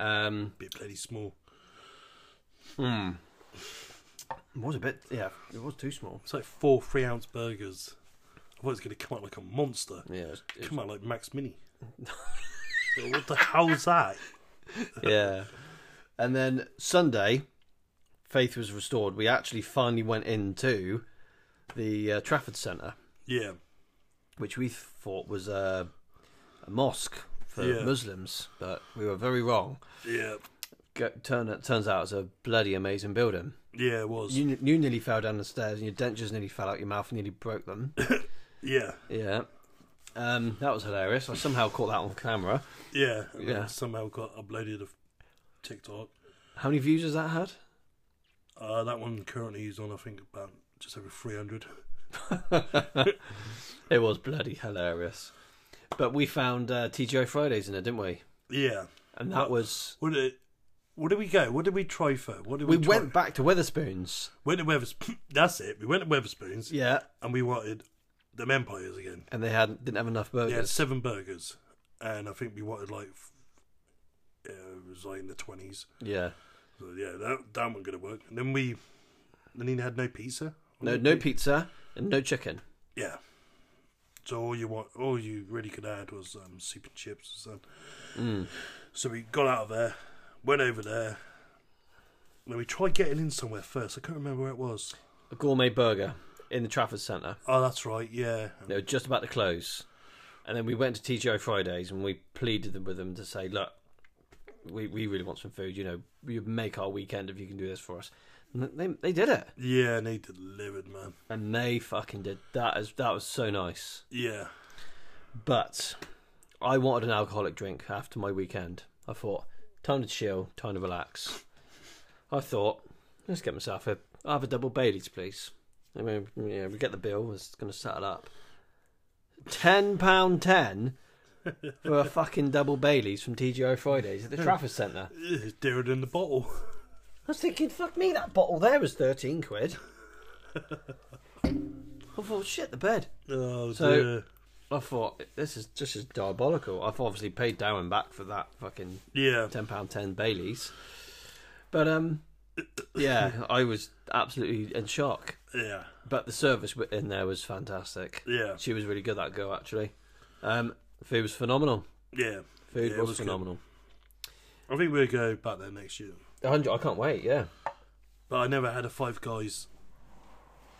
[SPEAKER 1] Um,
[SPEAKER 2] bit bloody small.
[SPEAKER 1] it was a bit, yeah, it was too small.
[SPEAKER 2] It's like four three ounce burgers. I thought it was gonna come out like a monster.
[SPEAKER 1] Yeah, it was- it
[SPEAKER 2] Come out like Max Mini. so what the hell's that?
[SPEAKER 1] was- yeah. And then Sunday, faith was restored. We actually finally went into the uh, Trafford Centre,
[SPEAKER 2] Yeah,
[SPEAKER 1] which we thought was a, a mosque for
[SPEAKER 2] Yeah.
[SPEAKER 1] Muslims, but we were very wrong.
[SPEAKER 2] yeah,
[SPEAKER 1] go, turn it turns out it's a bloody amazing building.
[SPEAKER 2] yeah. It was.
[SPEAKER 1] You, you nearly fell down the stairs, and your dentures nearly fell out your mouth, and nearly broke them.
[SPEAKER 2] Yeah,
[SPEAKER 1] yeah, um, that was hilarious. I somehow caught that on camera.
[SPEAKER 2] yeah. And then
[SPEAKER 1] Yeah.
[SPEAKER 2] Somehow got uploaded of TikTok.
[SPEAKER 1] How many views has that had?
[SPEAKER 2] Uh, that one currently is on, I think, about just over three hundred.
[SPEAKER 1] It was bloody hilarious. But we found uh, TGI Fridays in there, didn't we?
[SPEAKER 2] Yeah.
[SPEAKER 1] And that was
[SPEAKER 2] What did? What did we go? What did we try for? What did we?
[SPEAKER 1] we
[SPEAKER 2] try?
[SPEAKER 1] went back to Weatherspoons.
[SPEAKER 2] Went to Weatherspoons. That's it. We went to Weatherspoons
[SPEAKER 1] Yeah,
[SPEAKER 2] and we wanted them empires again.
[SPEAKER 1] and they had didn't have enough burgers.
[SPEAKER 2] They had seven burgers, and I think we wanted like f- yeah, it was like in the twenties.
[SPEAKER 1] Yeah,
[SPEAKER 2] So yeah, that that wasn't gonna work. And then we then he had no pizza.
[SPEAKER 1] no no pizza and no chicken.
[SPEAKER 2] Yeah. So all you want, all you really could add was um, soup and chips. And So we got out of there, went over there. Then we tried getting in somewhere first. I can't remember where it was.
[SPEAKER 1] A gourmet burger in the Trafford Centre.
[SPEAKER 2] Oh, that's right. Yeah.
[SPEAKER 1] They were just about to close. And then we went to TGI Fridays and we pleaded them with them to say, look, we, we really want some food. You know, you make our weekend if you can do this for us. And they, they did it.
[SPEAKER 2] Yeah, and he delivered, man.
[SPEAKER 1] And they fucking did. That is that was so nice.
[SPEAKER 2] Yeah.
[SPEAKER 1] But I wanted an alcoholic drink after my weekend. I thought, time to chill, time to relax. I thought, let's get myself a I'll have a double Bailey's, please. I mean, yeah, we get the bill. It's going to settle up. Ten pound ten for a fucking double Bailey's from TGI Fridays at the Trafford Centre.
[SPEAKER 2] It's dearer than the bottle.
[SPEAKER 1] I was thinking, fuck me, that bottle there was thirteen quid. I thought, shit, the bed.
[SPEAKER 2] Oh,
[SPEAKER 1] So-
[SPEAKER 2] dear.
[SPEAKER 1] I thought this is just as diabolical. I've obviously paid down and back for that fucking
[SPEAKER 2] Yeah.
[SPEAKER 1] ten pound ten Baileys, but um, yeah, I was absolutely in shock.
[SPEAKER 2] Yeah.
[SPEAKER 1] But the service w- in there was fantastic.
[SPEAKER 2] Yeah.
[SPEAKER 1] She was really good that girl actually. Um, food was phenomenal.
[SPEAKER 2] Yeah.
[SPEAKER 1] Food
[SPEAKER 2] Yeah, it
[SPEAKER 1] was,
[SPEAKER 2] good.
[SPEAKER 1] phenomenal.
[SPEAKER 2] I think we'll go back there next year.
[SPEAKER 1] A hundred. I can't wait. Yeah.
[SPEAKER 2] But I never had a Five Guys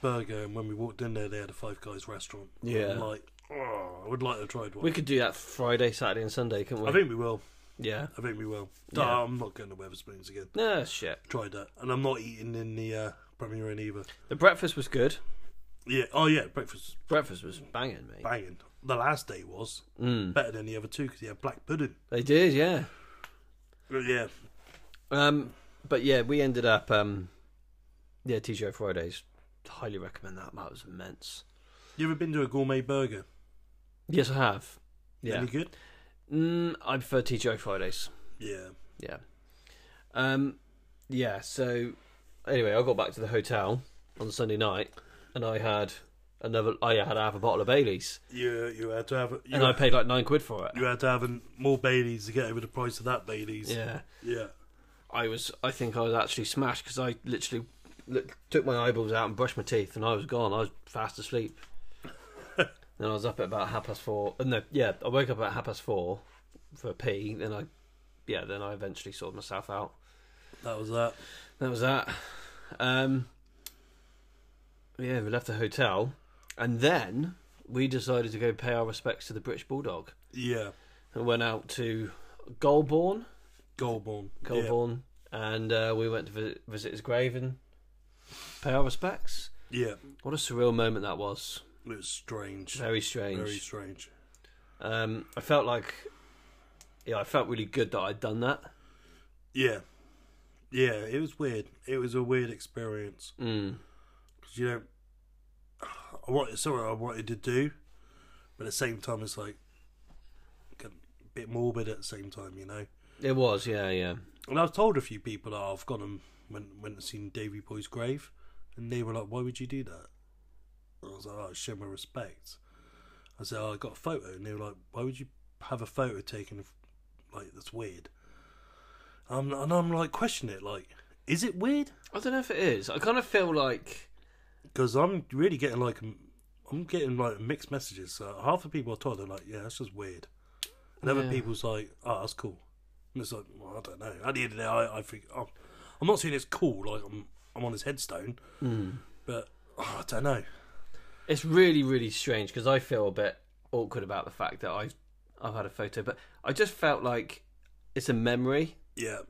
[SPEAKER 2] burger, and when we walked in there, they had a Five Guys restaurant.
[SPEAKER 1] Yeah.
[SPEAKER 2] I'm like, oh, I would like to have tried one.
[SPEAKER 1] We could do that Friday, Saturday, and Sunday, couldn't we?
[SPEAKER 2] I think we will.
[SPEAKER 1] yeah.
[SPEAKER 2] I think we will.
[SPEAKER 1] Yeah.
[SPEAKER 2] No, I'm not going to Weatherspoons again.
[SPEAKER 1] No shit.
[SPEAKER 2] Tried that. And I'm not eating in the uh, Premier Inn either.
[SPEAKER 1] The breakfast was good.
[SPEAKER 2] Yeah. Oh, yeah. Breakfast
[SPEAKER 1] Breakfast was banging, mate.
[SPEAKER 2] banging. The last day was
[SPEAKER 1] Mm.
[SPEAKER 2] better than the other two because he had black pudding.
[SPEAKER 1] They did, yeah.
[SPEAKER 2] But Uh, yeah.
[SPEAKER 1] Um, but yeah, we ended up. Um, yeah, TGI Fridays. Highly recommend that. That was immense.
[SPEAKER 2] You ever been to a gourmet burger?
[SPEAKER 1] Yes, I have. Yeah,
[SPEAKER 2] Any good?
[SPEAKER 1] mm, I prefer TGI Fridays.
[SPEAKER 2] Yeah.
[SPEAKER 1] Yeah, um, yeah. So anyway, I got back to the hotel on Sunday night, and I had another. I had half a bottle of Bailey's,
[SPEAKER 2] You you had to have you,
[SPEAKER 1] and I paid like nine quid for it.
[SPEAKER 2] you had to have an- more Baileys to get over the price of that Baileys.
[SPEAKER 1] Yeah,
[SPEAKER 2] Yeah.
[SPEAKER 1] I was. I think I was actually smashed because I literally look, took my eyeballs out and brushed my teeth, and I was gone. I was fast asleep. then I was up at about half past four. uh, No, yeah, I woke up at half past four, for pee, then I, yeah, then I eventually sorted myself out.
[SPEAKER 2] That was that.
[SPEAKER 1] That was that. Um, yeah, we left the hotel, and then we decided to go pay our respects to the British Bulldog,
[SPEAKER 2] Yeah.
[SPEAKER 1] and went out to Goulburn,
[SPEAKER 2] Goulburn.
[SPEAKER 1] Goulburn, and uh, we went to visit, visit his grave and pay our respects.
[SPEAKER 2] Yeah.
[SPEAKER 1] What a surreal moment that was.
[SPEAKER 2] yeah. It was strange.
[SPEAKER 1] Very strange.
[SPEAKER 2] Very strange.
[SPEAKER 1] Um, I felt like, yeah, I felt really good that I'd done that.
[SPEAKER 2] Yeah. Yeah, it was weird. It was a weird experience.
[SPEAKER 1] Mm.
[SPEAKER 2] Because, you know, I wanted, it's something I wanted to do, but at the same time, it's like a bit morbid at the same time, you know?
[SPEAKER 1] It was, yeah, yeah.
[SPEAKER 2] And I've told a few people that I've gone and went, went and seen Davy Boy's grave, and they were like, "Why would you do that?" I was like, "Oh, show my respect." I said, oh, "I got a photo," and they were like, "Why would you have a photo taken? Of, like that's weird." Um, and I'm like, question it, like, is it weird?
[SPEAKER 1] I don't know if it is. I kind of feel like,
[SPEAKER 2] Because I'm really getting like, m- I'm getting like mixed messages. So half the people I told are like, "Yeah, that's just weird," and other
[SPEAKER 1] Yeah.
[SPEAKER 2] people's like, "Oh, that's cool." And it's like, well, I don't know. At the end of the day, I, I think I'm, I'm not saying it's cool. Like I'm, I'm on his headstone,
[SPEAKER 1] Hmm.
[SPEAKER 2] but oh, I don't know.
[SPEAKER 1] it's really, really strange because I feel a bit awkward about the fact that I've, I've had a photo, but I just felt like it's a memory.
[SPEAKER 2] Yeah,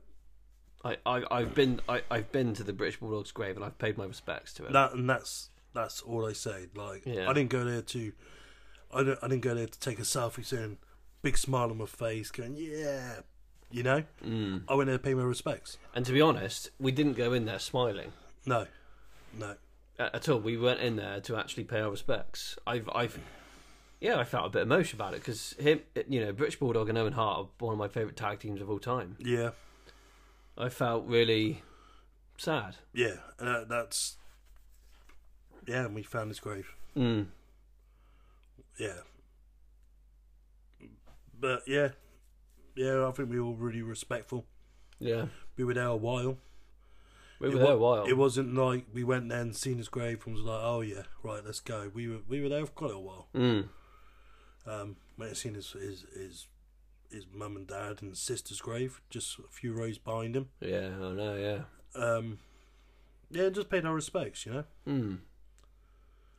[SPEAKER 1] I, I, I've been, I, I've been to the British Bulldog's grave and I've paid my respects to it.
[SPEAKER 2] that and that's that's all I say. Like
[SPEAKER 1] Yeah.
[SPEAKER 2] I didn't go there to, I don't, I didn't go there to take a selfie, saying big smile on my face, going yeah, you know.
[SPEAKER 1] Hmm.
[SPEAKER 2] Mm. I went there to pay my respects.
[SPEAKER 1] And to be honest, we didn't go in there smiling
[SPEAKER 2] No, no.
[SPEAKER 1] a- at all. We went in there to actually pay our respects. I've, I've, yeah, I felt a bit emotional about it because him, you know, British Bulldog and Owen Hart are one of my favourite tag teams of all time.
[SPEAKER 2] Yeah.
[SPEAKER 1] I felt really sad.
[SPEAKER 2] Yeah, and that, that's yeah. And we found his grave.
[SPEAKER 1] Mm.
[SPEAKER 2] Yeah, but yeah, yeah. I think we were all really respectful.
[SPEAKER 1] Yeah,
[SPEAKER 2] We were there a while.
[SPEAKER 1] we
[SPEAKER 2] It
[SPEAKER 1] were
[SPEAKER 2] wa-
[SPEAKER 1] there a while.
[SPEAKER 2] It wasn't like we went there and seen his grave and was like, "Oh yeah, right, let's go." We were we were there for quite a while.
[SPEAKER 1] Mm.
[SPEAKER 2] Um, went and seen his his his, his mum and dad and sister's grave, just a few rows behind him.
[SPEAKER 1] Yeah, I know. Yeah.
[SPEAKER 2] Um, yeah, just paid our respects, you know.
[SPEAKER 1] Mm.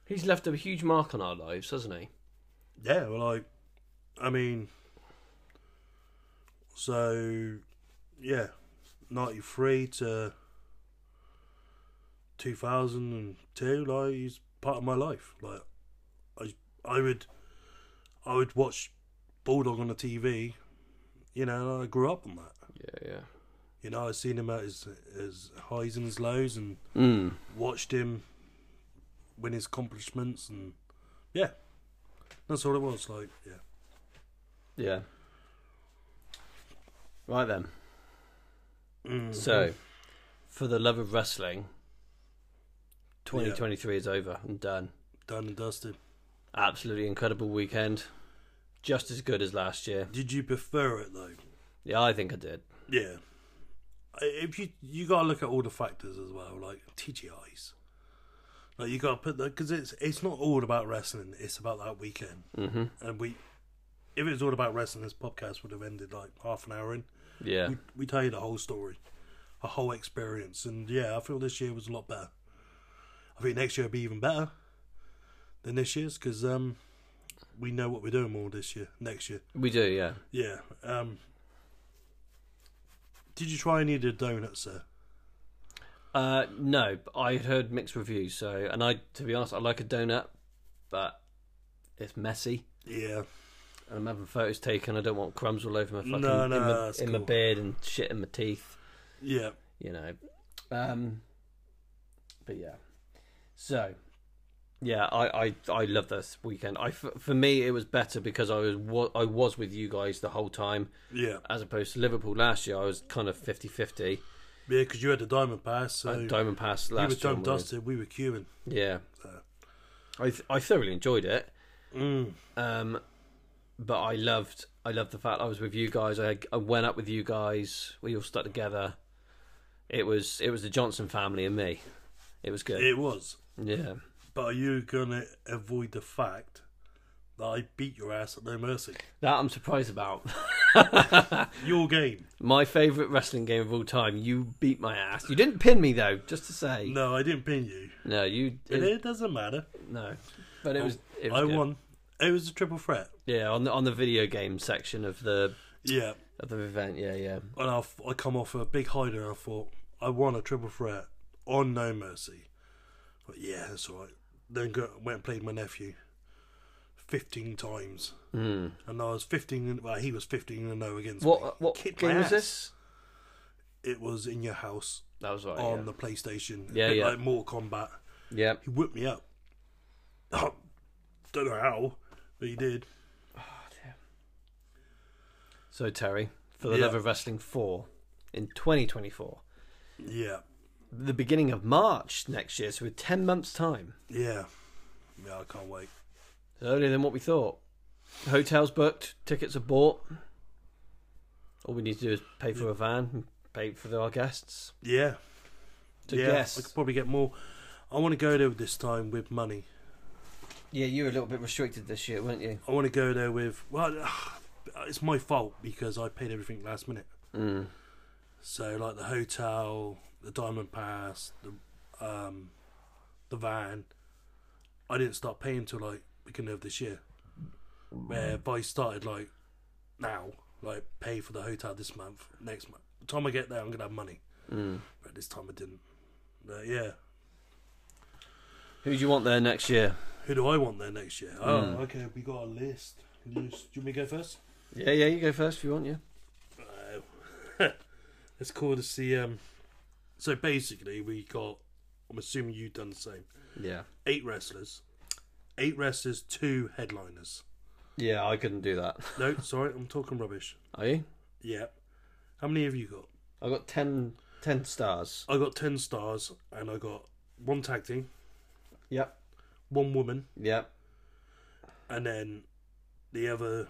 [SPEAKER 1] He's left a huge mark on our lives, hasn't he?
[SPEAKER 2] Yeah, well, I, I mean, so yeah, ninety three to two thousand and two. Like he's part of my life. Like I, I would, I would watch Bulldog on the TV. You know, and I grew up on that.
[SPEAKER 1] Yeah,
[SPEAKER 2] You know, I seen him at his his highs and his lows, and
[SPEAKER 1] yeah. Mm.
[SPEAKER 2] watched him win his accomplishments, and yeah, that's all it was. Like yeah.
[SPEAKER 1] Yeah. Right then.
[SPEAKER 2] Mm, Mm-hmm.
[SPEAKER 1] So, for the love of wrestling, 2023 is over and done.
[SPEAKER 2] Done and dusted.
[SPEAKER 1] Absolutely incredible weekend. Just as good as last year.
[SPEAKER 2] Did you prefer it though?
[SPEAKER 1] Yeah, I think I did.
[SPEAKER 2] Yeah. I- If you you gotta look at all the factors as well, like TGI's. Like you gotta put that because it's it's not all about wrestling. It's about that weekend. Mm-hmm. And we, if it was all about wrestling, this podcast would have ended like half an hour in.
[SPEAKER 1] Yeah.
[SPEAKER 2] We we tell you the whole story, a whole experience, and yeah, I feel this year was a lot better. I think next year will be even better than this year's because um, we know what we're doing more this year, next year.
[SPEAKER 1] We do, yeah.
[SPEAKER 2] Yeah. Um, did you try any of the donuts, sir?
[SPEAKER 1] Uh, no, but I had heard mixed reviews. So, and I, to be honest, I like a donut, but it's messy,
[SPEAKER 2] Yeah.
[SPEAKER 1] and I'm having photos taken. I don't want crumbs all over my fucking
[SPEAKER 2] No,
[SPEAKER 1] in,
[SPEAKER 2] no,
[SPEAKER 1] my,
[SPEAKER 2] that's
[SPEAKER 1] in my
[SPEAKER 2] cool.
[SPEAKER 1] beard and shit in my teeth.
[SPEAKER 2] Yeah.
[SPEAKER 1] You know, um, but yeah. So, yeah, I I I love this weekend. I f- for me it was better because I was wa- I was with you guys the whole time
[SPEAKER 2] Yeah.
[SPEAKER 1] as opposed to Liverpool last year. I was kind of 50-50.
[SPEAKER 2] Yeah, because you had the diamond pass, so Oh. you
[SPEAKER 1] Diamond Pass last
[SPEAKER 2] were
[SPEAKER 1] year.
[SPEAKER 2] done
[SPEAKER 1] was-
[SPEAKER 2] dusted. We were queuing.
[SPEAKER 1] Yeah.
[SPEAKER 2] So-
[SPEAKER 1] I th- I thoroughly enjoyed it.
[SPEAKER 2] Mm.
[SPEAKER 1] Um, but I loved I loved the fact I was with you guys. I I went up with you guys. We all stuck together. It was it was the Johnson family and me. It was good.
[SPEAKER 2] It was.
[SPEAKER 1] yeah.
[SPEAKER 2] But are you gonna avoid the fact that I beat your ass at No Mercy?
[SPEAKER 1] That I'm surprised about.
[SPEAKER 2] Your game.
[SPEAKER 1] My favourite wrestling game of all time. You beat my ass. You didn't pin me though, just to say. No,
[SPEAKER 2] No, I didn't pin you.
[SPEAKER 1] you it,
[SPEAKER 2] It, it doesn't matter.
[SPEAKER 1] no. But it was. It was
[SPEAKER 2] I
[SPEAKER 1] good.
[SPEAKER 2] won. It was a triple threat.
[SPEAKER 1] Yeah, on the on the video game section of the
[SPEAKER 2] Yeah.
[SPEAKER 1] of the event. Yeah, yeah.
[SPEAKER 2] And I, f- I come off a big hider and I thought, I won a triple threat on No Mercy. But yeah, that's all right. Then go, went and played my nephew 15 times. Mm. And I was 15, and, well, he was 15 and 0 against me.
[SPEAKER 1] Hmm. What what
[SPEAKER 2] Kicked my
[SPEAKER 1] game was
[SPEAKER 2] ass.
[SPEAKER 1] this?
[SPEAKER 2] It was in your house
[SPEAKER 1] That was right.
[SPEAKER 2] on
[SPEAKER 1] Oh, yeah.
[SPEAKER 2] the PlayStation.
[SPEAKER 1] Yeah,
[SPEAKER 2] a bit
[SPEAKER 1] yeah.
[SPEAKER 2] Like Mortal Kombat.
[SPEAKER 1] yeah.
[SPEAKER 2] He whipped me up. Don't know how, but he did.
[SPEAKER 1] So Terry, for the
[SPEAKER 2] Yeah.
[SPEAKER 1] Love of Wrestling four in 2024,
[SPEAKER 2] Yeah.
[SPEAKER 1] the beginning of March next year, so with 10 months time,
[SPEAKER 2] Yeah. Yeah, I can't wait.
[SPEAKER 1] It's earlier than what we thought. Hotels booked, tickets are bought. All we need to do is pay for a van, and pay for our guests.
[SPEAKER 2] Yeah.
[SPEAKER 1] To
[SPEAKER 2] yeah. I could
[SPEAKER 1] guests.
[SPEAKER 2] probably get more. I want to go there this time with money.
[SPEAKER 1] Yeah, you were a little bit restricted this year, weren't you?
[SPEAKER 2] I want to go there with. Well, it's my fault because I paid everything last minute.
[SPEAKER 1] Mm.
[SPEAKER 2] So, like the hotel, the Diamond Pass, the um, the van. I didn't start paying till like beginning of this year. Where if I started like now, like pay for the hotel this month, next month. The time I get there, I'm gonna have money.
[SPEAKER 1] Mm.
[SPEAKER 2] But this time I didn't. But yeah,
[SPEAKER 1] Who do you want there next year?
[SPEAKER 2] who do I want there next year? Oh, okay, we got a list. You, do you want me to go first?
[SPEAKER 1] Yeah, yeah, you go first if you want, yeah.
[SPEAKER 2] It's called to see. Um, so basically, we got. I'm assuming you've done the same.
[SPEAKER 1] Yeah.
[SPEAKER 2] Eight wrestlers, eight wrestlers, two headliners.
[SPEAKER 1] Yeah, I couldn't do that.
[SPEAKER 2] No, sorry, I'm talking rubbish.
[SPEAKER 1] Are you?
[SPEAKER 2] Yeah. How many have you got?
[SPEAKER 1] I got 10, 10 stars.
[SPEAKER 2] I got ten stars, and I got one tag team,
[SPEAKER 1] Yep.
[SPEAKER 2] one woman,
[SPEAKER 1] Yep.
[SPEAKER 2] and then the other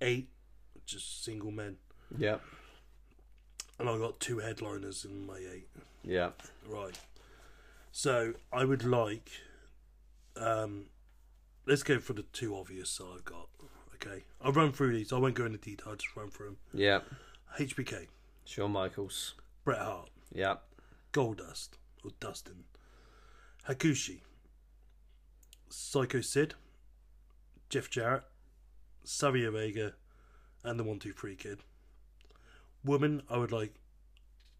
[SPEAKER 2] eight just single men.
[SPEAKER 1] Yep.
[SPEAKER 2] And I got two headliners in my eight.
[SPEAKER 1] Yep.
[SPEAKER 2] Right. So I would like. Um, let's go for the two obvious that I've got. Okay, I'll run through these. I won't go into detail. I'll just run through them.
[SPEAKER 1] Yep.
[SPEAKER 2] HBK,
[SPEAKER 1] Shawn Michaels.
[SPEAKER 2] Bret Hart,
[SPEAKER 1] Yep.
[SPEAKER 2] Goldust or Dustin, Hakushi, Psycho Sid, Jeff Jarrett, Savio Vega, and the One Two Three Kid. Woman, I would like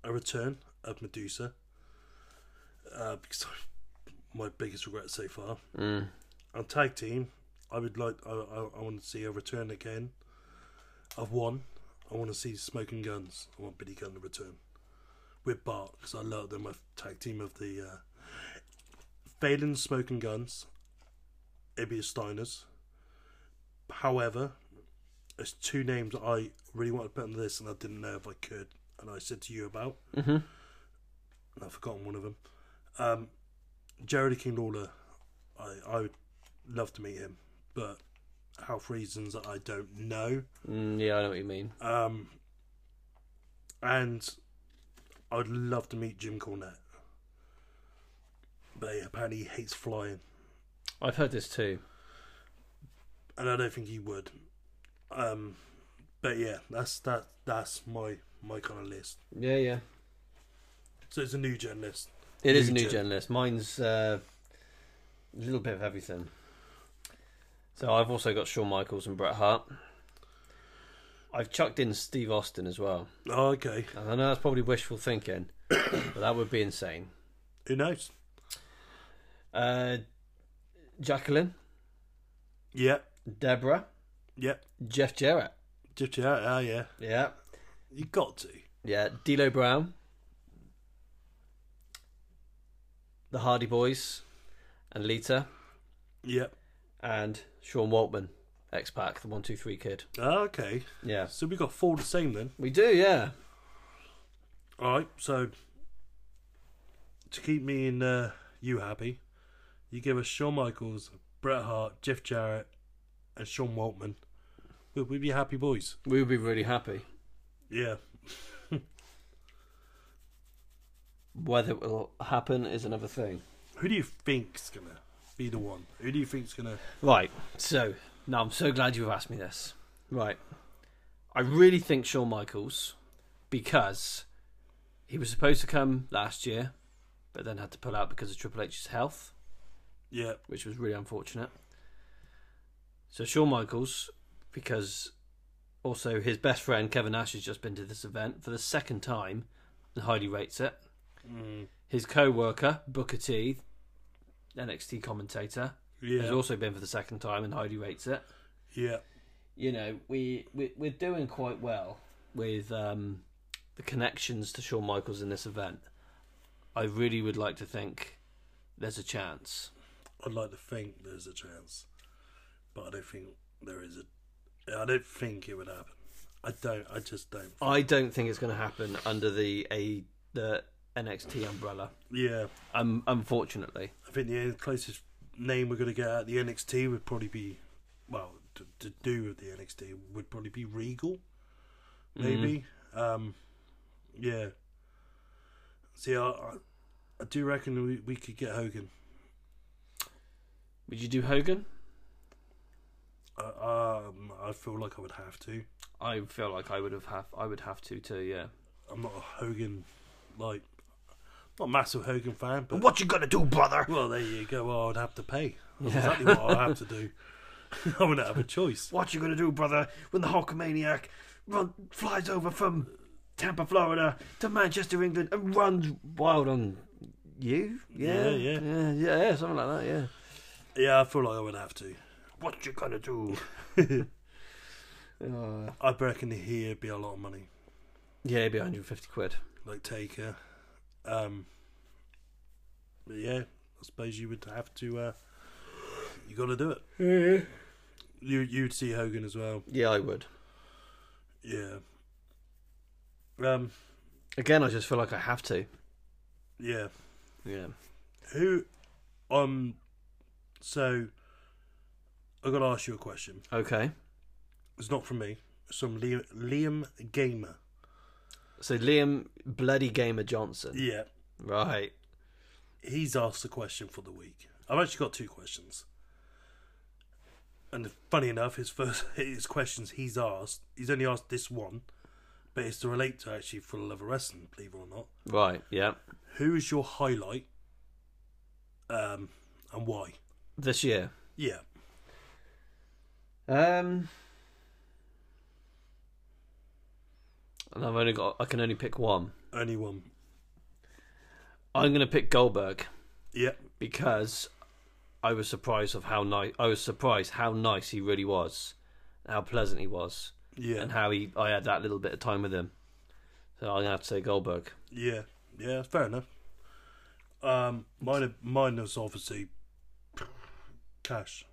[SPEAKER 2] a return of Medusa. Uh, because I- my biggest regret so far.
[SPEAKER 1] Mm.
[SPEAKER 2] On tag team, I would like I, I, I want to see a return again. I've won. I want to see Smoking Guns. I want Billy Gunn to return with Bart because I love them. My tag team of the uh, Phelan Smoking Guns, Ibius Steiners. However, there's two names I really want to put on this and I didn't know if I could, and I said to you about,
[SPEAKER 1] Mm-hmm.
[SPEAKER 2] and I've forgotten one of them. Um, Jared King Lawler, I I would love to meet him, but health reasons that I don't know.
[SPEAKER 1] Mm, yeah, I know what you mean.
[SPEAKER 2] Um, and I'd love to meet Jim Cornette, but apparently he hates flying,
[SPEAKER 1] I've heard this too.
[SPEAKER 2] and I don't think he would. Um, but yeah, that's that. That's my my kind of list.
[SPEAKER 1] Yeah, yeah.
[SPEAKER 2] So it's a new gen list.
[SPEAKER 1] It is a
[SPEAKER 2] New
[SPEAKER 1] new
[SPEAKER 2] gen.
[SPEAKER 1] gen list. Mine's uh, a little bit of everything. So I've also got Shawn Michaels and Bret Hart. I've chucked in Steve Austin as well.
[SPEAKER 2] Oh, okay,
[SPEAKER 1] And I know that's probably wishful thinking, but that would be insane.
[SPEAKER 2] who knows?
[SPEAKER 1] Uh, Jacqueline,
[SPEAKER 2] Yeah,
[SPEAKER 1] Deborah,
[SPEAKER 2] yeah,
[SPEAKER 1] Jeff Jarrett.
[SPEAKER 2] just yeah, ah, yeah.
[SPEAKER 1] Yeah.
[SPEAKER 2] You got to.
[SPEAKER 1] Yeah. D'Lo Brown, the Hardy Boys, and Lita,
[SPEAKER 2] Yeah.
[SPEAKER 1] and Sean Waltman, X Pac, the 123 kid.
[SPEAKER 2] Ah, okay.
[SPEAKER 1] Yeah.
[SPEAKER 2] So we got four the same then.
[SPEAKER 1] We do, yeah.
[SPEAKER 2] All right. So to keep me and uh, you happy, you give us Shawn Michaels, Bret Hart, Jeff Jarrett, and Sean Waltman. We'll, we'll be happy boys.
[SPEAKER 1] We would be really happy.
[SPEAKER 2] Yeah.
[SPEAKER 1] Whether it will happen is another thing.
[SPEAKER 2] Who do you think's gonna be the one? Who do you think's gonna?
[SPEAKER 1] Right. So, no, I'm so glad you've asked me this. Right. I really think Shawn Michaels because he was supposed to come last year, but then had to pull out because of Triple H's health,
[SPEAKER 2] Yeah.
[SPEAKER 1] which was really unfortunate. So Shawn Michaels, because also his best friend Kevin Nash has just been to this event for the second time and highly rates it. His co-worker Booker T, NXT commentator,
[SPEAKER 2] Yeah.
[SPEAKER 1] has also been for the second time and highly rates it
[SPEAKER 2] yeah.
[SPEAKER 1] you know, we, we we're doing quite well with um, the connections to Shawn Michaels in this event. I really would like to think there's a chance.
[SPEAKER 2] I'd like to think there's a chance, but I don't think there is a. I don't think it would happen. I don't. I just don't.
[SPEAKER 1] I don't think it's going to happen under the a the NXT umbrella.
[SPEAKER 2] Yeah.
[SPEAKER 1] Um, unfortunately,
[SPEAKER 2] I think the closest name we're going to get out of the NXT would probably be, well, to, to do with the NXT would probably be Regal, maybe. Um, yeah. See, I, I, I do reckon we, we could get Hogan.
[SPEAKER 1] would you do Hogan?
[SPEAKER 2] I, um, I feel like I would have to.
[SPEAKER 1] I feel like I would have, have I would have to too. Yeah.
[SPEAKER 2] I'm not a Hogan, like, not a massive Hogan fan, but
[SPEAKER 1] What you gonna do, brother?
[SPEAKER 2] well, there you go. Well, I'd have to pay. That's exactly what I'd have to do. I wouldn't have a choice.
[SPEAKER 1] What you gonna do, brother? When the Hulkamaniac run, flies over from Tampa, Florida to Manchester, England, and runs wild on you?
[SPEAKER 2] Yeah, yeah.
[SPEAKER 1] yeah, yeah, yeah, something like that. Yeah.
[SPEAKER 2] Yeah, I feel like I would have to.
[SPEAKER 1] What you gonna do? Oh.
[SPEAKER 2] I reckon here'd be a lot of money.
[SPEAKER 1] yeah, it'd be 150 quid.
[SPEAKER 2] Like Taker. Um But yeah, I suppose you would have to uh you gotta do it. Yeah. You you'd see Hogan as well.
[SPEAKER 1] Yeah, I would.
[SPEAKER 2] Yeah. Um
[SPEAKER 1] Again, I just feel like I have to.
[SPEAKER 2] yeah.
[SPEAKER 1] Yeah.
[SPEAKER 2] Who um so I gotta ask you a question.
[SPEAKER 1] Okay.
[SPEAKER 2] It's not from me. It's from Liam, Liam Gamer.
[SPEAKER 1] So Liam Bloody Gamer Johnson.
[SPEAKER 2] Yeah.
[SPEAKER 1] Right.
[SPEAKER 2] he's asked a question for the week. I've actually got two questions. And funny enough, his first his questions he's asked, he's only asked this one, but it's to relate to actually for the love of wrestling, believe it or not.
[SPEAKER 1] Right. Yeah.
[SPEAKER 2] Who is your highlight? Um, and why?
[SPEAKER 1] This year.
[SPEAKER 2] Yeah,
[SPEAKER 1] Um. And I've only got. I can only pick one.
[SPEAKER 2] only one.
[SPEAKER 1] I'm going to pick Goldberg
[SPEAKER 2] Yeah,
[SPEAKER 1] because I was surprised of how nice I was surprised how nice he really was, how pleasant he was,
[SPEAKER 2] yeah,
[SPEAKER 1] and how he I had that little bit of time with him. So I'm going to have to say Goldberg.
[SPEAKER 2] yeah, yeah. Fair enough. Um, mine, mine is obviously cash.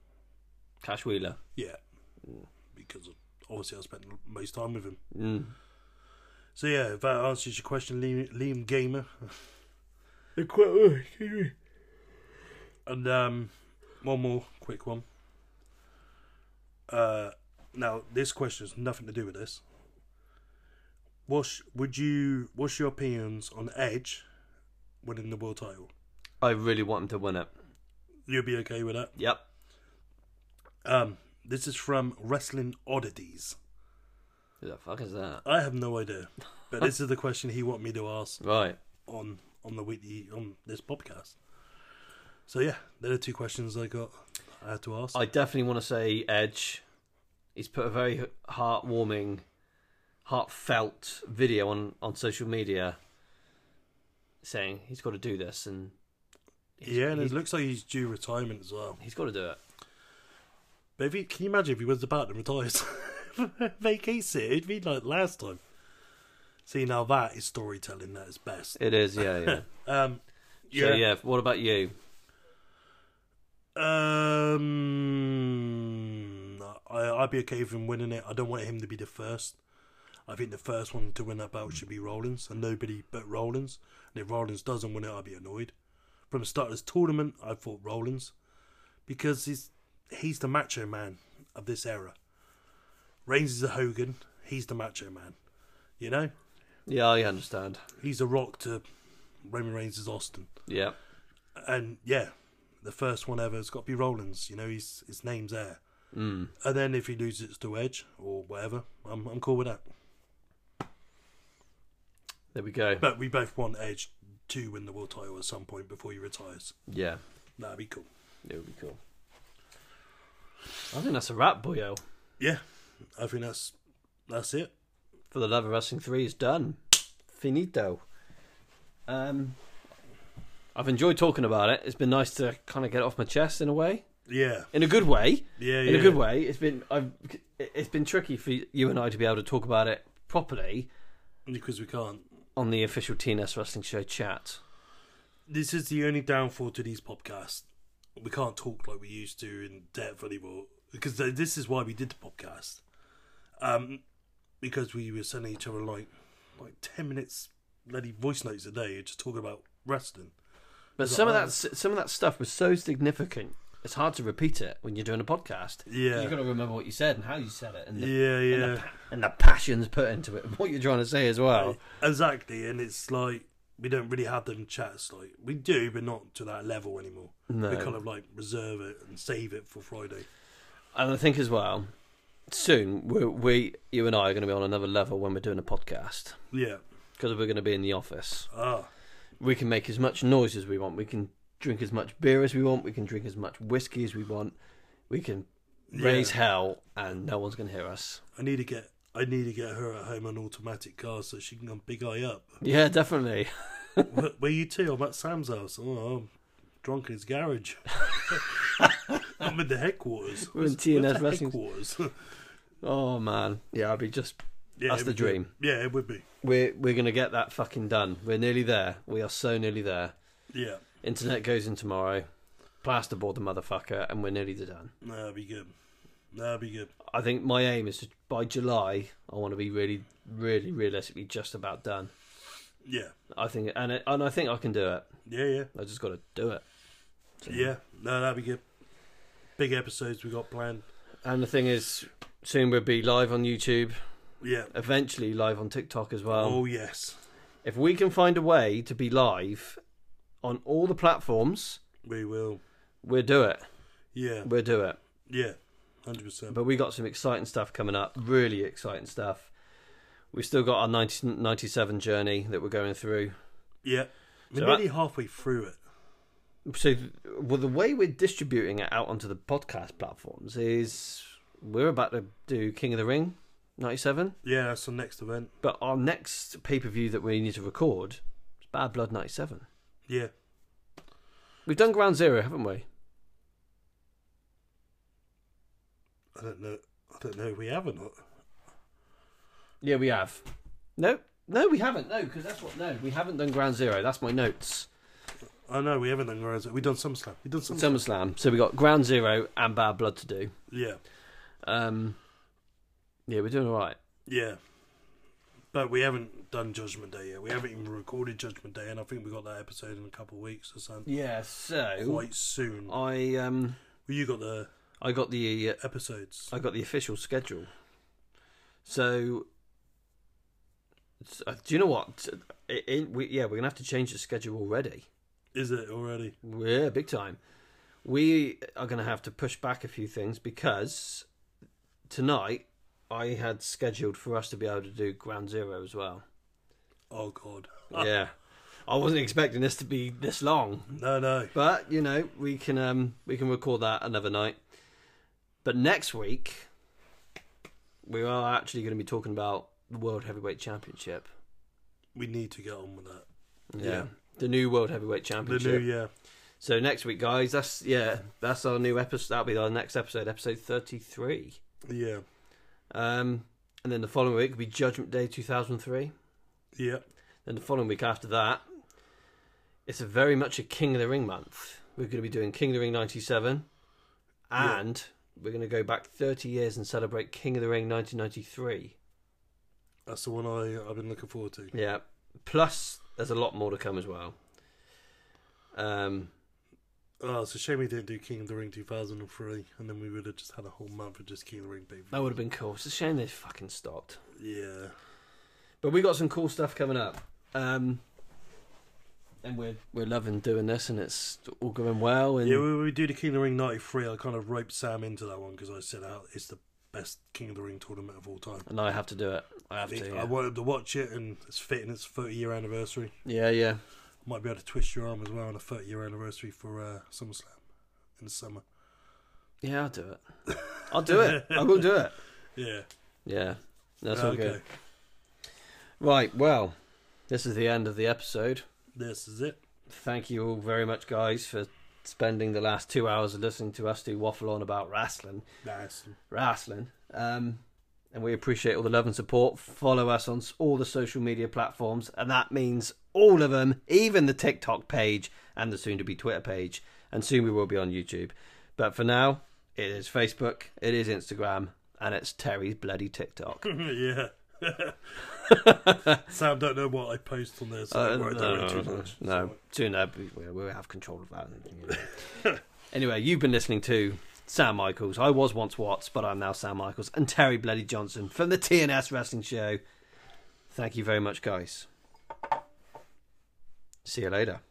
[SPEAKER 1] Cash Wheeler.
[SPEAKER 2] Yeah, because obviously I spent most time with him.
[SPEAKER 1] Mm.
[SPEAKER 2] So yeah, if that answers your question, Liam, Liam Gamer. and um, one more quick one. Uh, now this question has nothing to do with this. What's would you? What's your opinions on Edge winning the world title?
[SPEAKER 1] I really want him to win it.
[SPEAKER 2] You'll be okay with that.
[SPEAKER 1] Yep.
[SPEAKER 2] Um, this is from Wrestling Oddities.
[SPEAKER 1] Who the fuck is that?
[SPEAKER 2] I have no idea, but this is the question he want me to ask.
[SPEAKER 1] Right.
[SPEAKER 2] on on the weekly on this podcast. So yeah, there are two questions I got. I had to ask.
[SPEAKER 1] I definitely want to say Edge. He's put a very heartwarming, heartfelt video on, on social media saying he's got to do this and he's-
[SPEAKER 2] yeah, and
[SPEAKER 1] he's,
[SPEAKER 2] it looks like he's due retirement as well.
[SPEAKER 1] he's got to do it.
[SPEAKER 2] But if he, can you imagine if he was about to retire, vacates it? It'd be like last time. See, now that is storytelling at its best.
[SPEAKER 1] It is, yeah, yeah.
[SPEAKER 2] Um,
[SPEAKER 1] yeah. So, yeah, what about you?
[SPEAKER 2] Um, I, I'd be okay with him winning it. I don't want him to be the first. I think the first one to win that belt should be Rollins, and nobody but Rollins. And if Rollins doesn't win it, I'd be annoyed. From the start of this tournament, I thought Rollins, because he's he's the macho man of this era. Reigns is a Hogan. He's the macho man. You know,
[SPEAKER 1] Yeah, I understand.
[SPEAKER 2] he's a rock to Roman Reigns is Austin
[SPEAKER 1] Yeah.
[SPEAKER 2] and yeah, the first one ever has got to be Rollins. You know, he's his name's there.
[SPEAKER 1] Mm.
[SPEAKER 2] And then if he loses to Edge or whatever, I'm I'm cool with that.
[SPEAKER 1] There we go.
[SPEAKER 2] But we both want Edge to win the world title at some point before he retires.
[SPEAKER 1] Yeah,
[SPEAKER 2] That'd be cool.
[SPEAKER 1] it would be cool. I think that's a wrap, boyo.
[SPEAKER 2] Yeah, I think that's that's it.
[SPEAKER 1] For the love of wrestling three is done. Finito. Um, I've enjoyed talking about it. It's been nice to kind of get it off my chest in a way,
[SPEAKER 2] Yeah,
[SPEAKER 1] in a good way.
[SPEAKER 2] yeah,
[SPEAKER 1] in
[SPEAKER 2] yeah.
[SPEAKER 1] a good way. It's been I've it's been tricky for you and I to be able to talk about it properly
[SPEAKER 2] because we can't.
[SPEAKER 1] on the official TNS Wrestling Show chat.
[SPEAKER 2] This is the only downfall to these podcasts. We can't talk like we used to in depth anymore because th- this is why we did the podcast. Um, because we were sending each other like like ten minutes bloody voice notes a day just talking about wrestling.
[SPEAKER 1] But some of that s- some of that stuff was so significant. It's hard to repeat it when you're doing a podcast.
[SPEAKER 2] Yeah.
[SPEAKER 1] you've got to remember what you said and how you said it, and the,
[SPEAKER 2] Yeah,
[SPEAKER 1] and the
[SPEAKER 2] yeah.
[SPEAKER 1] pa- and the passions put into it, and what you're trying to say as well.
[SPEAKER 2] Exactly, and it's like we don't really have them chats. Like we do, but not to that level anymore.
[SPEAKER 1] No.
[SPEAKER 2] We kind of like reserve it and save it for Friday.
[SPEAKER 1] And I think as well, soon we, we you and I are going to be on another level when we're doing a podcast
[SPEAKER 2] Yeah.
[SPEAKER 1] because we're going to be in the office.
[SPEAKER 2] Ah.
[SPEAKER 1] we can make as much noise as we want. We can drink as much beer as we want. We can drink as much whiskey as we want. We can raise hell, and no one's going to hear us.
[SPEAKER 2] I need to get I need to get her at home an automatic car so she can come big eye up.
[SPEAKER 1] Yeah, definitely.
[SPEAKER 2] where, where you two? I'm at Sam's house. Oh, I'm drunk in his garage. I'm in the headquarters.
[SPEAKER 1] We're in
[SPEAKER 2] Where's- where's
[SPEAKER 1] TNS
[SPEAKER 2] the
[SPEAKER 1] Wrestling.
[SPEAKER 2] headquarters.
[SPEAKER 1] Oh man, yeah, I'd be just.
[SPEAKER 2] yeah,
[SPEAKER 1] That's
[SPEAKER 2] it
[SPEAKER 1] the
[SPEAKER 2] would be-
[SPEAKER 1] dream.
[SPEAKER 2] Yeah, it would be.
[SPEAKER 1] We're we're going to get that fucking done. We're nearly there. We are so nearly there.
[SPEAKER 2] Yeah,
[SPEAKER 1] Internet goes in tomorrow. Plasterboard the motherfucker, and we're nearly done.
[SPEAKER 2] that'd be good. That'd be good.
[SPEAKER 1] I think my aim is to, by July, I want to be really, really, realistically just about done.
[SPEAKER 2] Yeah,
[SPEAKER 1] I think, and it, and I think I can do it.
[SPEAKER 2] yeah, yeah.
[SPEAKER 1] I just got to do it.
[SPEAKER 2] Yeah, no, that'd be good. Big episodes we got planned.
[SPEAKER 1] And the thing is, soon we'll be live on YouTube,
[SPEAKER 2] Yeah.
[SPEAKER 1] eventually live on TikTok as well.
[SPEAKER 2] Oh yes,
[SPEAKER 1] If we can find a way to be live on all the platforms,
[SPEAKER 2] we will.
[SPEAKER 1] we'll do it.
[SPEAKER 2] Yeah,
[SPEAKER 1] We'll do it.
[SPEAKER 2] yeah, hundred percent.
[SPEAKER 1] But we got some exciting stuff coming up, really exciting stuff. We've still got our 1997 journey that we're going through.
[SPEAKER 2] Yeah, we're
[SPEAKER 1] So
[SPEAKER 2] nearly halfway through it.
[SPEAKER 1] So, well, the way we're distributing it out onto the podcast platforms is we're about to do King of the Ring 97.
[SPEAKER 2] Yeah, that's the next event.
[SPEAKER 1] But our next pay per view that we need to record is Bad Blood 97.
[SPEAKER 2] Yeah,
[SPEAKER 1] We've done Ground Zero, haven't we?
[SPEAKER 2] I don't know. I don't know if we have or not.
[SPEAKER 1] Yeah, we have. No, no, we haven't. No, because that's what. No, we haven't done Ground Zero. That's my notes.
[SPEAKER 2] I know we haven't done Rise. We've done SummerSlam. We've done SummerSlam.
[SPEAKER 1] SummerSlam. So we got Ground Zero and Bad Blood to do.
[SPEAKER 2] Yeah,
[SPEAKER 1] Um, yeah, we're doing all right.
[SPEAKER 2] yeah. But we haven't done Judgment Day yet. We haven't even recorded Judgment Day, and I think we got that episode in a couple of weeks or something.
[SPEAKER 1] Yeah. So
[SPEAKER 2] Quite soon. Well,
[SPEAKER 1] I um
[SPEAKER 2] you got the
[SPEAKER 1] I got the uh,
[SPEAKER 2] episodes.
[SPEAKER 1] I got the official schedule. So, it's- uh, do you know what? It, it, we, yeah, we're gonna have to change the schedule already.
[SPEAKER 2] Is it already?
[SPEAKER 1] Yeah, big time. We are going to have to push back a few things because tonight I had scheduled for us to be able to do Ground Zero as well.
[SPEAKER 2] Oh God.
[SPEAKER 1] yeah. I wasn't expecting this to be this long,
[SPEAKER 2] No, no.
[SPEAKER 1] but you know, we can um we can record that another night. But next week we are actually going to be talking about the World Heavyweight Championship.
[SPEAKER 2] We need to get on with that.
[SPEAKER 1] Yeah.
[SPEAKER 2] Yeah.
[SPEAKER 1] The new World Heavyweight
[SPEAKER 2] The
[SPEAKER 1] Championship.
[SPEAKER 2] new year.
[SPEAKER 1] So next week, guys, that's yeah, that's our new episode. That'll be our next episode, episode thirty-three.
[SPEAKER 2] Yeah.
[SPEAKER 1] Um, and then the following week will be Judgment Day two thousand three.
[SPEAKER 2] Yeah.
[SPEAKER 1] Then the following week after that, it's a very much a King of the Ring month. We're going to be doing King of the Ring ninety-seven, and we're going to go back thirty years and celebrate King of the Ring nineteen ninety-three.
[SPEAKER 2] That's the one I, I've been looking forward to.
[SPEAKER 1] Yeah. Plus, there's a lot more to come as well. Um,
[SPEAKER 2] Oh, it's a shame we didn't do King of the Ring 2003, and then we would have just had a whole month of just King of the Ring people.
[SPEAKER 1] that would have been cool. It's a shame they fucking stopped.
[SPEAKER 2] Yeah.
[SPEAKER 1] But we got some cool stuff coming up. Um, and we're we're loving doing this, and it's all going well. And
[SPEAKER 2] Yeah, when we do the King of the Ring 93, I kind of roped Sam into that one because I said out it's the best King of the Ring tournament of all time.
[SPEAKER 1] and I have to do it. I have to.
[SPEAKER 2] I
[SPEAKER 1] Yeah,
[SPEAKER 2] wanted to watch it, and it's fitting its 30 year anniversary.
[SPEAKER 1] yeah. yeah.
[SPEAKER 2] Might be able to twist your arm as well on a 30 year anniversary for uh, SummerSlam in the summer.
[SPEAKER 1] Yeah, I'll do it. I'll do it. I will do it.
[SPEAKER 2] Yeah.
[SPEAKER 1] Yeah, that's
[SPEAKER 2] Uh,
[SPEAKER 1] all good. Right, well, this is the end of the episode.
[SPEAKER 2] This is it.
[SPEAKER 1] Thank you all very much, guys, for spending the last two hours listening to us do waffle on about wrestling.
[SPEAKER 2] Nice.
[SPEAKER 1] Wrestling. Um, and we appreciate all the love and support. Follow us on s- all the social media platforms, and that means all of them, even the TikTok page and the soon to be Twitter page. And soon we will be on YouTube. But for now, it is Facebook, it is Instagram, and it's Terry's bloody TikTok.
[SPEAKER 2] yeah. Sam don't know what I post on there, so
[SPEAKER 1] Uh,
[SPEAKER 2] don't worry, don't worry too much.
[SPEAKER 1] no. soon uh, we- we- we'll have control of that. and, you know. anyway, you've been listening to Sam Michaels. I was once Watts, but I'm now Sam Michaels and Terry Bloody Johnson from the TNS Wrestling Show. Thank you very much, guys. See you later.